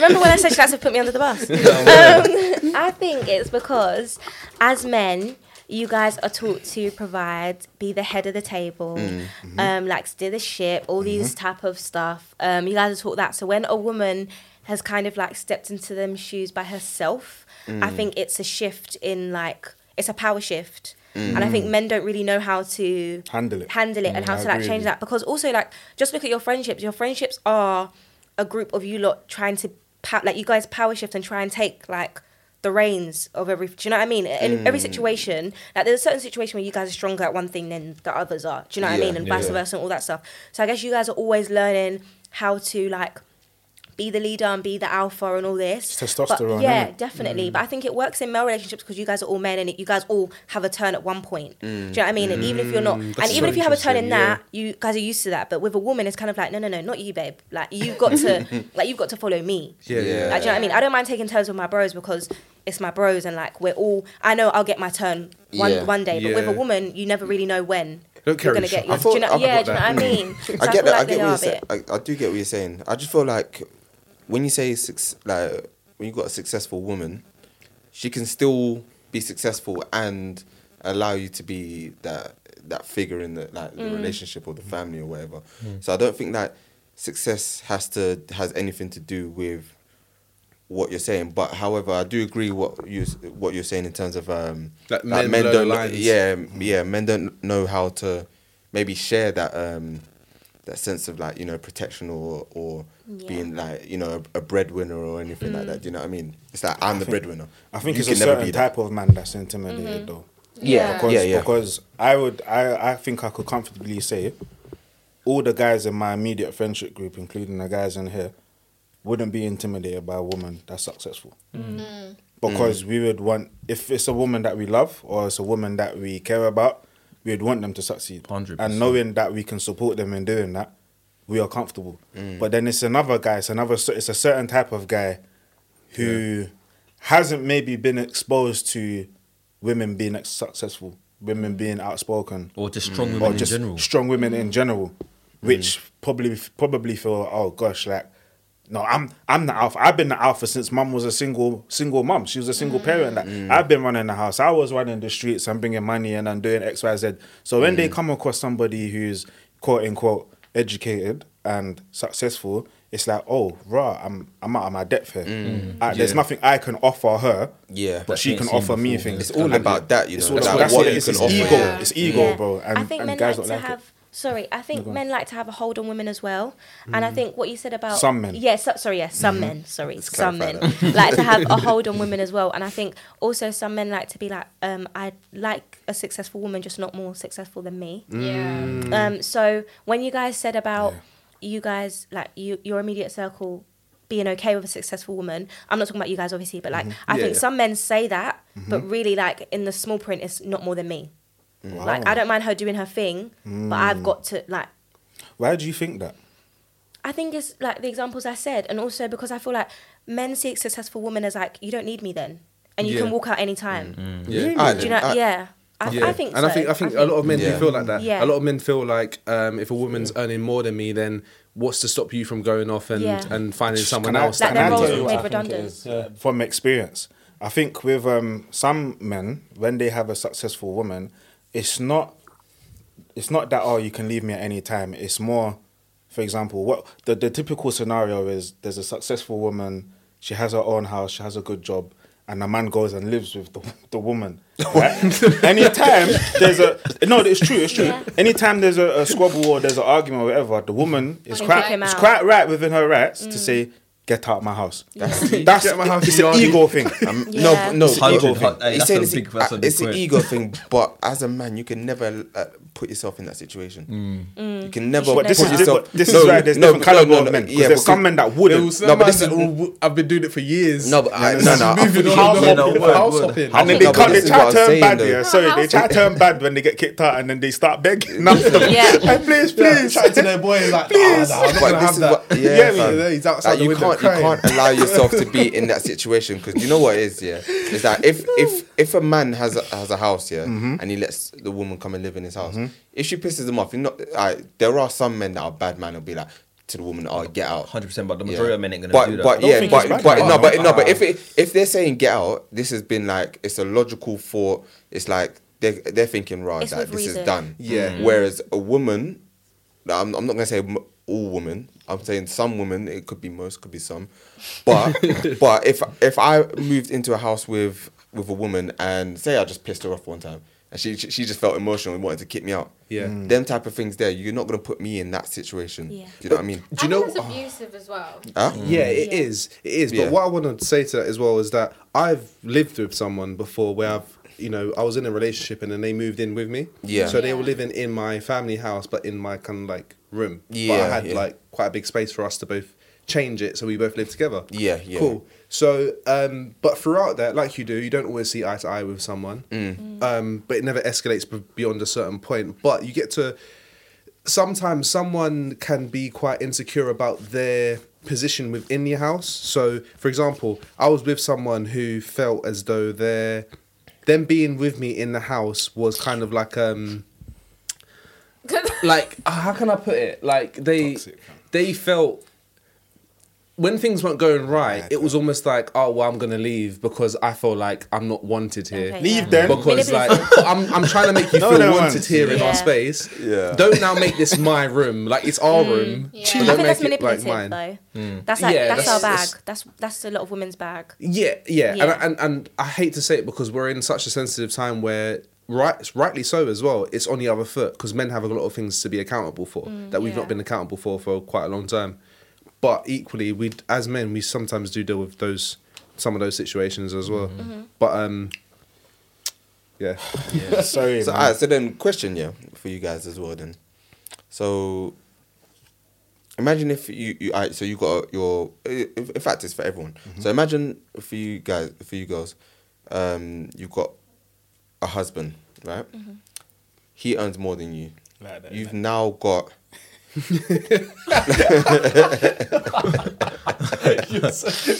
Speaker 3: remember when I said that's what put me under the bus? um, I think it's because as men, you guys are taught to provide, be the head of the table,
Speaker 5: Mm, mm-hmm.
Speaker 3: um, like steer the ship, all these type of stuff. Um, you guys are taught that. So when a woman has kind of like stepped into them shoes by herself, I
Speaker 5: Mm.
Speaker 3: think it's a shift in like it's a power shift. And I think men don't really know how to
Speaker 5: Mm. Handle it. Mm,
Speaker 3: handle it and how
Speaker 5: I
Speaker 3: to like
Speaker 5: agree
Speaker 3: change
Speaker 5: with
Speaker 3: that because also like just look at your friendships your friendships are a group of you lot trying to pow- like you guys power shift and try and take like the reins of every. Do you know what I mean? In every situation, like there's a certain situation where you guys are stronger at one thing than the others are. Do you know what
Speaker 1: Yeah,
Speaker 3: I mean? And
Speaker 2: yeah.
Speaker 3: vice versa and all that stuff. So I guess you guys are always learning how to like be the leader and be the alpha and all this.
Speaker 5: It's testosterone,
Speaker 3: But, yeah,
Speaker 5: innit?
Speaker 3: definitely. But I think it works in male relationships because you guys are all men and it, you guys all have a turn at one point. Do you know what I mean? And even if you're not, and
Speaker 4: that's
Speaker 3: even
Speaker 4: so
Speaker 3: if you have a turn in
Speaker 4: interesting,
Speaker 3: that, you guys are used to that. But with a woman, it's kind of like, no, no, no, not you, babe. Like you've got to, like you've got to follow me.
Speaker 4: Yeah, yeah.
Speaker 3: Like, do you know what I mean? I don't mind taking turns with my bros because it's my bros and like we're all. I know I'll get my turn one
Speaker 1: Yeah.
Speaker 3: one day, but with a
Speaker 4: Yeah.
Speaker 3: woman, you never really know when
Speaker 4: Don't
Speaker 3: you're
Speaker 4: carry
Speaker 3: gonna get
Speaker 4: shit.
Speaker 3: your.
Speaker 4: I
Speaker 3: do you know,
Speaker 1: thought- I
Speaker 3: yeah,
Speaker 1: got
Speaker 3: do you know what
Speaker 1: that.
Speaker 3: I mean? So
Speaker 1: I get that. I
Speaker 3: feel like
Speaker 1: get
Speaker 3: they
Speaker 1: what
Speaker 3: are
Speaker 1: you're
Speaker 3: a
Speaker 1: saying.
Speaker 3: bit-
Speaker 1: I, I do get what you're saying. I just feel like when you say six, like when you have got a successful woman, she can still be successful and allow you to be that that figure in the like the relationship or the family or whatever.
Speaker 4: Mm.
Speaker 1: So I don't think that success has to has anything to do with what you're saying. But however, I do agree what you what you're saying in terms of um
Speaker 4: Like men blur the
Speaker 1: don't
Speaker 4: lines.
Speaker 1: yeah Um, yeah men don't know how to maybe share that um that sense of like you know protection or or
Speaker 3: Yeah.
Speaker 1: being like you know a, a breadwinner or anything like that. Do you know what I mean? It's like I'm the breadwinner.
Speaker 5: I think
Speaker 1: You
Speaker 5: it's a
Speaker 1: can never
Speaker 5: certain
Speaker 1: be that.
Speaker 5: type of man that's intimidated
Speaker 6: Mm-hmm.
Speaker 5: though.
Speaker 6: Yeah.
Speaker 5: Because,
Speaker 1: Yeah, yeah.
Speaker 5: because I would I, I think I could comfortably say all the guys in my immediate friendship group, including the guys in here, wouldn't be intimidated by a woman that's successful.
Speaker 1: Mm.
Speaker 5: Because we would want if it's a woman that we love or it's a woman that we care about, we would want them to succeed.
Speaker 2: 100%.
Speaker 5: And knowing that we can support them in doing that, we are comfortable.
Speaker 1: Mm.
Speaker 5: But then it's another guy, it's another it's a certain type of guy who hasn't maybe been exposed to women being ex- successful, women being outspoken,
Speaker 2: Or just strong women
Speaker 5: Mm. or
Speaker 2: in
Speaker 5: just
Speaker 2: general. Mm.
Speaker 5: strong women in general, which probably probably feel oh gosh like. No, I'm I'm the alpha. I've been the alpha since mum was a single single mum. She was a single parent. Like,
Speaker 2: Mm.
Speaker 5: I've been running the house. I was running the streets. I'm bringing money and I'm doing X Y Z. So when
Speaker 2: Mm.
Speaker 5: they come across somebody who's quote unquote educated and successful, it's like oh rah, I'm I'm out of my depth here. Uh, There's nothing I can offer her.
Speaker 1: Yeah.
Speaker 5: but she
Speaker 2: Mm.
Speaker 5: can
Speaker 2: That she ain't
Speaker 5: offer
Speaker 2: seen
Speaker 5: me
Speaker 2: before.
Speaker 5: things.
Speaker 2: It's
Speaker 1: all
Speaker 5: And
Speaker 1: about that, you
Speaker 5: it's
Speaker 1: know,
Speaker 5: all
Speaker 1: like what
Speaker 5: about that's what
Speaker 1: you
Speaker 5: it is.
Speaker 1: can
Speaker 5: It's
Speaker 1: offer.
Speaker 5: ego.
Speaker 3: Yeah.
Speaker 5: It's ego,
Speaker 3: Yeah.
Speaker 5: bro. And,
Speaker 3: I think
Speaker 5: and
Speaker 3: men
Speaker 5: guys
Speaker 3: like to
Speaker 5: don't like
Speaker 3: have.
Speaker 5: it.
Speaker 3: Sorry, I think men like to have a hold on women as well, and I think what you said about
Speaker 5: Mm. Some men. Mm-hmm.
Speaker 3: Yeah, so, sorry, yeah, some men. Sorry, some men
Speaker 1: clarify
Speaker 3: like to have a hold on women as well, and I think also some men like to be like, um, I like a successful woman, just not more successful than me.
Speaker 4: Mm.
Speaker 6: Yeah.
Speaker 3: Um, so when you guys said about you guys like you, your immediate circle being okay with a successful woman, I'm not talking about you guys obviously, but like I
Speaker 4: Mm-hmm.
Speaker 3: think
Speaker 4: yeah. Mm-hmm.
Speaker 3: some men say that, but really like in the small print, it's not more than me.
Speaker 4: Mm.
Speaker 3: Like I don't mind her doing her thing, but I've got to like.
Speaker 5: Why do you think that?
Speaker 3: I think it's like the examples I said, and also because I feel like men see a successful woman as like you don't need me then, and you
Speaker 4: Yeah. Mm.
Speaker 3: can walk out
Speaker 5: Mm.
Speaker 3: anytime.
Speaker 4: Yeah.
Speaker 1: I
Speaker 3: Do you know?
Speaker 1: I-
Speaker 3: yeah. I, I think
Speaker 4: and
Speaker 3: so.
Speaker 4: I think I think a lot of men
Speaker 1: Yeah.
Speaker 4: do feel like that.
Speaker 3: Yeah.
Speaker 4: A lot of men feel like um, if a woman's earning more than me, then what's to stop you from going off and,
Speaker 3: Yeah.
Speaker 4: and finding someone
Speaker 5: Can I-
Speaker 4: else? that
Speaker 3: Like
Speaker 5: can
Speaker 3: their
Speaker 5: I
Speaker 4: can
Speaker 3: roles
Speaker 4: do
Speaker 5: tell
Speaker 3: are
Speaker 5: you
Speaker 4: it?
Speaker 5: what I
Speaker 3: made
Speaker 5: think it
Speaker 3: redundant.
Speaker 5: is? uh, From experience, I think with um, some men, when they have a successful woman, it's not, it's not that oh you can leave me at any time. It's more, for example, what the the typical scenario is: there's a successful woman, she has her own house, she has a good job. And the man goes and lives with the, the woman. Right? Anytime there's a no, it's true, it's true.
Speaker 3: Yeah.
Speaker 5: Anytime there's a, a squabble or there's an argument or whatever, the woman is
Speaker 3: Wanna
Speaker 5: quite
Speaker 3: kick him
Speaker 5: it's
Speaker 3: out.
Speaker 5: quite right within her rights
Speaker 6: Mm.
Speaker 5: to say, "Get out of my house." That's, that's
Speaker 4: Get my house,
Speaker 5: it's an
Speaker 4: Yardi.
Speaker 5: ego thing.
Speaker 1: Um,
Speaker 3: Yeah.
Speaker 1: No, no,
Speaker 2: It's hard
Speaker 1: ego
Speaker 2: to-
Speaker 1: thing.
Speaker 2: hey,
Speaker 1: He's
Speaker 2: that's
Speaker 1: saying
Speaker 2: a
Speaker 1: it's,
Speaker 2: big- that's a big
Speaker 1: it's an
Speaker 2: point.
Speaker 1: ego thing, but as a man, you can never uh, put yourself in that situation. You can never
Speaker 3: But
Speaker 1: put
Speaker 5: Mm. this is
Speaker 1: yourself.
Speaker 5: different- this is where there's different caliber of men, 'cause there's some men that wouldn't.
Speaker 4: There was some
Speaker 1: No, but
Speaker 4: man
Speaker 1: this
Speaker 4: that,
Speaker 1: is
Speaker 4: "Oh, I've been doing it for years.
Speaker 1: no, but I,
Speaker 4: This
Speaker 1: no,
Speaker 4: is
Speaker 1: no. I
Speaker 4: moving
Speaker 1: fully-
Speaker 4: on,
Speaker 2: Yeah, no,
Speaker 4: hopping,
Speaker 2: word,
Speaker 4: house
Speaker 2: word.
Speaker 4: hopping.
Speaker 1: I
Speaker 5: And then
Speaker 1: think
Speaker 5: they,
Speaker 1: no, but
Speaker 5: can't, they
Speaker 1: this is what
Speaker 5: try to
Speaker 1: I was
Speaker 5: turn bad,
Speaker 1: saying,
Speaker 5: yeah.
Speaker 1: though.
Speaker 5: Sorry, they try to turn bad when they get kicked out, and then they start begging.
Speaker 3: Yeah.
Speaker 5: Hey, please, please.
Speaker 4: Chat to their boy like, "Ah, nah, I'm not
Speaker 1: But
Speaker 4: gonna
Speaker 1: this
Speaker 4: have
Speaker 1: is
Speaker 4: that."
Speaker 1: what-
Speaker 4: You
Speaker 1: yeah,
Speaker 4: get me?
Speaker 1: fam.
Speaker 4: He's outside
Speaker 1: Like,
Speaker 4: the
Speaker 1: you
Speaker 4: window
Speaker 1: can't
Speaker 4: crying.
Speaker 1: you can't allow yourself to be in that situation because you know what it is yeah is that if if if a man has a, has a house yeah
Speaker 4: Mm-hmm.
Speaker 1: and he lets the woman come and live in his house if she pisses him off you know I, there are some men that are bad man and be like to the woman oh get out
Speaker 2: 100%, but the
Speaker 1: Yeah.
Speaker 2: majority of men ain't going to
Speaker 1: but,
Speaker 2: do that.
Speaker 1: But yeah,
Speaker 5: think it's
Speaker 1: but,
Speaker 5: bad.
Speaker 1: but no,
Speaker 5: Oh,
Speaker 1: but no, but if it, if they're saying get out, this has been like it's a logical thought. It's like they're they're thinking right
Speaker 3: It's
Speaker 1: that
Speaker 3: with
Speaker 1: this
Speaker 3: reason.
Speaker 1: is done.
Speaker 4: Yeah. Mm.
Speaker 1: Whereas a woman, now, I'm, I'm not gonna say m- all women. I'm saying some women. It could be most, could be some. But but if if I moved into a house with with a woman and say I just pissed her off one time. and she she just felt emotional and wanted to kick me out.
Speaker 4: Yeah. Mm.
Speaker 1: them type of things. There, you're not gonna put me in that situation.
Speaker 3: Yeah.
Speaker 1: Do you know what I mean?
Speaker 4: Do you know?
Speaker 6: it's abusive as well.
Speaker 1: Huh?
Speaker 4: Yeah, it is. It is. But
Speaker 1: Yeah.
Speaker 4: what I want to say to that as well is that I've lived with someone before where I've, you know, I was in a relationship and then they moved in with me.
Speaker 1: Yeah.
Speaker 4: So they were
Speaker 6: Yeah.
Speaker 4: living in my family house, but in my kind of like room. But
Speaker 1: Yeah,
Speaker 4: I had
Speaker 1: yeah.
Speaker 4: like quite a big space for us to both change it, so we both lived together.
Speaker 1: Yeah, yeah.
Speaker 4: Cool. So, um, but throughout that, like you do, you don't always see eye to eye with someone.
Speaker 1: Mm.
Speaker 4: Um, but it never escalates b- beyond a certain point. But you get to sometimes someone can be quite insecure about their position within your house. So, for example, I was with someone who felt as though their them being with me in the house was kind of like um like uh, how can I put it? Like they they felt when things weren't going right, it was almost like, oh well, I'm gonna leave because I feel like I'm not wanted here.
Speaker 3: Okay,
Speaker 5: Leave
Speaker 3: yeah.
Speaker 5: them.
Speaker 4: Because like I'm, I'm trying to make you
Speaker 5: No,
Speaker 4: feel
Speaker 5: no
Speaker 4: wanted
Speaker 5: one's-
Speaker 4: here in
Speaker 3: Yeah.
Speaker 4: our space.
Speaker 1: Yeah.
Speaker 4: Don't now make this my room. Like it's our room.
Speaker 6: yeah.
Speaker 4: but
Speaker 6: I
Speaker 3: Mm. I
Speaker 4: don't make
Speaker 3: think that's
Speaker 4: it, like,
Speaker 3: manipulative
Speaker 4: mine.
Speaker 3: though. That's like
Speaker 4: Yeah,
Speaker 3: that's,
Speaker 4: that's-
Speaker 3: our
Speaker 4: that's-
Speaker 3: bag. That's that's a lot of women's bag.
Speaker 4: Yeah, yeah,
Speaker 3: Yeah.
Speaker 4: And, and and I hate to say it because we're in such a sensitive time where right, rightly so as well. It's on the other foot because men have a lot of things to be accountable for that we've
Speaker 3: Mm, yeah.
Speaker 4: not been accountable for for quite a long time. But equally, we as men we sometimes do deal with those some of those situations as well.
Speaker 3: Mm-hmm.
Speaker 5: Mm-hmm.
Speaker 4: But um, yeah,
Speaker 5: Sorry,
Speaker 1: So,
Speaker 5: man.
Speaker 1: alright, so then question, yeah, for you guys as well. Then, so imagine if you, you alright, so you got your. i- In in fact, it's for everyone. So imagine for you guys, for you girls, um, you've got a husband, right? He earns more than you.
Speaker 5: Like that,
Speaker 1: you've now got.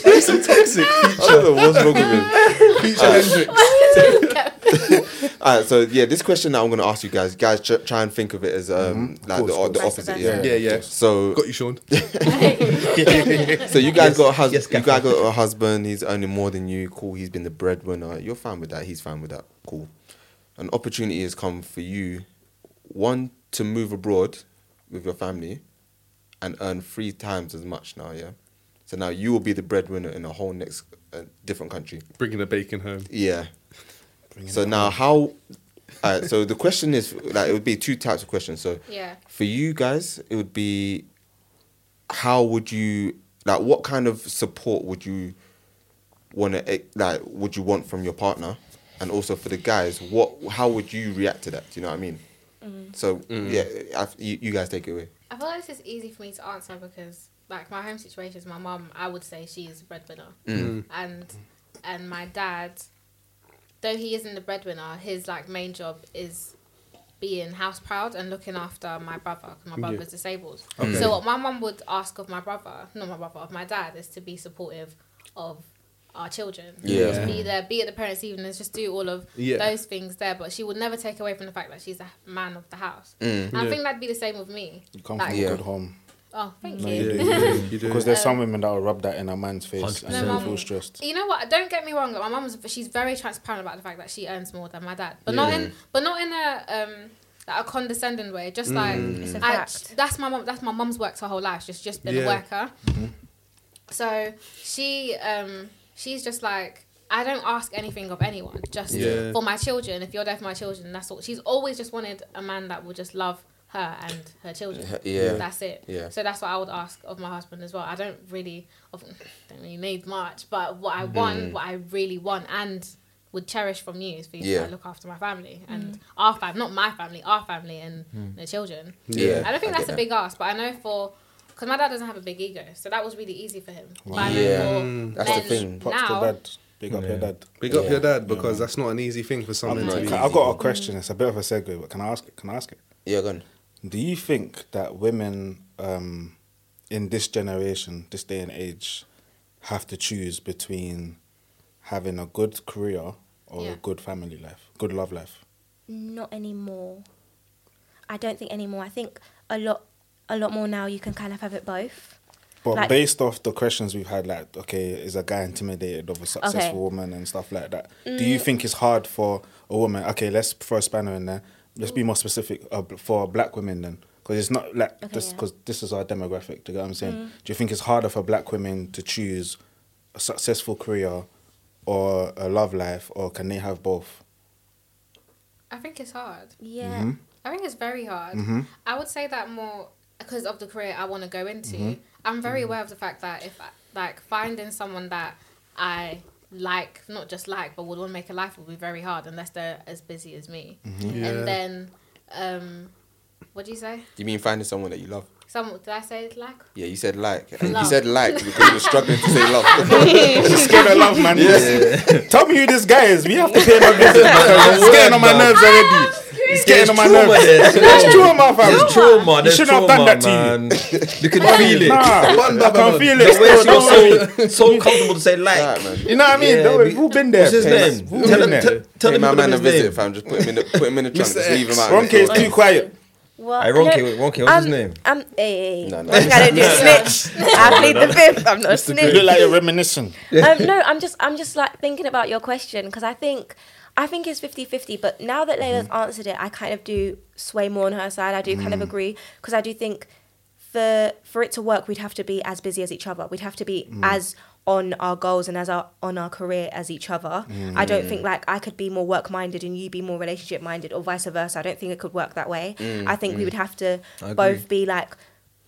Speaker 1: I don't know what's wrong with him. All right, so yeah, this question that I'm gonna ask you guys, guys, tr- try and think of it as um, like
Speaker 5: course,
Speaker 1: the,
Speaker 5: of
Speaker 1: the
Speaker 3: course.
Speaker 1: opposite.
Speaker 3: Yeah.
Speaker 1: Yeah,
Speaker 4: yeah, yeah.
Speaker 1: So,
Speaker 4: Got you, Sean.
Speaker 1: so you guys got a husband.
Speaker 2: yes,
Speaker 1: you guys got a husband. He's earning more than you. Cool. He's been the breadwinner. You're fine with that. He's fine with that. Cool. An opportunity has come for you, one to move abroad with your family, and earn three times as much now. Yeah. So now you will be the breadwinner in a whole next uh, different country.
Speaker 4: Bringing the bacon home.
Speaker 1: Yeah. So now how? Alright, so the question is like it would be two types of questions. So
Speaker 6: Yeah.
Speaker 1: for you guys, it would be how would you like what kind of support would you want to like would you want from your partner, and also for the guys, what how would you react to that? Do you know what I mean?
Speaker 6: Mm.
Speaker 1: So yeah, I, you, you guys take it away.
Speaker 6: I feel like this is easy for me to answer because, like, my home situation is my mum. I would say she is the breadwinner, and and my dad, though he isn't the breadwinner, his like main job is being house proud and looking after my brother because my brother's disabled. So what my mum would ask of my brother, not my brother, of my dad, is to be supportive of our children.
Speaker 1: Yeah.
Speaker 6: To be there, be at the parents' evenings, just do all of
Speaker 4: Yeah.
Speaker 6: those things there. But she would never take away from the fact that she's the man of the house. And I think that'd be the same with me.
Speaker 5: You come
Speaker 6: Like,
Speaker 5: from
Speaker 1: Yeah.
Speaker 5: a good home.
Speaker 6: Oh, thank
Speaker 5: No,
Speaker 6: you.
Speaker 5: you do.
Speaker 4: You do.
Speaker 5: Because there's some women that will rub that in a man's face and
Speaker 2: 100%.
Speaker 5: they'll
Speaker 6: Um, No,
Speaker 5: feel
Speaker 6: mum.
Speaker 5: stressed.
Speaker 6: You know what? Don't get me wrong. Like, my mum's she's very transparent about the fact that she earns more than my dad, but not in but not in a um like a condescending way. Just
Speaker 3: It's
Speaker 6: like
Speaker 3: a
Speaker 6: I-
Speaker 3: fact.
Speaker 6: that's my mum. That's my mum's worked her whole life. She's just been a
Speaker 4: Yeah.
Speaker 6: worker. So she um she's just like. I don't ask anything of anyone, just
Speaker 4: Yeah.
Speaker 6: for my children. If you're there for my children, that's all. She's always just wanted a man that will just love her and her children.
Speaker 1: Yeah.
Speaker 6: That's it.
Speaker 1: Yeah.
Speaker 6: So that's what I would ask of my husband as well. I don't really, I don't really need much, but what I
Speaker 1: Mm.
Speaker 6: want, what I really want, and would cherish from you is for you
Speaker 1: Yeah.
Speaker 6: to look after my family
Speaker 5: Mm.
Speaker 6: and our family, not my family, our family and the children.
Speaker 1: Mm. Yeah,
Speaker 6: I don't think
Speaker 1: I
Speaker 6: that's
Speaker 1: get
Speaker 6: a big ask, but I know for. Because my dad doesn't have a big ego, so that was really easy for him. But I know
Speaker 1: Yeah. Mm.
Speaker 6: for
Speaker 1: That's the
Speaker 6: men
Speaker 1: thing.
Speaker 5: Props
Speaker 6: Now,
Speaker 5: to dad. Big up your dad.
Speaker 4: Big up your dad because that's not an easy thing for
Speaker 5: Um,
Speaker 4: someone to
Speaker 5: can-
Speaker 4: be.
Speaker 5: I've got a question. It's a bit of a segue, but can I ask it? Can I ask it?
Speaker 1: Yeah, go on.
Speaker 5: Do you think that women um, in this generation, this day and age, have to choose between having a good career or
Speaker 6: Yeah.
Speaker 5: a good family life, good love life?
Speaker 3: Not anymore. I don't think anymore. I think a lot, a lot more now. You can kind of have it both.
Speaker 5: But
Speaker 3: Like-
Speaker 5: based off the questions we've had, like, okay, is a guy intimidated of a successful
Speaker 3: Okay. Mm.
Speaker 5: woman and stuff like that? Do you think it's hard for a woman? Okay, let's throw a spanner in there. Let's be more specific uh, b- for black women then. Because it's not like
Speaker 3: Okay,
Speaker 5: this,
Speaker 3: yeah. Mm.
Speaker 5: because this is our demographic. Do you get what I'm saying? Do you think it's harder for black women to choose a successful career or a love life, or can they have both?
Speaker 6: I think it's hard.
Speaker 3: Yeah.
Speaker 6: I think it's very hard.
Speaker 5: Mm-hmm.
Speaker 6: I would say that more because of the career I want to go into.
Speaker 5: Mm-hmm.
Speaker 6: I'm very aware of the fact that if I- like finding someone that I like, not just like, but would want to make a life will be very hard unless they're as busy as me.
Speaker 5: Mm-hmm.
Speaker 6: And then, um, what do you say?
Speaker 1: You mean finding someone that you love?
Speaker 6: Some did I say like?
Speaker 1: Yeah, you said like. And you
Speaker 6: Love.
Speaker 1: said like because you're struggling to say love.
Speaker 5: Scared of love, man. Tell me who this guy is. We have to pay my visit. It's getting on my nerves
Speaker 3: Ah,
Speaker 5: already. It's getting on my nerves. It's true, my fam.
Speaker 2: There's trauma. There's
Speaker 5: shouldn't have
Speaker 2: trauma,
Speaker 5: done that to
Speaker 2: man. You can feel it.
Speaker 5: Nah, I can feel
Speaker 2: The
Speaker 5: it.
Speaker 2: way
Speaker 5: Still,
Speaker 2: she
Speaker 5: don't worry.
Speaker 2: was so, so comfortable to say like.
Speaker 1: Alright, man.
Speaker 5: You know what I mean?
Speaker 2: Yeah,
Speaker 5: Don't worry.
Speaker 2: but-
Speaker 5: Who been there?
Speaker 2: What's his name?
Speaker 5: Who
Speaker 2: Tell
Speaker 5: been
Speaker 2: him.
Speaker 5: there?
Speaker 2: Tell, tell
Speaker 1: Pay
Speaker 2: him.
Speaker 1: my man a
Speaker 2: his
Speaker 1: visit,
Speaker 2: name.
Speaker 1: fam. Just put him in the put him in the trunk. Just leave him out. in
Speaker 5: Ronke
Speaker 1: the
Speaker 5: is
Speaker 1: cold.
Speaker 5: too quiet.
Speaker 3: Well, um,
Speaker 2: Hey, Ronke, Ronke, what's his name?
Speaker 3: I'm a.
Speaker 1: No,
Speaker 3: No,
Speaker 1: no.
Speaker 3: no. I don't do snitch. I plead the fifth. I'm not a
Speaker 5: You
Speaker 3: snitch.
Speaker 5: look like you're reminiscing.
Speaker 3: um, no, I'm just I'm just like thinking about your question because I think I think it's 50-50, but now that Layla's answered it, I kind of do sway more on her side. I do kind of agree because I do think for for it to work, we'd have to be as busy as each other. We'd have to be as on our goals and as our on our career as each other. I don't think like I could be more work minded and you be more relationship minded or vice versa. I don't think it could work that way. I think we would have to
Speaker 2: I
Speaker 3: both be like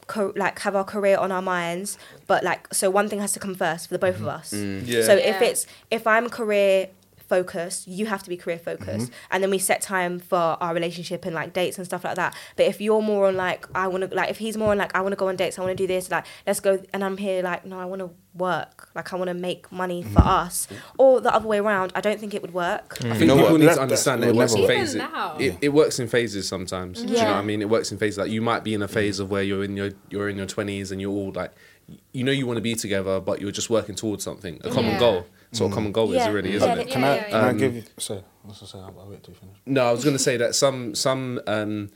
Speaker 3: co- like have our career on our minds but like so one thing has to come first for the both of us
Speaker 4: Yeah.
Speaker 3: so if
Speaker 6: Yeah.
Speaker 3: it's if i'm career focused you have to be career
Speaker 1: Mm-hmm.
Speaker 3: focused and then we set time for our relationship and like dates and stuff like that but if you're more on like i want to like if he's more on like i want to go on dates i want to do this like let's go and i'm here like no i want to work like i want to make money for
Speaker 1: Mm-hmm.
Speaker 3: us or the other way around i don't think it would work
Speaker 4: I think
Speaker 1: You know
Speaker 4: people
Speaker 1: what?
Speaker 4: need
Speaker 5: That-
Speaker 4: to understand that
Speaker 5: that's
Speaker 4: it works in
Speaker 6: level.
Speaker 4: phases.
Speaker 6: Even now.
Speaker 4: It, it works in phases sometimes. Do you know
Speaker 3: Yeah.
Speaker 4: what I mean? It works in phases. Like you might be in a phase of where you're in your you're in your twenties and you're all like, you know, you want to be together, but you're just working towards something, a common
Speaker 6: Yeah.
Speaker 4: goal. So a common goal is
Speaker 3: Yeah.
Speaker 4: already,
Speaker 3: Yeah,
Speaker 4: isn't
Speaker 3: yeah,
Speaker 4: it?
Speaker 5: Can
Speaker 6: Yeah,
Speaker 5: I,
Speaker 6: yeah,
Speaker 5: can I give you. Sorry, what's I say? I'll wait till you finish.
Speaker 4: No, I was gonna say that some some um,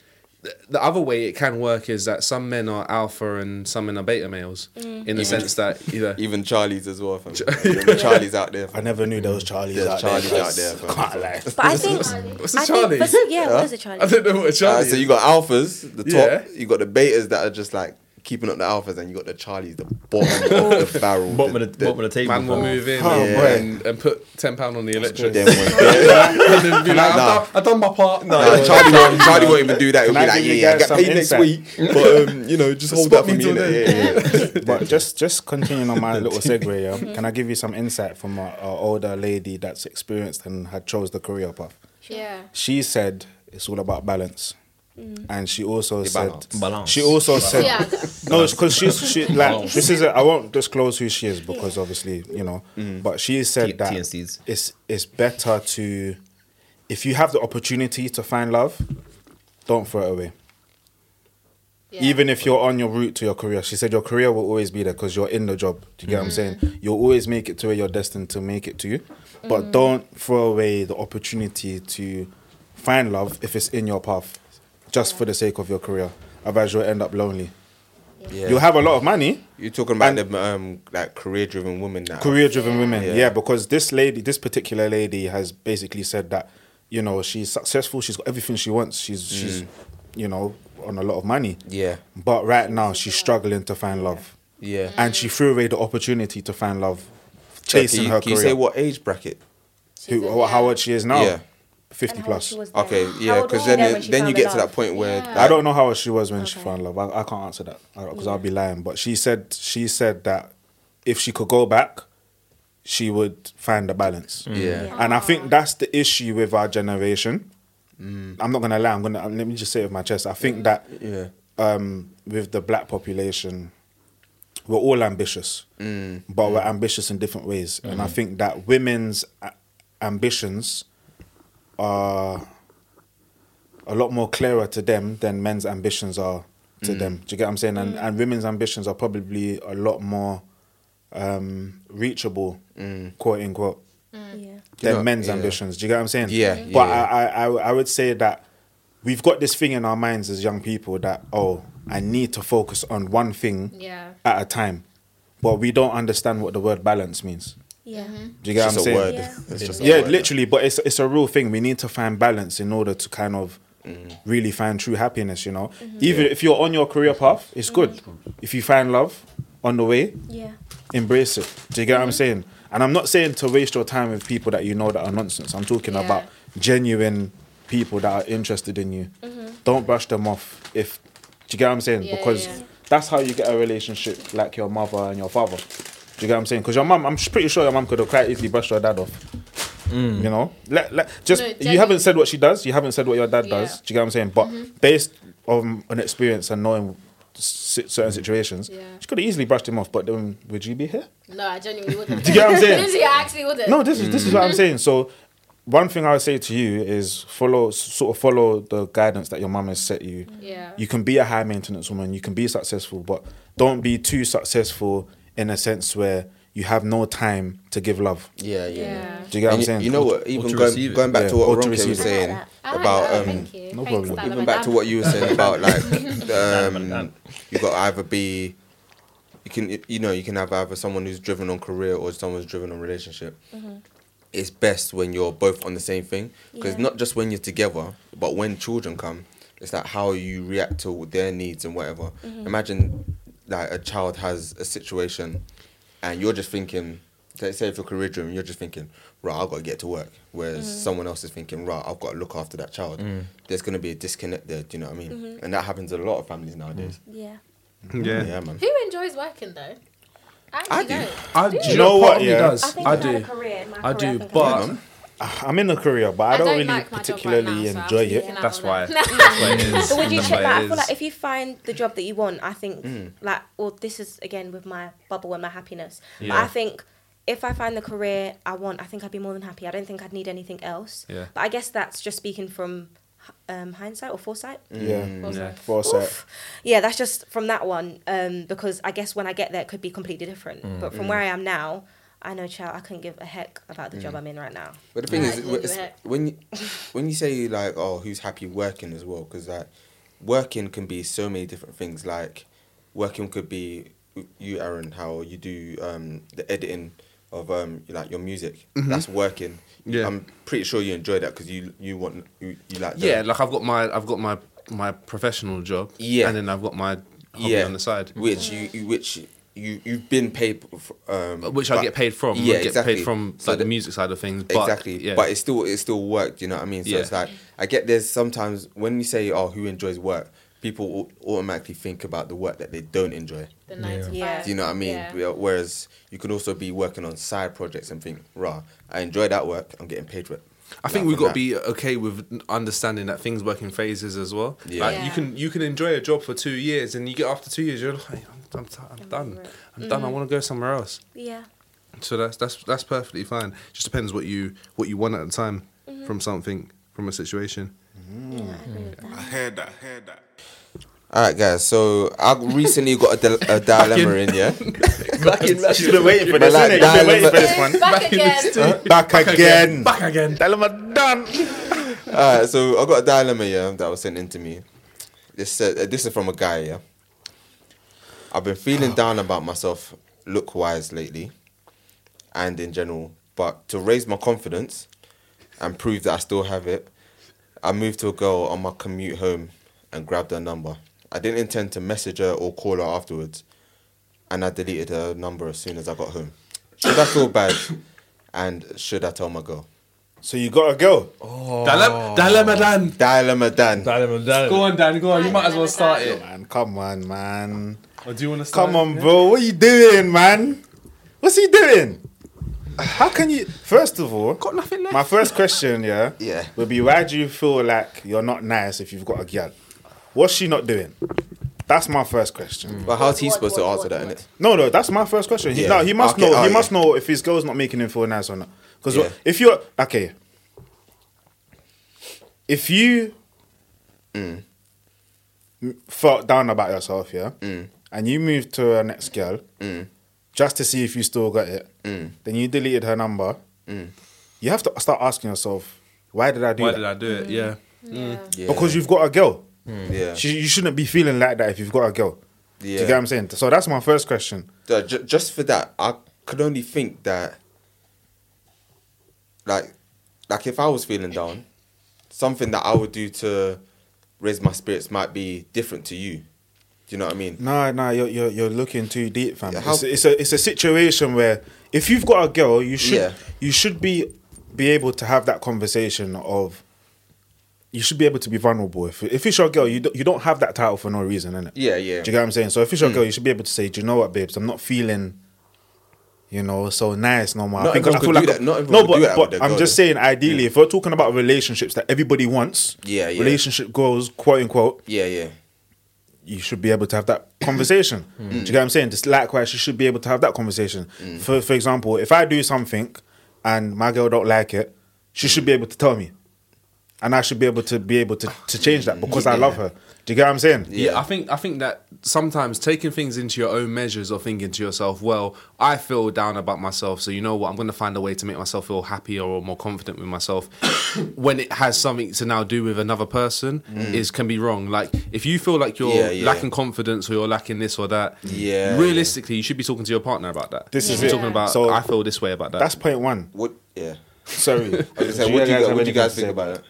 Speaker 4: th- the other way it can work is that some men are alpha and some men are beta males
Speaker 3: Mm.
Speaker 4: in the sense that either
Speaker 1: Even Charlie's as well, fam. Even Charlie's out there.
Speaker 5: I
Speaker 1: Fam.
Speaker 5: never knew there was Charlie's
Speaker 1: There's
Speaker 5: out
Speaker 1: Charlie's
Speaker 5: there.
Speaker 1: out there, fam.
Speaker 5: Can't lie.
Speaker 3: but i think
Speaker 4: what's Ah,
Speaker 3: I
Speaker 4: a
Speaker 3: think,
Speaker 4: Charlie?
Speaker 3: but, yeah what is a charlie
Speaker 4: I don't know what a Charlie.
Speaker 1: Alright, so you got alphas, the top.
Speaker 4: Yeah.
Speaker 1: You got the betas that are just like keeping up the alphas, and you got the Charlies, the bottom of the barrel.
Speaker 2: Bottom of the, bottom
Speaker 4: is.
Speaker 2: of the table.
Speaker 4: man will move in
Speaker 5: Oh,
Speaker 4: and,
Speaker 5: boy.
Speaker 4: and, and put ten pound on the electric.
Speaker 1: Them ones there.
Speaker 4: and then be
Speaker 1: Nah, nah.
Speaker 4: like, I've, done, I've done my part. No,
Speaker 1: Nah, Charlie, won't, Charlie won't even do that. He'll be
Speaker 5: Can I
Speaker 1: like,
Speaker 5: give you
Speaker 1: yeah, yeah, I get
Speaker 5: guys some
Speaker 1: paid next
Speaker 5: insight?
Speaker 1: week, but um, you know, just hold
Speaker 4: Spot
Speaker 1: up for
Speaker 4: me
Speaker 1: me.
Speaker 4: till
Speaker 1: innit?
Speaker 4: then.
Speaker 1: Yeah, yeah, yeah.
Speaker 5: But just just continuing on my little segue, yeah, can I give you some insight from an older lady that's experienced and had chose the career path?
Speaker 6: Yeah.
Speaker 5: She said it's all about balance, and she also said
Speaker 1: balance.
Speaker 2: Balance.
Speaker 5: She also said
Speaker 6: Yeah.
Speaker 5: no, because she's she
Speaker 2: Oh.
Speaker 5: like this is a, I won't disclose who she is because obviously you know, but she said
Speaker 2: Mm. T-
Speaker 5: that
Speaker 2: TNCs.
Speaker 5: it's it's better to if you have the opportunity to find love, don't throw it away.
Speaker 6: yeah.
Speaker 5: Even if you're on your route to your career, she said your career will always be there because you're in the job. Do you get what I'm saying? You'll always make it to where you're destined to make it to. But don't throw away the opportunity to find love if it's in your path just for the sake of your career. Otherwise, you'll end up lonely.
Speaker 1: Yeah.
Speaker 5: You'll have a lot of money,
Speaker 1: You're talking about the um, like career-driven women now.
Speaker 5: career-driven women. Yeah. because this lady, this particular lady, has basically said that you know she's successful. She's got everything she wants. She's she's you know on a lot of money.
Speaker 1: Mm. Yeah.
Speaker 5: But right now she's struggling to find love,
Speaker 1: Yeah.
Speaker 5: and she threw away the opportunity to find love,
Speaker 1: Check,
Speaker 5: chasing
Speaker 1: can you,
Speaker 5: her
Speaker 1: can
Speaker 5: career.
Speaker 1: you say what age bracket?
Speaker 5: Who, how- how old she is now?
Speaker 1: Yeah.
Speaker 5: Fifty
Speaker 3: And how old
Speaker 5: plus.
Speaker 3: she was then.
Speaker 1: Okay,
Speaker 3: How
Speaker 1: yeah,
Speaker 3: old was
Speaker 1: because
Speaker 3: she
Speaker 1: then
Speaker 3: then when
Speaker 1: it-
Speaker 3: she
Speaker 1: then you
Speaker 3: found
Speaker 1: get to
Speaker 3: love?
Speaker 1: that point where
Speaker 6: Yeah.
Speaker 5: I don't know how old she was when she
Speaker 3: Okay.
Speaker 5: found love. I, I can't answer that because I'll be lying. But she said she said that if she could go back, she would find a balance.
Speaker 1: Yeah.
Speaker 3: Yeah.
Speaker 5: and I think that's the issue with our generation. I'm not gonna lie. I'm gonna let me just say it with my chest. I think that
Speaker 1: Yeah.
Speaker 5: um, with the black population, we're all ambitious,
Speaker 1: Mm.
Speaker 5: but we're ambitious in different ways. And I think that women's a- ambitions are a lot more clearer to them than men's ambitions are
Speaker 1: Mm.
Speaker 5: to them. Do you get what I'm saying? And, and women's ambitions are probably a lot more um, reachable,
Speaker 1: Mm.
Speaker 5: quote unquote
Speaker 3: yeah
Speaker 5: than
Speaker 1: know,
Speaker 5: men's
Speaker 1: yeah.
Speaker 5: ambitions. Do you get what I'm saying?
Speaker 1: Yeah,
Speaker 5: But
Speaker 1: Mhm.
Speaker 5: I,
Speaker 1: yeah.
Speaker 5: I, I, I would say that we've got this thing in our minds as young people that oh, I need to focus on one thing
Speaker 6: Yeah.
Speaker 5: at a time, but we don't understand what the word balance means.
Speaker 3: yeah
Speaker 5: Do you
Speaker 1: it's
Speaker 5: get
Speaker 1: just
Speaker 5: what I'm
Speaker 1: a
Speaker 5: saying?
Speaker 1: word.
Speaker 3: Yeah.
Speaker 1: It's just a
Speaker 5: Yeah,
Speaker 1: word.
Speaker 5: literally. But it's it's a real thing. We need to find balance in order to kind of
Speaker 1: Mm.
Speaker 5: really find true happiness. You know, even if you're on your career path, it's good. If you find love on the way,
Speaker 3: yeah
Speaker 5: embrace it. Do you get what
Speaker 6: Mm-hmm.
Speaker 5: I'm saying? And I'm not saying to waste your time with people that you know that are nonsense. I'm talking
Speaker 6: Yeah.
Speaker 5: about genuine people that are interested in you. Don't brush them off. If do you get what I'm saying?
Speaker 6: Mm-hmm. Yeah,
Speaker 5: because
Speaker 6: yeah, yeah.
Speaker 5: that's how you get a relationship like your mother and your father. Do you get what I'm saying? Because your mum, I'm pretty sure your mum could have quite easily brushed your dad off. You know, let, let just
Speaker 6: No,
Speaker 5: you haven't
Speaker 6: genuinely.
Speaker 5: said what she does. You haven't said what your dad does.
Speaker 6: Yeah.
Speaker 5: Do you get what I'm saying? But
Speaker 6: Mm-hmm.
Speaker 5: based on on experience and knowing si- certain situations,
Speaker 6: Yeah.
Speaker 5: she could have easily brushed him off. But then, would you be here?
Speaker 6: No, I genuinely wouldn't.
Speaker 5: Do you get what I'm saying?
Speaker 6: Literally, I actually wouldn't.
Speaker 5: No, this is this is what
Speaker 6: Mm.
Speaker 5: I'm saying. So, one thing I would say to you is follow, s- sort of follow the guidance that your mum has set you.
Speaker 6: Yeah.
Speaker 5: You can be a high maintenance woman. You can be successful, but don't be too successful in a sense where you have no time to give love.
Speaker 1: Yeah, yeah. yeah.
Speaker 6: yeah.
Speaker 5: Do you get what I'm
Speaker 1: And you,
Speaker 5: saying?
Speaker 1: you know what?
Speaker 2: to
Speaker 1: Even
Speaker 2: receive
Speaker 1: going,
Speaker 2: it.
Speaker 1: going back to what
Speaker 5: Yeah, or to
Speaker 1: Ronke
Speaker 5: receive
Speaker 1: was
Speaker 5: it.
Speaker 1: saying
Speaker 6: I like
Speaker 1: about
Speaker 6: that,
Speaker 1: um,
Speaker 6: thank you.
Speaker 5: no
Speaker 6: Thanks,
Speaker 5: problem.
Speaker 6: Dad,
Speaker 1: even
Speaker 6: I'm
Speaker 1: back to
Speaker 6: like,
Speaker 1: what you were saying about like
Speaker 2: and
Speaker 1: um,
Speaker 2: ant.
Speaker 1: you got to either be you can you know you can have either someone who's driven on career or someone's driven on relationship. It's best when you're both on the same thing because
Speaker 3: Yeah.
Speaker 1: not just when you're together, but when children come, it's like how you react to their needs and whatever. Imagine like a child has a situation, and you're just thinking. Let's say if you're career driven, you're just thinking, right, I've got to get to work. Whereas someone else is thinking, right, I've got to look after that child. There's going to be a disconnect there, do you know what I mean? And that happens in a lot of families nowadays.
Speaker 3: Yeah.
Speaker 4: Yeah.
Speaker 1: Yeah, man.
Speaker 6: Who enjoys working though? I actually
Speaker 1: I do.
Speaker 6: don't.
Speaker 4: I, do
Speaker 5: you know
Speaker 4: part
Speaker 5: what,
Speaker 4: of me
Speaker 5: yeah?
Speaker 4: does.
Speaker 3: I think
Speaker 4: I
Speaker 3: I've had a
Speaker 4: do.
Speaker 3: career in my
Speaker 4: I
Speaker 3: career,
Speaker 4: do.
Speaker 3: think I've
Speaker 4: But
Speaker 5: I'm in a career, but I, don't, really
Speaker 6: like my job right
Speaker 5: particularly
Speaker 6: now, so I'm
Speaker 5: enjoy it.
Speaker 6: speaking out
Speaker 4: that's
Speaker 6: on
Speaker 4: why.
Speaker 6: that.
Speaker 4: That's why it is.
Speaker 3: But would you
Speaker 4: That's why
Speaker 3: check that?
Speaker 4: it
Speaker 3: I feel like
Speaker 4: is.
Speaker 3: if you find the job that you want, I think
Speaker 4: Mm.
Speaker 3: like well, this is again with my bubble and my happiness. But
Speaker 4: Yeah.
Speaker 3: I think if I find the career I want, I think I'd be more than happy. I don't think I'd need anything else.
Speaker 4: Yeah.
Speaker 3: But I guess that's just speaking from um, hindsight or foresight.
Speaker 4: Mm.
Speaker 5: Yeah,
Speaker 4: Yeah.
Speaker 5: foresight.
Speaker 3: Yeah, that's just from that one um, because I guess when I get there, it could be completely different.
Speaker 4: Mm.
Speaker 3: But from where I am now, I know, child, I couldn't give a heck about the
Speaker 4: Mm.
Speaker 3: job I'm in right now.
Speaker 1: But the thing
Speaker 6: Yeah,
Speaker 1: is,
Speaker 6: I do
Speaker 1: it's-
Speaker 6: it.
Speaker 1: when you, when you say like, oh, who's happy working as well? Because like, working can be so many different things. Like, working could be you, Aaron, how you do um, the editing of um, like your music. That's working.
Speaker 4: Mm-hmm. Yeah.
Speaker 1: I'm pretty sure you enjoy that because you you want you, you like the-
Speaker 4: yeah, like I've got my I've got my my professional job.
Speaker 1: Yeah.
Speaker 4: And then I've got my hobby on the side.
Speaker 1: which you, you which you you've been paid f- um,
Speaker 4: Which I
Speaker 1: but-
Speaker 4: get paid from.
Speaker 1: Yeah,
Speaker 4: I get
Speaker 1: exactly.
Speaker 4: paid from like
Speaker 1: So
Speaker 4: the
Speaker 1: the-
Speaker 4: music side of things. But,
Speaker 1: exactly.
Speaker 4: Yeah.
Speaker 1: But it's still it's still work. You know what I mean? So
Speaker 4: Yeah.
Speaker 1: it's like I get there's sometimes when you say oh who enjoys work, people au- automatically think about the work that they don't enjoy.
Speaker 6: The nine to five.
Speaker 3: Yeah.
Speaker 1: Do you know what I mean?
Speaker 6: Yeah.
Speaker 1: Where- Whereas you can also be working on side projects and think, rah, I enjoy that work. I'm getting paid for it.
Speaker 4: I think
Speaker 1: Like,
Speaker 4: we've
Speaker 1: from
Speaker 4: got to be okay with understanding that things work in phases as well.
Speaker 1: Yeah.
Speaker 4: Like,
Speaker 6: Yeah.
Speaker 4: you can you can enjoy a job for two years and you get after two years you're like I'm, I'm, ti- I'm done I'm done I want to go somewhere else.
Speaker 3: Yeah.
Speaker 4: So that's that's that's perfectly fine. Just depends what you what you want at the time
Speaker 6: Mm-hmm.
Speaker 4: from something from a situation.
Speaker 3: yeah I agree with that.
Speaker 7: Heard that, heard that.
Speaker 1: All right, guys. So I recently got a, dil- a dilemma in, yeah.
Speaker 5: You've been waiting for
Speaker 1: But
Speaker 5: this.
Speaker 1: like
Speaker 5: innit? You've been waiting
Speaker 1: dilemma-
Speaker 5: for this one.
Speaker 6: Back again.
Speaker 5: Back again.
Speaker 4: Back again.
Speaker 5: Dilemma done.
Speaker 1: All right, so I got a dilemma, yeah, that was sent in to me. This said, uh, this is from a guy, yeah. I've been feeling down about myself, look wise lately, and in general. But to raise my confidence and prove that I still have it, I moved to a girl on my commute home and grabbed her number. I didn't intend to message her or call her afterwards, and I deleted her number as soon as I got home. Should I feel bad? And should I tell my girl?
Speaker 5: So you Oh, got a girl.
Speaker 4: Dilemma, dilemma Dan.
Speaker 1: Dilemma Dan.
Speaker 4: Oh. Go on, Dan. Go on. You might as well start
Speaker 6: Dilemma
Speaker 4: it.
Speaker 5: Man, come on, man.
Speaker 4: Or do you want to start?
Speaker 5: Come on, bro. What you doing, man? What's he doing? How can you? First of all, got nothing left. My first question, yeah,
Speaker 1: Yeah.
Speaker 5: would be why do you feel like you're not nice if you've got a girl? What's she not doing? That's my first question.
Speaker 1: But how's he
Speaker 6: What,
Speaker 1: supposed to
Speaker 6: what,
Speaker 1: answer
Speaker 6: what,
Speaker 1: that,
Speaker 6: what?
Speaker 1: innit?
Speaker 5: No, no, that's my first question. He,
Speaker 1: Yeah.
Speaker 5: no, he must
Speaker 1: Okay,
Speaker 5: know.
Speaker 1: oh,
Speaker 5: he
Speaker 1: yeah.
Speaker 5: must know if his girl's not making him feel nice or not. Because
Speaker 1: Yeah.
Speaker 5: if you're okay, if you mm, m- felt down about yourself, yeah,
Speaker 1: Mm.
Speaker 5: and you moved to her next girl just to see if you still got it,
Speaker 1: Mm.
Speaker 5: then you deleted her number. You have to start asking yourself, why did I do
Speaker 4: Why
Speaker 5: that?
Speaker 4: did I do
Speaker 6: Mm-hmm.
Speaker 4: it? Yeah.
Speaker 1: Yeah.
Speaker 5: Because you've got a girl.
Speaker 1: yeah.
Speaker 5: She, you shouldn't be feeling like that if you've got a girl. Do you
Speaker 1: Mm. Yeah.
Speaker 5: get what I'm saying? So that's my first question.
Speaker 1: Uh, ju- just for that, I could only think that, like, like if I was feeling down, something that I would do to raise my spirits might be different to you. Do you know what I mean?
Speaker 5: No, no, you're you're, you're looking too deep, fam.
Speaker 1: Yeah, how-
Speaker 5: it's, it's a it's a situation where if you've got a girl, you should
Speaker 1: Yeah.
Speaker 5: you should be be able to have that conversation of you should be able to be vulnerable. If, if it's your girl, you, do, you don't have that title for no reason, innit?
Speaker 1: Yeah, yeah. Mm.
Speaker 5: Do you get what I'm saying? So if it's your girl, you should be able to say, do you know what, babes? I'm not feeling, you know, so nice no more.
Speaker 1: Not
Speaker 5: I think I
Speaker 1: everyone
Speaker 5: feel
Speaker 1: could
Speaker 5: like
Speaker 1: do that. Not everyone
Speaker 5: no,
Speaker 1: could do
Speaker 5: but,
Speaker 1: that with
Speaker 5: but
Speaker 1: their
Speaker 5: I'm
Speaker 1: girl,
Speaker 5: just
Speaker 1: though. Mm.
Speaker 5: saying, ideally, if we're talking about relationships that everybody wants,
Speaker 1: Yeah, yeah.
Speaker 5: relationship goals, quote unquote,
Speaker 1: Yeah, yeah.
Speaker 5: you should be able to have that conversation. Do you get what I'm saying? Just likewise, you should be able to have that conversation. For for example, if I do something and my girl don't like it, she should be able to tell me, and I should be able to be able to, to change that because I love her. Do you get what I'm saying?
Speaker 4: Yeah. I think I think that sometimes taking things into your own measures or thinking to yourself, well, I feel down about myself, so you know what, I'm going to find a way to make myself feel happier or more confident with myself. when it has something to now do with another person,
Speaker 5: Mm.
Speaker 4: is can be wrong. Like if you feel like you're
Speaker 1: Yeah, yeah.
Speaker 4: lacking confidence or you're lacking this or that,
Speaker 1: Yeah,
Speaker 4: realistically, you should be talking to your partner about that.
Speaker 5: This
Speaker 4: You
Speaker 5: is
Speaker 4: should be
Speaker 5: it.
Speaker 4: talking about.
Speaker 5: So-
Speaker 4: I feel this way about that.
Speaker 5: That's point one.
Speaker 1: What? Yeah.
Speaker 5: Sorry.
Speaker 1: I was gonna say, what do you,
Speaker 8: guys
Speaker 1: guys,
Speaker 8: have
Speaker 1: what do you
Speaker 8: anything
Speaker 1: guys
Speaker 8: to
Speaker 1: think
Speaker 8: say?
Speaker 1: about it?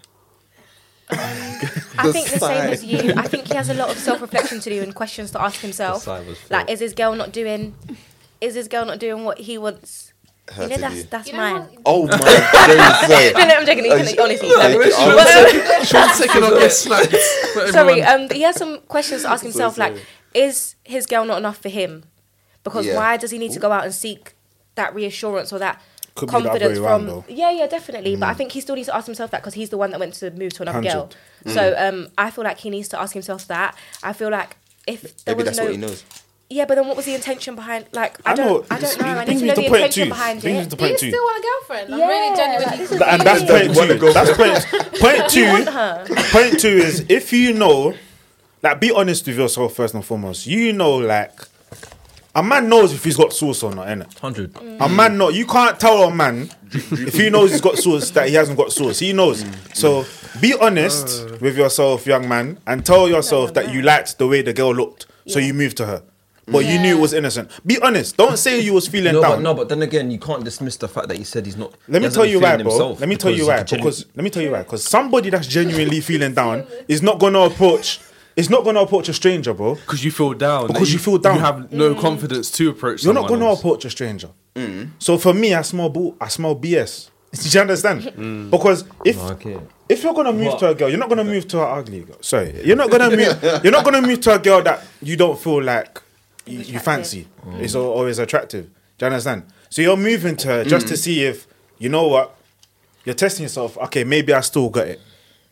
Speaker 3: I
Speaker 1: The
Speaker 3: think the same as
Speaker 1: sigh.
Speaker 3: you. I think he has a lot of self-reflection to do and questions to ask himself.
Speaker 2: The sigh was
Speaker 3: Like,
Speaker 2: full.
Speaker 3: is his girl not doing? Is his girl not doing what he wants?
Speaker 1: Her
Speaker 3: you know,
Speaker 1: to
Speaker 3: that's
Speaker 1: do.
Speaker 3: that's
Speaker 6: You know
Speaker 3: mine.
Speaker 6: what?
Speaker 1: Oh my days!
Speaker 3: no, no, I'm joking. He's gonna- honestly,
Speaker 1: Thank
Speaker 3: no.
Speaker 1: you.
Speaker 4: Sean second- Sean second on this, like, for everyone.
Speaker 3: sorry.
Speaker 5: uh,
Speaker 3: Um, he has some questions to ask himself. Like, is his girl not enough for him? Because
Speaker 1: Yeah.
Speaker 3: why does he need to go out and seek that reassurance or that?
Speaker 5: Could be the other
Speaker 3: confidence
Speaker 5: way around,
Speaker 3: from
Speaker 5: though. Mm.
Speaker 3: yeah yeah definitely but i think he still needs to ask himself that because he's the one that went to move to another girl
Speaker 5: Hundred. Mm.
Speaker 3: so um i feel like he needs to ask himself that i feel like if there
Speaker 1: Maybe
Speaker 3: was
Speaker 1: that's
Speaker 3: no
Speaker 1: what he knows.
Speaker 3: Yeah, but then what was the intention behind? Like, I,
Speaker 5: I know,
Speaker 3: don't, I
Speaker 5: it's-
Speaker 3: don't know. I need
Speaker 5: brings
Speaker 3: to
Speaker 5: me
Speaker 3: know
Speaker 5: to
Speaker 3: the
Speaker 5: point
Speaker 3: intention
Speaker 5: two.
Speaker 3: behind
Speaker 5: Brings me
Speaker 3: it.
Speaker 5: to
Speaker 6: Do you
Speaker 5: point two.
Speaker 6: still want a girlfriend?
Speaker 3: Yeah,
Speaker 6: I'm really
Speaker 3: like, this
Speaker 6: genuinely.
Speaker 3: is
Speaker 5: Th- and that's
Speaker 3: Yeah.
Speaker 5: point
Speaker 1: Wanna
Speaker 5: two.
Speaker 1: go
Speaker 5: That's point point two.
Speaker 3: want her.
Speaker 5: Point two is if you know, like, be honest with yourself first and foremost. You know, like, a man knows if he's got sauce or not, innit?
Speaker 2: Hundred.
Speaker 5: A man not you can't tell a man if he knows he's got sauce that he hasn't got sauce. He knows.
Speaker 2: Hmm.
Speaker 5: So be honest
Speaker 2: Uh.
Speaker 5: with yourself, young man, and tell yourself that you liked the way the girl looked. So you moved to her. But you knew it was innocent. Be honest. Don't say you was feeling
Speaker 2: No,
Speaker 5: down.
Speaker 2: but no, but then again, you can't dismiss the fact that he said he's not.
Speaker 5: Let
Speaker 2: he
Speaker 5: me
Speaker 2: hasn't
Speaker 5: tell
Speaker 2: been
Speaker 5: you why,
Speaker 2: feeling
Speaker 5: bro.
Speaker 2: himself
Speaker 5: Let me tell you
Speaker 2: he
Speaker 5: why
Speaker 2: could genuinely-
Speaker 5: because let me tell you why because somebody that's genuinely feeling down is not gonna approach. It's not gonna approach a stranger, bro.
Speaker 4: because you feel down. that
Speaker 5: Because you feel down.
Speaker 4: You have no confidence to approach.
Speaker 5: You're not
Speaker 4: someone
Speaker 5: gonna
Speaker 4: else.
Speaker 5: approach a stranger.
Speaker 2: Mm.
Speaker 5: So for me, I smell bull. I smell BS. Do you understand? Because if
Speaker 2: Mm. Oh, Okay.
Speaker 5: if you're gonna move
Speaker 2: But-
Speaker 5: to a girl, you're not gonna move to an ugly girl. Sorry, you're not gonna move. You're not gonna move to a girl that you don't feel like you, you fancy is al- always attractive. Do you understand? So you're moving to her
Speaker 1: Mm.
Speaker 5: just to see if you know what you're testing yourself. Okay, maybe I still got it,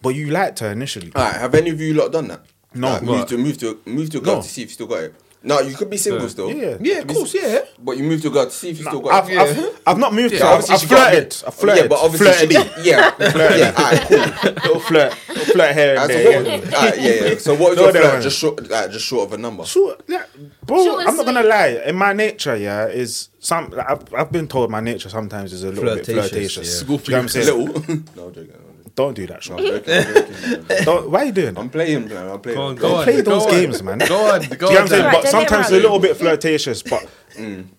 Speaker 5: but you liked her initially.
Speaker 1: All right, have any of you lot done that?
Speaker 5: No.
Speaker 1: Like, move to move to move to a girl
Speaker 5: No.
Speaker 1: to see if you still got it. No, you could be single still.
Speaker 5: Yeah.
Speaker 1: yeah, of course, yeah. But you move to a girl to see if you still got
Speaker 5: I've,
Speaker 1: it.
Speaker 5: I've, I've not moved to.
Speaker 1: So
Speaker 5: her. I've,
Speaker 1: obviously
Speaker 5: I've
Speaker 1: she got
Speaker 5: flirted.
Speaker 1: it.
Speaker 5: I've flirted.
Speaker 1: Yeah, but obviously
Speaker 5: flirted.
Speaker 1: she, yeah, yeah. All right, cool.
Speaker 5: little flirt, little flirt here and
Speaker 1: That's
Speaker 5: there.
Speaker 1: a
Speaker 5: yeah.
Speaker 1: woman. All right, yeah, yeah. So what was
Speaker 5: No,
Speaker 1: your
Speaker 5: no,
Speaker 1: flirt?
Speaker 5: no.
Speaker 1: Just short, like, just short of a number.
Speaker 5: Sure, yeah, bro.
Speaker 6: Short and
Speaker 5: I'm not gonna
Speaker 6: sweet.
Speaker 5: lie. In my nature, yeah, is some. like, I've, I've been told my nature sometimes is a little
Speaker 2: Flirtatious,
Speaker 5: bit flirtatious.
Speaker 2: yeah.
Speaker 5: Do you know what I'm saying?
Speaker 1: Little. no, I'm joking.
Speaker 5: Don't do that, Sean.
Speaker 1: I'm joking. I'm joking, I'm joking.
Speaker 5: Don't, why are you doing that?
Speaker 1: I'm playing, man. I'm playing.
Speaker 4: Go on, go
Speaker 5: Don't
Speaker 4: on,
Speaker 5: play
Speaker 4: go
Speaker 5: those
Speaker 4: on.
Speaker 5: games, man.
Speaker 4: Go on, go
Speaker 5: Do you know what I'm saying?
Speaker 4: on.
Speaker 5: But
Speaker 4: Mm.
Speaker 3: Right, don't get
Speaker 5: sometimes it's a
Speaker 3: around.
Speaker 5: little bit flirtatious, but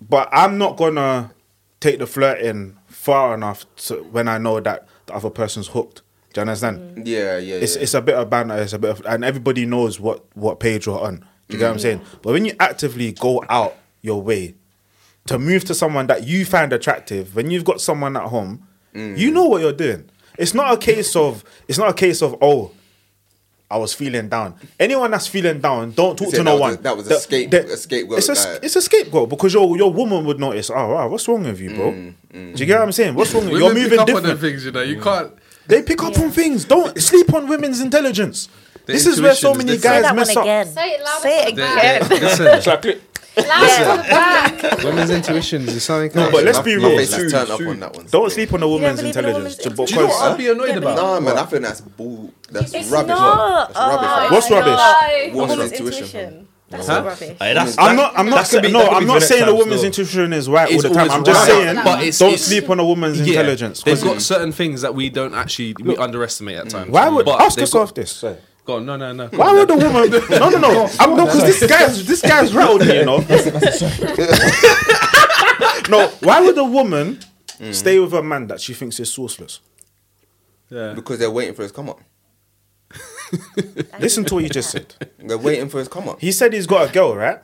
Speaker 5: but I'm not gonna take the flirting far enough to, when I know that the other person's hooked. Do you understand?
Speaker 1: Yeah, yeah,
Speaker 5: It's
Speaker 1: yeah.
Speaker 5: it's a bit of banter. It's a bit of, and everybody knows what what page you're on. Do you get what I'm
Speaker 1: Mm.
Speaker 5: saying? But when you actively go out your way to move to someone that you find attractive, when you've got someone at home,
Speaker 1: Mm.
Speaker 5: you know what you're doing. It's not a case of it's not a case of oh. I was feeling down. Anyone that's feeling down, don't talk
Speaker 1: said
Speaker 5: to
Speaker 1: that
Speaker 5: no
Speaker 1: was a-
Speaker 5: one.
Speaker 1: that was a
Speaker 5: The-
Speaker 1: scape-
Speaker 5: the-
Speaker 1: a scapegoat,
Speaker 5: It's a,
Speaker 1: like-
Speaker 5: it's a scapegoat because your your woman would notice. Oh, wow, what's wrong with you, bro?
Speaker 1: Mm,
Speaker 5: Do you get what I'm saying? What's wrong? with you? You're
Speaker 4: Women
Speaker 5: moving
Speaker 4: pick up on them
Speaker 5: different.
Speaker 4: things, you know. You can't.
Speaker 5: They pick up on things. Don't sleep on women's intelligence. this is where so
Speaker 4: intuition
Speaker 5: many
Speaker 4: is different.
Speaker 3: Say
Speaker 5: guys
Speaker 3: that
Speaker 5: mess
Speaker 3: one
Speaker 5: up.
Speaker 3: again.
Speaker 6: Say it loud.
Speaker 3: Say it
Speaker 6: Say
Speaker 3: again.
Speaker 6: it
Speaker 4: Listen,
Speaker 6: back.
Speaker 4: women's intuitions is something.
Speaker 5: No, but let's be
Speaker 1: My
Speaker 5: real.
Speaker 1: face is turned up on that one.
Speaker 5: Don't sleep on a woman's
Speaker 3: believe in a
Speaker 5: intelligence.
Speaker 3: woman's
Speaker 5: because-
Speaker 4: Do you know what I'd be annoyed about?
Speaker 1: Nah, man. I think that's bull. That's
Speaker 3: It's
Speaker 1: rubbish.
Speaker 3: not.
Speaker 1: That's rubbish.
Speaker 5: What's rubbish?
Speaker 3: No.
Speaker 1: Woman's
Speaker 3: Woman's
Speaker 1: intuition.
Speaker 3: intuition. That's not rubbish.
Speaker 2: Aye, that's-
Speaker 5: I'm not. I'm not.
Speaker 2: that could be-
Speaker 5: no,
Speaker 2: that could
Speaker 5: I'm
Speaker 2: be
Speaker 5: not
Speaker 2: for
Speaker 5: saying a
Speaker 2: next time
Speaker 5: woman's
Speaker 2: still.
Speaker 5: intuition is right all
Speaker 4: It's
Speaker 5: the time.
Speaker 4: always
Speaker 5: I'm just
Speaker 4: right,
Speaker 5: saying,
Speaker 4: but it's-
Speaker 5: don't
Speaker 4: it's-
Speaker 5: sleep on a woman's intelligence. 'cause
Speaker 4: They've got certain things that we don't actually we underestimate at times.
Speaker 5: why would
Speaker 4: But
Speaker 5: ask
Speaker 4: they've
Speaker 5: yourself this?
Speaker 4: Got, go on, no, no, no. go
Speaker 5: Why
Speaker 4: on.
Speaker 5: would a woman? No, no, no. I'm no, because this guy's this guy's rattled me, you know. no, why would a woman
Speaker 4: Mm.
Speaker 5: stay with a man that she thinks is sourceless?
Speaker 4: Yeah.
Speaker 1: Because they're waiting for his come up.
Speaker 5: Listen to what you just said.
Speaker 1: They're waiting for his come up.
Speaker 5: He said he's got a girl, right?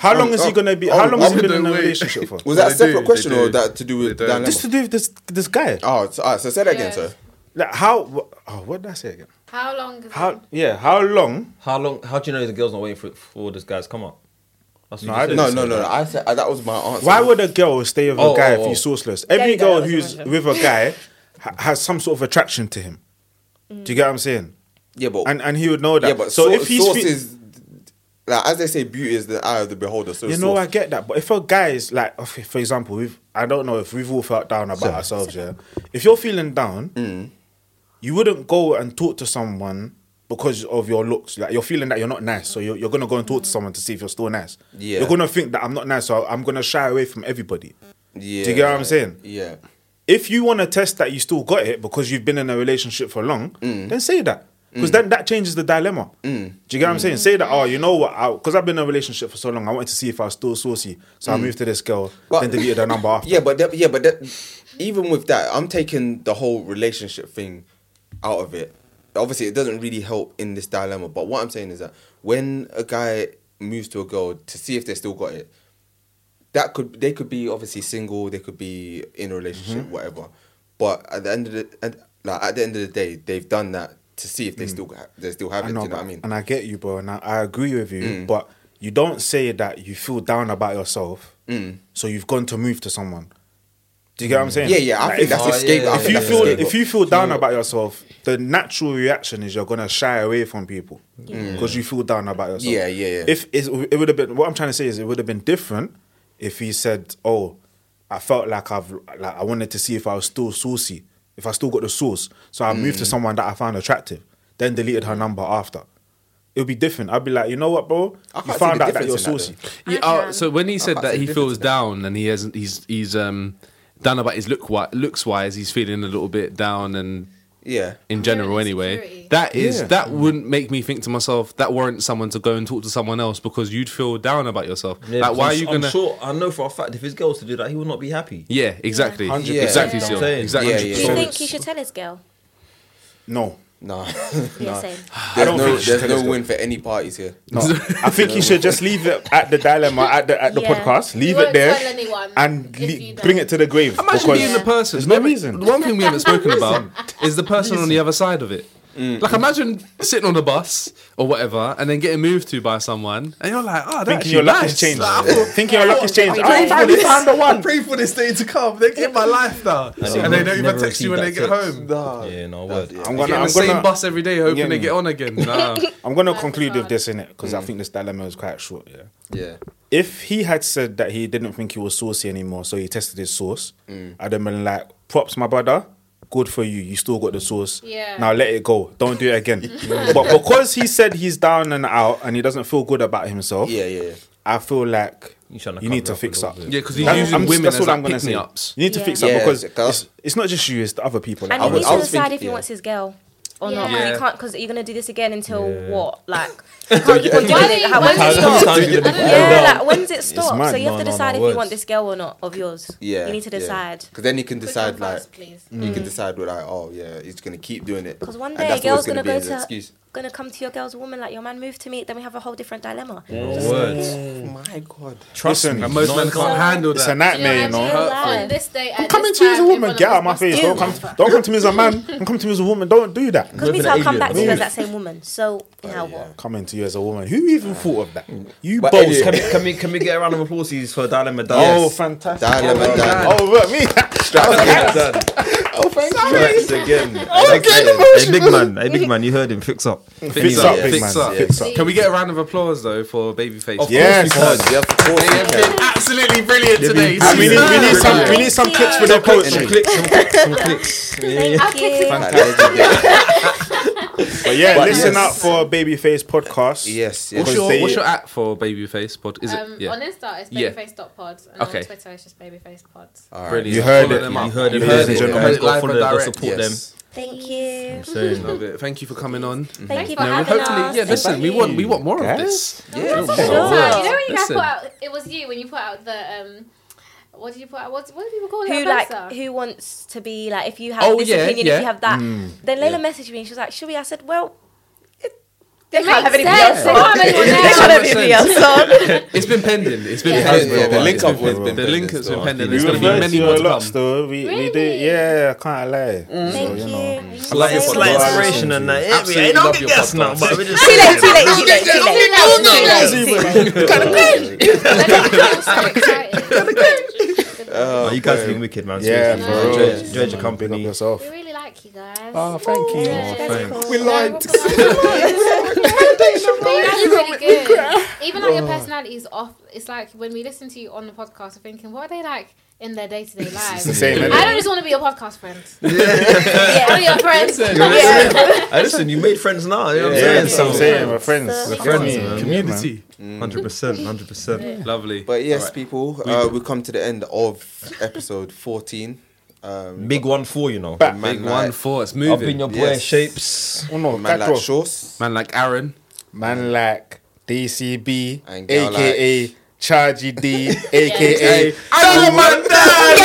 Speaker 5: How long is he gonna be? How
Speaker 1: oh,
Speaker 5: long has
Speaker 1: oh,
Speaker 5: he been in a
Speaker 4: no way.
Speaker 5: relationship for?
Speaker 1: Was that a
Speaker 4: They do,
Speaker 1: separate
Speaker 4: they
Speaker 1: question
Speaker 4: do.
Speaker 1: or that to do with
Speaker 4: They do.
Speaker 1: dilemma?
Speaker 5: This to do with this this guy.
Speaker 1: Oh, so, all right, so say that again,
Speaker 6: Yeah.
Speaker 1: sir.
Speaker 5: Like, how? wh- Oh, what did I say again?
Speaker 6: How long? Is
Speaker 5: How? Yeah, how long?
Speaker 2: How long? How do you know the girl's not waiting for, for this guy's come up? That's what
Speaker 5: No,
Speaker 2: you
Speaker 5: I
Speaker 2: said.
Speaker 5: didn't
Speaker 1: No, no, no. I said uh, that was my answer.
Speaker 5: Why would a girl stay with
Speaker 2: Oh,
Speaker 5: a guy
Speaker 2: oh,
Speaker 5: if
Speaker 2: oh.
Speaker 5: he's sourceless?
Speaker 3: There
Speaker 5: Every
Speaker 3: you go,
Speaker 5: girl
Speaker 3: that was
Speaker 5: who's
Speaker 3: the
Speaker 5: with a guy ha- has some sort of attraction to him. Do you get what I'm saying?
Speaker 1: Yeah, but
Speaker 5: And and he would know that.
Speaker 1: yeah, but
Speaker 5: so
Speaker 1: so
Speaker 5: if he's
Speaker 1: source
Speaker 5: fe-
Speaker 1: is like as they say, beauty is the eye of the beholder. So
Speaker 5: you know, I
Speaker 1: source,
Speaker 5: get that. But if a guy is like, okay, for example, we've, I don't know if we've all felt down about ourselves, yeah. If you're feeling down, you wouldn't go and talk to someone because of your looks. Like you're feeling that you're not nice, so you're, you're gonna go and talk to someone to see if you're still nice.
Speaker 1: Yeah.
Speaker 5: You're gonna think that I'm not nice, so I'm gonna shy away from everybody.
Speaker 1: yeah,
Speaker 5: Do you get what I'm saying?
Speaker 1: Yeah,
Speaker 5: If you want to test that you still got it because you've been in a relationship for long,
Speaker 1: Mm.
Speaker 5: then say that. Because then that changes the dilemma. Do you get what I'm saying? Say that, oh, you know what? Because I've been in a relationship for so long, I wanted to see if I was still saucy. So I moved to this girl,
Speaker 1: Mm. But-
Speaker 5: then deleted her number after.
Speaker 1: yeah, but that, yeah, but that, even with that, I'm taking the whole relationship thing out of it. Obviously, it doesn't really help in this dilemma. But what I'm saying is that when a guy moves to a girl to see if they still got it, that could they could be obviously single, they could be in a relationship,
Speaker 5: Mm-hmm.
Speaker 1: whatever. But at the end of the and, like at the end of the day, they've done that to see if they still ha- they still have
Speaker 5: Mm. I
Speaker 1: it.
Speaker 5: know,
Speaker 1: do you know
Speaker 5: but-
Speaker 1: what I mean? Mm.
Speaker 5: And I get you, bro, and I, I agree with you, but you don't say that you feel down about yourself, so you've gone to move to someone. Do you get what I'm saying?
Speaker 1: Mm. Yeah, yeah. I
Speaker 5: Like,
Speaker 1: think
Speaker 5: if-
Speaker 1: that's
Speaker 2: Oh,
Speaker 1: the scapegoat.
Speaker 2: yeah,
Speaker 1: I
Speaker 2: yeah,
Speaker 5: if
Speaker 1: think
Speaker 5: you
Speaker 1: that's the
Speaker 5: feel
Speaker 1: scapegoat.
Speaker 5: if you feel down about yourself, the natural reaction is you're gonna shy away from people because you feel down about yourself.
Speaker 1: Yeah, yeah, yeah.
Speaker 5: If it's, it would have been what I'm trying to say is it would have been different if he said, "Oh, I felt like I've like I wanted to see if I was still saucy, if I still got the sauce, so I moved
Speaker 1: Mm.
Speaker 5: to someone that I found attractive, then deleted her number after." It would be different. I'd be like, you know what, bro?
Speaker 1: I
Speaker 5: You
Speaker 1: can't see
Speaker 5: found
Speaker 1: the
Speaker 5: out that you're
Speaker 1: difference in that,
Speaker 5: saucy.
Speaker 4: Yeah,
Speaker 3: I
Speaker 4: uh,
Speaker 3: can.
Speaker 4: so when he said
Speaker 1: can't
Speaker 4: that
Speaker 1: see
Speaker 4: he
Speaker 1: the
Speaker 4: feels
Speaker 1: difference
Speaker 4: down and he hasn't, he's he's um down about his look wi- looks wise, he's feeling a little bit down and
Speaker 1: yeah.
Speaker 4: in general anyway.
Speaker 6: insecurity.
Speaker 4: That is
Speaker 5: Yeah.
Speaker 4: that wouldn't make me think to myself that warrants someone to go and talk to someone else because you'd feel down about yourself.
Speaker 2: Yeah,
Speaker 4: like why are
Speaker 2: because
Speaker 4: you
Speaker 2: I'm
Speaker 4: gonna?
Speaker 2: sure I know for a fact if his girl's to do that, he would not be happy.
Speaker 4: Yeah, exactly,
Speaker 1: Yeah.
Speaker 4: exactly,
Speaker 3: Yeah.
Speaker 4: Seal.
Speaker 2: Yeah.
Speaker 4: exactly.
Speaker 1: Yeah,
Speaker 3: Do
Speaker 1: yeah.
Speaker 3: you
Speaker 1: So
Speaker 3: think he should tell his girl?
Speaker 5: No.
Speaker 1: Nah.
Speaker 3: Yeah, same.
Speaker 1: There's
Speaker 5: don't
Speaker 1: no,
Speaker 5: think she
Speaker 1: there's
Speaker 5: should
Speaker 1: no
Speaker 5: tell us
Speaker 1: win for any parties here.
Speaker 5: No, I think you should just leave it at the dilemma at the at the
Speaker 3: Yeah.
Speaker 5: podcast.
Speaker 6: You
Speaker 5: Leave it
Speaker 6: won't
Speaker 5: there
Speaker 6: tell anyone
Speaker 5: and
Speaker 6: if
Speaker 5: le-
Speaker 6: you don't.
Speaker 5: bring it to the grave.
Speaker 4: Imagine
Speaker 5: because
Speaker 4: being the person.
Speaker 5: There's no
Speaker 4: Never-
Speaker 5: reason.
Speaker 4: One thing we haven't spoken about is the person on the other side of it.
Speaker 5: Mm.
Speaker 4: Like imagine sitting on a bus or whatever, and then getting moved to by someone, and you're like, "Oh, that's
Speaker 5: Thinking your luck
Speaker 4: life
Speaker 5: has
Speaker 4: nice.
Speaker 5: changed.
Speaker 4: Like,
Speaker 5: Thinking your luck has changed. I
Speaker 3: Pray for
Speaker 5: finally found the
Speaker 4: I
Speaker 5: one.
Speaker 4: pray for this day to come. They get my life now,
Speaker 2: they
Speaker 4: and they don't even
Speaker 2: never
Speaker 4: text you when they
Speaker 2: receive
Speaker 4: get
Speaker 2: that text.
Speaker 4: home.
Speaker 2: Yeah, no
Speaker 5: I'm
Speaker 2: word.
Speaker 4: They get
Speaker 5: gonna,
Speaker 4: on
Speaker 5: I'm
Speaker 4: the same
Speaker 5: gonna,
Speaker 4: bus every day, hoping
Speaker 5: Yeah.
Speaker 4: they get on again. Nah.
Speaker 5: I'm gonna conclude with this in it because
Speaker 4: Hmm.
Speaker 5: I think this dilemma is quite short. Yeah.
Speaker 1: Yeah.
Speaker 5: If he had said that he didn't think he was saucy anymore, so he tested his sauce,
Speaker 1: Mm.
Speaker 5: I'd have been like, "Props, my brother. Good for you. You still got the sauce.
Speaker 6: Yeah.
Speaker 5: Now let it go. Don't do it again." but because he said he's down and out and he doesn't feel good about himself,
Speaker 1: Yeah, yeah, yeah.
Speaker 5: I feel like you,
Speaker 2: You tryna
Speaker 5: need
Speaker 2: cover
Speaker 5: to
Speaker 2: up a
Speaker 5: fix
Speaker 2: little
Speaker 5: up.
Speaker 2: bit.
Speaker 4: Yeah, 'cause he's
Speaker 5: That's-
Speaker 4: using
Speaker 5: I'm-
Speaker 4: women
Speaker 5: that's
Speaker 4: as,
Speaker 5: all
Speaker 4: like,
Speaker 5: I'm gonna say.
Speaker 4: pick-me-ups.
Speaker 5: You need to
Speaker 3: Yeah.
Speaker 5: fix up
Speaker 1: Yeah,
Speaker 5: because
Speaker 1: because-
Speaker 5: it's, it's not just you; it's the other people.
Speaker 3: And
Speaker 1: I
Speaker 3: he
Speaker 1: would-
Speaker 3: needs
Speaker 1: I
Speaker 3: to
Speaker 1: was
Speaker 3: decide
Speaker 1: thinking-
Speaker 3: if he
Speaker 1: yeah.
Speaker 3: wants his girl or not.
Speaker 6: Yeah.
Speaker 4: Yeah.
Speaker 3: You can't because you're gonna do this again until what? Like,
Speaker 6: Why do you-
Speaker 3: how-
Speaker 6: why
Speaker 3: when's
Speaker 6: do you
Speaker 3: it
Speaker 6: stop?
Speaker 3: stop?
Speaker 2: Sometimes you gotta be
Speaker 3: Yeah, like when's it stop?
Speaker 5: mad.
Speaker 3: So you have
Speaker 2: No,
Speaker 3: to
Speaker 2: no,
Speaker 3: decide
Speaker 2: no
Speaker 3: if you
Speaker 2: words.
Speaker 3: want this girl or not of yours.
Speaker 1: Yeah.
Speaker 3: you need to decide.
Speaker 1: Because then you can decide,
Speaker 6: one
Speaker 1: like,
Speaker 6: first, please?
Speaker 1: you can decide, like, oh, yeah, he's going to keep doing it.
Speaker 3: Because one
Speaker 1: And
Speaker 3: day a
Speaker 1: that's always
Speaker 3: girl's gonna,
Speaker 1: gonna
Speaker 3: go
Speaker 1: be
Speaker 3: to
Speaker 1: his excuse.
Speaker 3: gonna come to your girl's woman like your man moved to me. Then we have a whole different dilemma.
Speaker 2: No words.
Speaker 5: Oh
Speaker 1: my God.
Speaker 2: Trust
Speaker 5: Listen,
Speaker 2: me.
Speaker 5: and
Speaker 4: Most
Speaker 2: no
Speaker 4: men
Speaker 2: one
Speaker 4: can't handle
Speaker 5: It's a
Speaker 4: that.
Speaker 5: nightmare, you
Speaker 6: and
Speaker 5: know.
Speaker 3: Hurtful.
Speaker 6: on this day, at
Speaker 5: Coming
Speaker 6: this
Speaker 5: to you as a
Speaker 6: time,
Speaker 5: woman,
Speaker 6: people
Speaker 5: get
Speaker 6: on
Speaker 5: out of my
Speaker 6: this
Speaker 5: face.
Speaker 6: bus
Speaker 5: Don't
Speaker 6: do.
Speaker 5: come, don't come to me as a man. Don't come to me as a woman. Don't do that.
Speaker 3: Because me
Speaker 2: Living
Speaker 3: I'll
Speaker 2: an
Speaker 3: come back to you as
Speaker 2: alien.
Speaker 3: that same woman. So now what?
Speaker 5: Coming to you as a woman. Who even thought of that? You
Speaker 1: But
Speaker 5: both.
Speaker 1: anyway-
Speaker 2: Can we, can, we, can we get a round of applause please, for Dilemma Dad?
Speaker 5: Oh, fantastic!
Speaker 1: Dilemma,
Speaker 5: oh,
Speaker 1: dilemma.
Speaker 5: Oh, look me.
Speaker 1: Oh, thank
Speaker 2: Correct again.
Speaker 1: Oh,
Speaker 2: Hey, big man. Hey, big man. You heard him. Fix up.
Speaker 5: Fix
Speaker 4: up,
Speaker 5: up, big
Speaker 4: fix
Speaker 5: man.
Speaker 4: up.
Speaker 5: Fix up.
Speaker 4: Can we get a round of applause though for Babyface?
Speaker 2: Of
Speaker 5: Yes.
Speaker 2: course we can.
Speaker 1: Yeah, of course you
Speaker 4: They've
Speaker 1: can.
Speaker 4: been absolutely brilliant today.
Speaker 5: And we need, we need some. We need some
Speaker 3: Thank
Speaker 5: clicks for
Speaker 3: you.
Speaker 5: their
Speaker 2: Some
Speaker 5: poetry.
Speaker 2: clicks, some clicks, some clicks.
Speaker 3: Thank you.
Speaker 1: Like, that is
Speaker 5: But yeah,
Speaker 1: But
Speaker 5: listen
Speaker 1: yes.
Speaker 5: out for Babyface podcast.
Speaker 1: it. Yes, yes.
Speaker 4: What's
Speaker 5: Because
Speaker 4: your,
Speaker 5: they-
Speaker 4: what's your app for Babyface Pod? Is it?
Speaker 6: Um,
Speaker 4: yeah.
Speaker 6: On Insta, it's
Speaker 4: Yeah.
Speaker 6: babyface.pod. And
Speaker 4: Okay.
Speaker 6: on Twitter, it's just babyfacepods.
Speaker 1: All right.
Speaker 4: Brilliant.
Speaker 5: You heard
Speaker 4: Follow
Speaker 5: it.
Speaker 4: them
Speaker 5: You
Speaker 4: up.
Speaker 2: heard it,
Speaker 4: You
Speaker 2: heard it.
Speaker 4: You
Speaker 2: Go
Speaker 4: heard it live
Speaker 2: follow
Speaker 4: and
Speaker 2: them, go
Speaker 4: direct.
Speaker 2: support
Speaker 1: Yes.
Speaker 3: Thank you.
Speaker 4: Love it. Thank you for coming on.
Speaker 3: Thank you for
Speaker 6: No,
Speaker 4: And
Speaker 3: having
Speaker 4: hopefully,
Speaker 3: us.
Speaker 4: yeah. Listen, we want we want more of
Speaker 5: Guys?
Speaker 4: this.
Speaker 6: You
Speaker 3: Sure.
Speaker 6: know when Oh, you guys
Speaker 4: Oh, Listen.
Speaker 6: put out, it was you when you put out the, um, what did you put out? What, what do people call it? A
Speaker 3: who like
Speaker 6: bouncer?
Speaker 3: who wants to be like if you have
Speaker 4: Oh,
Speaker 3: this
Speaker 4: yeah,
Speaker 3: opinion
Speaker 4: yeah.
Speaker 3: if you have that then Layla messaged me and she was like should we I said well it They can't have anybody
Speaker 6: sense.
Speaker 3: else
Speaker 6: They
Speaker 3: on.
Speaker 6: can't have anyone
Speaker 3: They
Speaker 6: else.
Speaker 3: can't have anybody else on.
Speaker 4: It's been pending. It's been
Speaker 1: Yeah,
Speaker 4: pending.
Speaker 1: yeah, the link
Speaker 4: It's been
Speaker 1: up was
Speaker 4: pending.
Speaker 1: been
Speaker 4: The link
Speaker 1: pending,
Speaker 4: has been
Speaker 1: so
Speaker 4: pending.
Speaker 5: We
Speaker 4: There's going to be
Speaker 5: reverse
Speaker 4: many
Speaker 5: you
Speaker 4: more
Speaker 5: a
Speaker 4: to
Speaker 5: lot
Speaker 4: come. Mm.
Speaker 5: still. We, we do,
Speaker 6: Really?
Speaker 5: yeah, can't lie.
Speaker 3: Thank
Speaker 5: So, you know.
Speaker 3: you.
Speaker 2: Like it's
Speaker 3: So
Speaker 2: like
Speaker 3: much.
Speaker 2: inspiration and that. Yeah,
Speaker 4: Absolutely
Speaker 2: we don't
Speaker 4: love
Speaker 2: get
Speaker 4: your
Speaker 2: guests now,
Speaker 4: podcast.
Speaker 2: but we just
Speaker 3: Too late, too late, too late, too late.
Speaker 5: Too
Speaker 6: I'm so excited.
Speaker 3: Too late, too late.
Speaker 2: Oh, you guys are being wicked, man.
Speaker 5: Yeah,
Speaker 2: Seriously.
Speaker 5: for real.
Speaker 2: Enjoy- enjoy your
Speaker 5: Big up
Speaker 2: company.
Speaker 5: yourself.
Speaker 6: We really like you guys.
Speaker 5: thank you.
Speaker 1: We lied.
Speaker 6: Even like your personality is off. It's like when we listen to you on the podcast, we're thinking, what are they like in their day to day
Speaker 5: the
Speaker 6: lives?
Speaker 5: same,
Speaker 6: I don't just want to be your podcast friend.
Speaker 3: Yeah.
Speaker 6: All your friends.
Speaker 3: Yeah.
Speaker 2: Hey, listen, you made friends now. You know what I'm
Speaker 5: Yeah,
Speaker 2: saying?
Speaker 5: so I'm
Speaker 2: So-
Speaker 5: saying we're friends.
Speaker 3: We're
Speaker 2: friends, man.
Speaker 4: Community.
Speaker 2: Hundred percent, hundred percent.
Speaker 4: Lovely.
Speaker 1: But yes,
Speaker 4: Alright.
Speaker 1: people, uh, we come to the end of episode 14. Um,
Speaker 2: Big one for you know.
Speaker 5: Back.
Speaker 1: man
Speaker 4: Big
Speaker 1: like-
Speaker 4: one for us.
Speaker 2: Up in
Speaker 4: Moving.
Speaker 2: your boy
Speaker 1: Yes.
Speaker 2: shapes.
Speaker 5: Oh no,
Speaker 1: Man
Speaker 5: man
Speaker 1: like
Speaker 5: like,
Speaker 1: Shorts.
Speaker 4: Man like Aaron.
Speaker 5: man like DCB,
Speaker 1: And girl
Speaker 5: aka Chargy D, aka
Speaker 2: Angle man dad.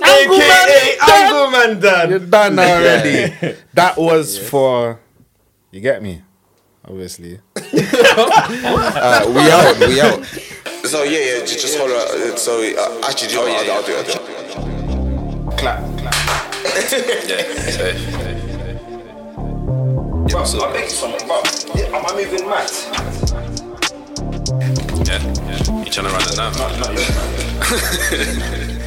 Speaker 2: AKA Angle man
Speaker 5: you're
Speaker 2: dad.
Speaker 5: done already. That was for you get me, obviously.
Speaker 1: Uh, we out, we out. So yeah, yeah, just, just hold on. So uh, actually, do it. I'll, I'll do it.
Speaker 9: Bro, I beg you something, bro. Yeah, am I moving mad? Yeah, yeah. You trying to run it now? No, not